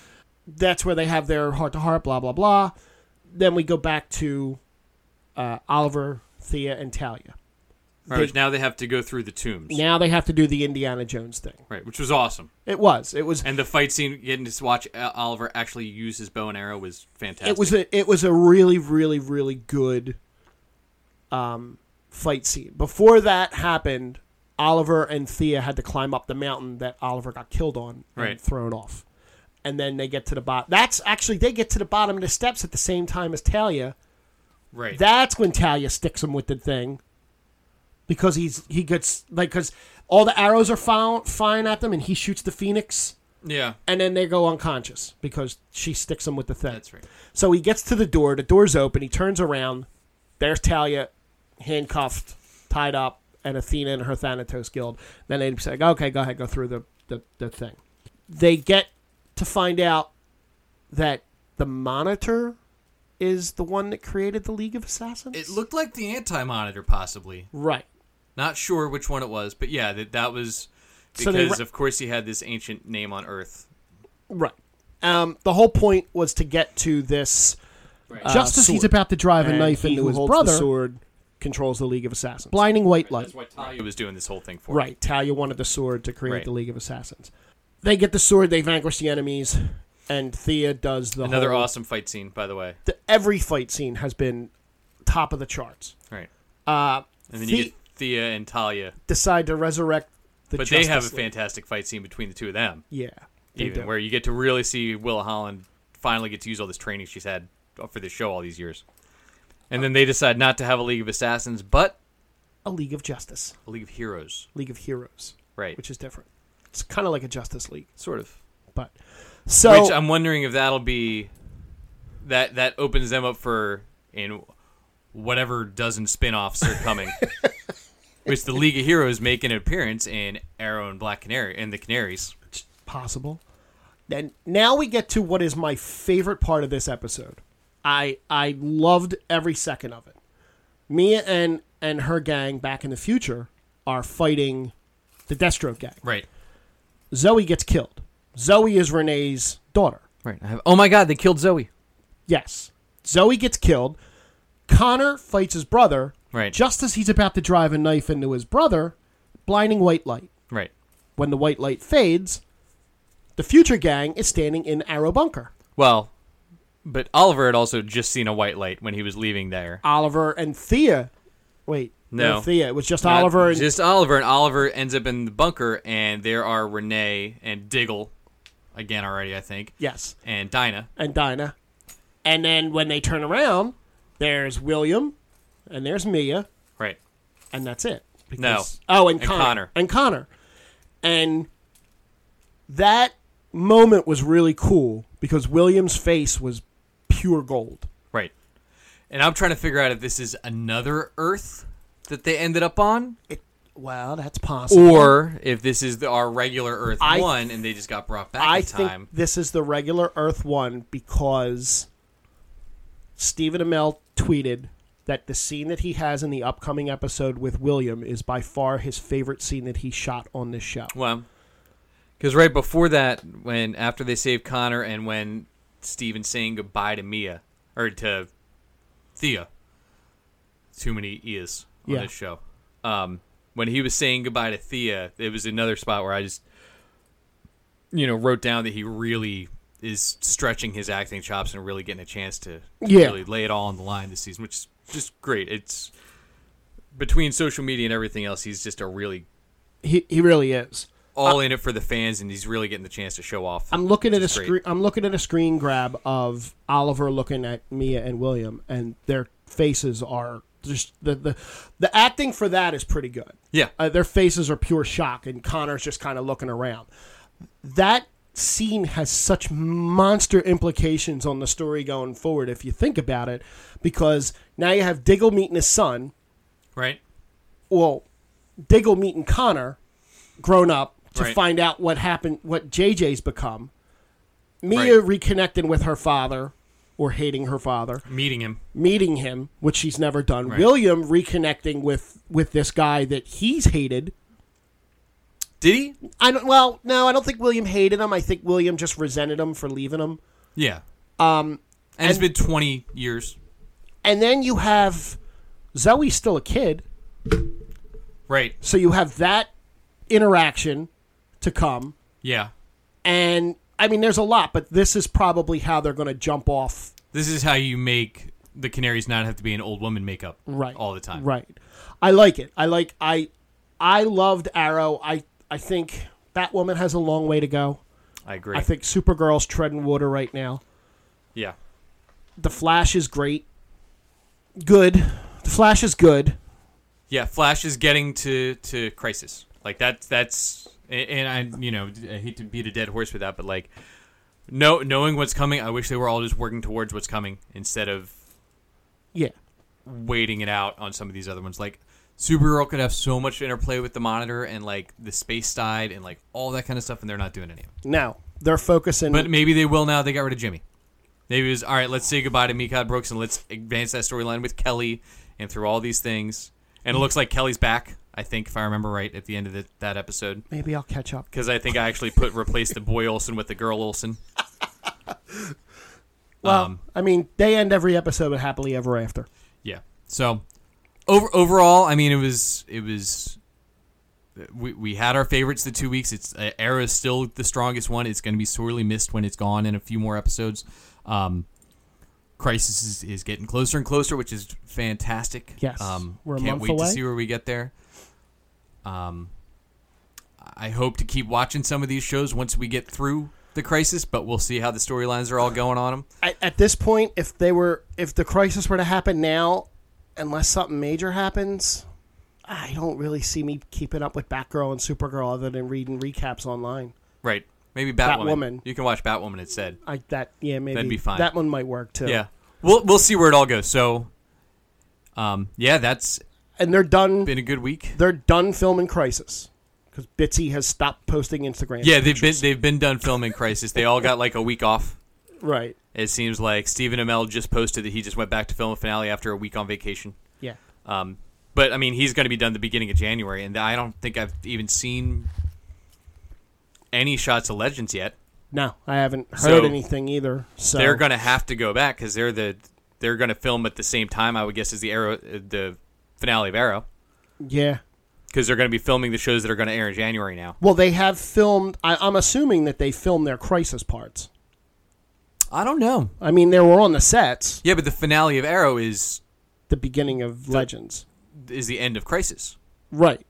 Speaker 1: That's where they have their heart to heart, blah, blah, blah. Then we go back to uh, Oliver, Thea, and Talia.
Speaker 2: Right, which now they have to go through the tombs.
Speaker 1: Now they have to do the Indiana Jones thing.
Speaker 2: Right, which was awesome.
Speaker 1: It was. It was.
Speaker 2: And the fight scene, getting to watch uh, Oliver actually use his bow and arrow was fantastic.
Speaker 1: It was a. It was a really, really, really good um, fight scene. Before that happened, Oliver and Thea had to climb up the mountain that Oliver got killed on and
Speaker 2: Right.
Speaker 1: thrown off. And then they get to the bottom. That's actually they get to the bottom of the steps at the same time as Talia.
Speaker 2: right.
Speaker 1: That's when Talia sticks him with the thing, because he's he gets like because all the arrows are found, fine at them, and he shoots the phoenix,
Speaker 2: yeah,
Speaker 1: and then they go unconscious because she sticks him with the thing.
Speaker 2: that's right.
Speaker 1: So he gets to the door. The door's open. He turns around. There's Talia, handcuffed, tied up, and Athena and her Thanatos guild. Then they say, "Okay, go ahead, go through the the, the thing." They get to find out that the Monitor is the one that created the League of Assassins.
Speaker 2: It looked like the anti monitor, possibly.
Speaker 1: right.
Speaker 2: Not sure which one it was, but yeah, that, that was
Speaker 1: So
Speaker 2: because,
Speaker 1: they ra-
Speaker 2: of course, he had this ancient name on Earth.
Speaker 1: Right. Um, the whole point was to get to this. uh, just as he's about to drive a knife into his brother, sword controls the League of Assassins. Blinding white light.
Speaker 12: That's why Talia
Speaker 2: He was doing this whole thing for.
Speaker 1: Right. Talia wanted the sword to create
Speaker 2: Right.
Speaker 1: the League of Assassins. They get the sword. They vanquish the enemies. and Thea does the
Speaker 2: Another
Speaker 1: whole,
Speaker 2: awesome fight scene, by the way.
Speaker 1: the- every fight scene has been top of the charts.
Speaker 2: Right.
Speaker 1: Uh,
Speaker 2: And then
Speaker 1: Thea
Speaker 2: you get Thea and Talia.
Speaker 1: decide to resurrect the.
Speaker 2: But they have a
Speaker 1: Justice League.
Speaker 2: fantastic fight scene between the two of them,
Speaker 1: Yeah, they
Speaker 2: even
Speaker 1: do.
Speaker 2: where you get to really see Willa Holland finally get to use all this training she's had for this show all these years. And then they decide not to have a League of Assassins, but
Speaker 1: a League of Justice,
Speaker 2: a League of Heroes.
Speaker 1: League of Heroes,
Speaker 2: Right.
Speaker 1: which is different. It's kind of like a Justice League,
Speaker 2: sort of.
Speaker 1: but so
Speaker 2: Which I'm wondering if that'll be that that opens them up for in whatever dozen spin-offs are
Speaker 1: [laughs]
Speaker 2: coming. Which the League of Heroes make an appearance in Arrow and Black Canary and the Canaries.
Speaker 1: it's possible. Then now we get to what is my favorite part of this episode. I I loved every second of it. Mia and and her gang back in the future are fighting the Destro gang.
Speaker 2: Right.
Speaker 1: Zoe gets killed. Zoe is Renee's daughter.
Speaker 2: Right. I have, oh my god, they killed Zoe.
Speaker 1: Yes. Zoe gets killed. Connor fights his brother.
Speaker 2: Right.
Speaker 1: Just as he's about to drive a knife into his brother, blinding white light.
Speaker 2: Right.
Speaker 1: When the white light fades, the future gang is standing in Arrow Bunker.
Speaker 2: Well, but Oliver had also just seen a white light when he was leaving there.
Speaker 1: Oliver and Thea. Wait.
Speaker 2: No.
Speaker 1: Thea. It was just
Speaker 2: Not-
Speaker 1: Oliver and.
Speaker 2: just Oliver and Oliver ends up in the bunker and there are Renee and Diggle again already, I think.
Speaker 1: yes.
Speaker 2: And Dinah.
Speaker 1: And Dinah. And then when they turn around, there's William and there's Mia.
Speaker 2: Right.
Speaker 1: and that's it.
Speaker 2: No.
Speaker 1: Oh, and,
Speaker 2: And
Speaker 1: Connor.
Speaker 2: Connor.
Speaker 1: And Connor. And that moment was really cool because William's face was pure gold.
Speaker 2: Right. And I'm trying to figure out if this is another Earth that they ended up on,
Speaker 1: Well, that's possible.
Speaker 2: or if this is the, our regular Earth
Speaker 1: I-
Speaker 2: one, and they just got brought back
Speaker 1: I
Speaker 2: in
Speaker 1: think
Speaker 2: time.
Speaker 1: this is the regular Earth one because Stephen Amell tweeted that the scene that he has in the upcoming episode with William is by far his favorite scene that he shot on this show.
Speaker 2: Well, because right before that, when after they saved Connor, and when Steven's saying goodbye to Mia or to Thea, too many E's on
Speaker 1: Yeah.
Speaker 2: this show. Um, when he was saying goodbye to Thea, it was another spot where I just, you know, wrote down that he really is stretching his acting chops and really getting a chance to
Speaker 1: Yeah.
Speaker 2: really lay it all on the line this season, which is just great. It's between social media and everything else, he's just a really
Speaker 1: He he really is.
Speaker 2: all in it for the fans, and he's really getting the chance to show off.
Speaker 1: Uh, I'm looking at a
Speaker 2: Which is
Speaker 1: screen.
Speaker 2: great.
Speaker 1: I'm looking at a screen grab of Oliver looking at Mia and William, and their faces are just the the, the acting for that is pretty good.
Speaker 2: yeah,
Speaker 1: Uh, their faces are pure shock, and Connor's just kind of looking around. That scene has such monster implications on the story going forward if you think about it, because now you have Diggle meeting his son,
Speaker 2: right.
Speaker 1: well, Diggle meeting Connor, grown up, to
Speaker 2: Right.
Speaker 1: find out what happened, what JJ's become. Mia reconnecting with her father, or hating her father,
Speaker 2: Meeting him,
Speaker 1: meeting him, which she's never done.
Speaker 2: Right.
Speaker 1: William reconnecting with with this guy that he's hated.
Speaker 2: did he?
Speaker 1: I don't. Well, no, I don't think William hated him. I think William just resented him for leaving him.
Speaker 2: Yeah. Um, and, it's been 20 years,
Speaker 1: And then you have Zoe's still a kid,
Speaker 2: right?
Speaker 1: so you have that interaction to come.
Speaker 2: Yeah.
Speaker 1: and I mean, there's a lot, but this is probably how they're going to jump off.
Speaker 2: This is how you make the Canaries not have to be an old woman makeup,
Speaker 1: Right.
Speaker 2: All the time,
Speaker 1: Right. I like it. I like. I I loved Arrow. I I think Batwoman has a long way to go.
Speaker 2: I agree.
Speaker 1: I think Supergirl's treading water right now.
Speaker 2: yeah.
Speaker 1: The Flash is great. Good. The Flash is good.
Speaker 2: Yeah. Flash is getting to to crisis. Like that's that's and- and I you know I hate to beat a dead horse with that, but like. No, knowing what's coming, I wish they were all just working towards what's coming instead of
Speaker 1: Yeah.
Speaker 2: waiting it out on some of these other ones. Like Supergirl could have so much interplay with the monitor and like the space side and like all that kind of stuff, and they're not doing any of it.
Speaker 1: Now they're focusing.
Speaker 2: But maybe they will now. They got rid of Jimmy. Maybe it was all right. Let's say goodbye to Mikad Brooks and let's advance that storyline with Kelly and through all these things. And it looks like Kelly's back. I think if I remember right at the end of the, that episode,
Speaker 1: maybe I'll catch up.
Speaker 2: because I think I actually put replace the boy Olsen with the girl Olsen.
Speaker 1: Well,
Speaker 2: Um,
Speaker 1: I mean, they end every episode with happily ever after.
Speaker 2: Yeah. So over overall, I mean, it was it was we, we had our favorites the two weeks. It's uh, Arrow is still the strongest one. It's going to be sorely missed when it's gone in a few more episodes. Um, Crisis is, is getting closer and closer, which is fantastic.
Speaker 1: Yes.
Speaker 2: um,
Speaker 1: We're a
Speaker 2: can't
Speaker 1: month
Speaker 2: wait
Speaker 1: away.
Speaker 2: to see where we get there. Um, I hope to keep watching some of these shows once we get through the crisis, but we'll see how the storylines are all going on them.
Speaker 1: at, at this point, if they were, if the crisis were to happen now, unless something major happens, I don't really see me keeping up with Batgirl and Supergirl other than reading recaps online.
Speaker 2: Right? Maybe Batwoman.
Speaker 1: Batwoman.
Speaker 2: You can watch Batwoman instead.
Speaker 1: I that yeah maybe
Speaker 2: That'd be fine.
Speaker 1: That one might work too.
Speaker 2: Yeah, we'll we'll see where it all goes. So, um, yeah, that's
Speaker 1: and they're done.
Speaker 2: been a good week.
Speaker 1: They're done filming Crisis because Bitsy has stopped posting Instagram.
Speaker 2: Yeah, they've been
Speaker 1: pictures.
Speaker 2: they've been done filming Crisis. They all got like a week off.
Speaker 1: right.
Speaker 2: It seems like Stephen Amell just posted that he just went back to film a finale after a week on vacation.
Speaker 1: Yeah,
Speaker 2: Um, but I mean, he's going to be done the beginning of January, and I don't think I've even seen any shots of Legends yet.
Speaker 1: no, I haven't heard
Speaker 2: So-
Speaker 1: anything either. So
Speaker 2: They're going to have to go back because they're the they're going to film at the same time. I would guess as the Arrow uh, the finale of Arrow
Speaker 1: yeah.
Speaker 2: because they're going to be filming the shows that are going to air in January now.
Speaker 1: Well, they have filmed. I, I'm assuming that they filmed their Crisis parts.
Speaker 2: I don't know.
Speaker 1: I mean, they were on the sets.
Speaker 2: Yeah, but the finale of Arrow is
Speaker 1: the beginning of Legends.
Speaker 2: is the end of Crisis.
Speaker 1: Right.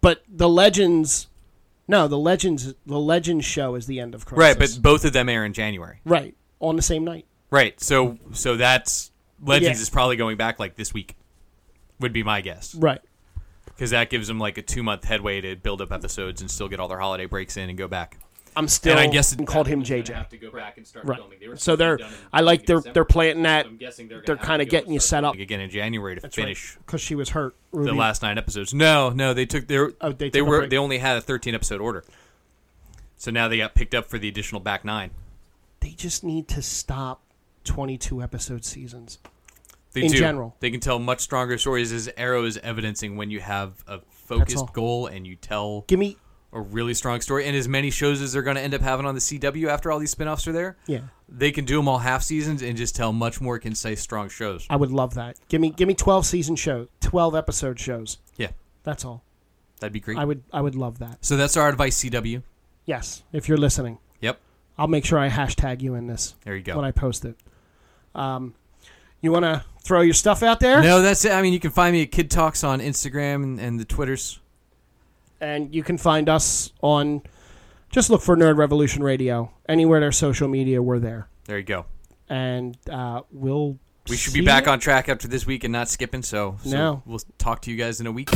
Speaker 1: But the Legends No, the Legends the Legends show is the end of Crisis.
Speaker 2: Right, but both of them air in January.
Speaker 1: Right. On the same night.
Speaker 2: Right. So so that's Legends
Speaker 1: Yeah.
Speaker 2: is probably going back like this week. Would be my guess
Speaker 1: Right.
Speaker 2: because that gives them like a two month headway to build up episodes and still get all their holiday breaks in and go back.
Speaker 1: I'm still
Speaker 2: And I guess it-
Speaker 1: called him
Speaker 13: They're gonna
Speaker 1: JJ.
Speaker 13: Have to go back and start
Speaker 1: Right.
Speaker 13: filming. They were
Speaker 1: So
Speaker 13: supposed to
Speaker 1: they're
Speaker 13: be done in
Speaker 1: I like they're
Speaker 13: December.
Speaker 1: they're planting that
Speaker 13: So I'm guessing they're, gonna
Speaker 1: they're
Speaker 13: have to
Speaker 1: kind of
Speaker 13: go
Speaker 1: getting
Speaker 13: and
Speaker 1: you
Speaker 13: start
Speaker 1: set up
Speaker 2: Like again in January to finish
Speaker 1: cuz she was hurt. Ruby.
Speaker 2: the last nine episodes. No, no, they took their
Speaker 1: Oh, they
Speaker 2: they,
Speaker 1: took a
Speaker 2: were
Speaker 1: break.
Speaker 2: they only had a thirteen episode order. So now they got picked up for the additional back nine.
Speaker 1: They just need to stop 22 episode seasons.
Speaker 2: They
Speaker 1: In
Speaker 2: do.
Speaker 1: general.
Speaker 2: They can tell much stronger stories as Arrow is evidencing when you have a
Speaker 1: all.
Speaker 2: focused goal and you tell
Speaker 1: Give me
Speaker 2: a really strong story and as many shows as they're going to end up having on the CW after all these spin-offs are there.
Speaker 1: yeah.
Speaker 2: They can do them all half seasons and just tell much more concise strong shows.
Speaker 1: I would love that. Give me give me 12 season shows, 12 episode shows.
Speaker 2: Yeah,
Speaker 1: That's all.
Speaker 2: that'd be great.
Speaker 1: I would I would love that.
Speaker 2: so that's our advice CW.
Speaker 1: Yes, if you're listening.
Speaker 2: Yep.
Speaker 1: I'll make sure I hashtag you in this
Speaker 2: There you go.
Speaker 1: when I post it. Um, you want to throw your stuff out there,
Speaker 2: no, that's it. I mean, you can find me at Kid Talks on Instagram and, and the Twitters.
Speaker 1: and you can find us on. Just look for Nerd Revolution Radio anywhere. There's social media. We're there,
Speaker 2: There you go.
Speaker 1: and uh, we'll.
Speaker 2: We should
Speaker 1: see
Speaker 2: be back
Speaker 1: you-
Speaker 2: on track after this week and not skipping. So, so
Speaker 1: No.
Speaker 2: we'll talk to you guys in a week.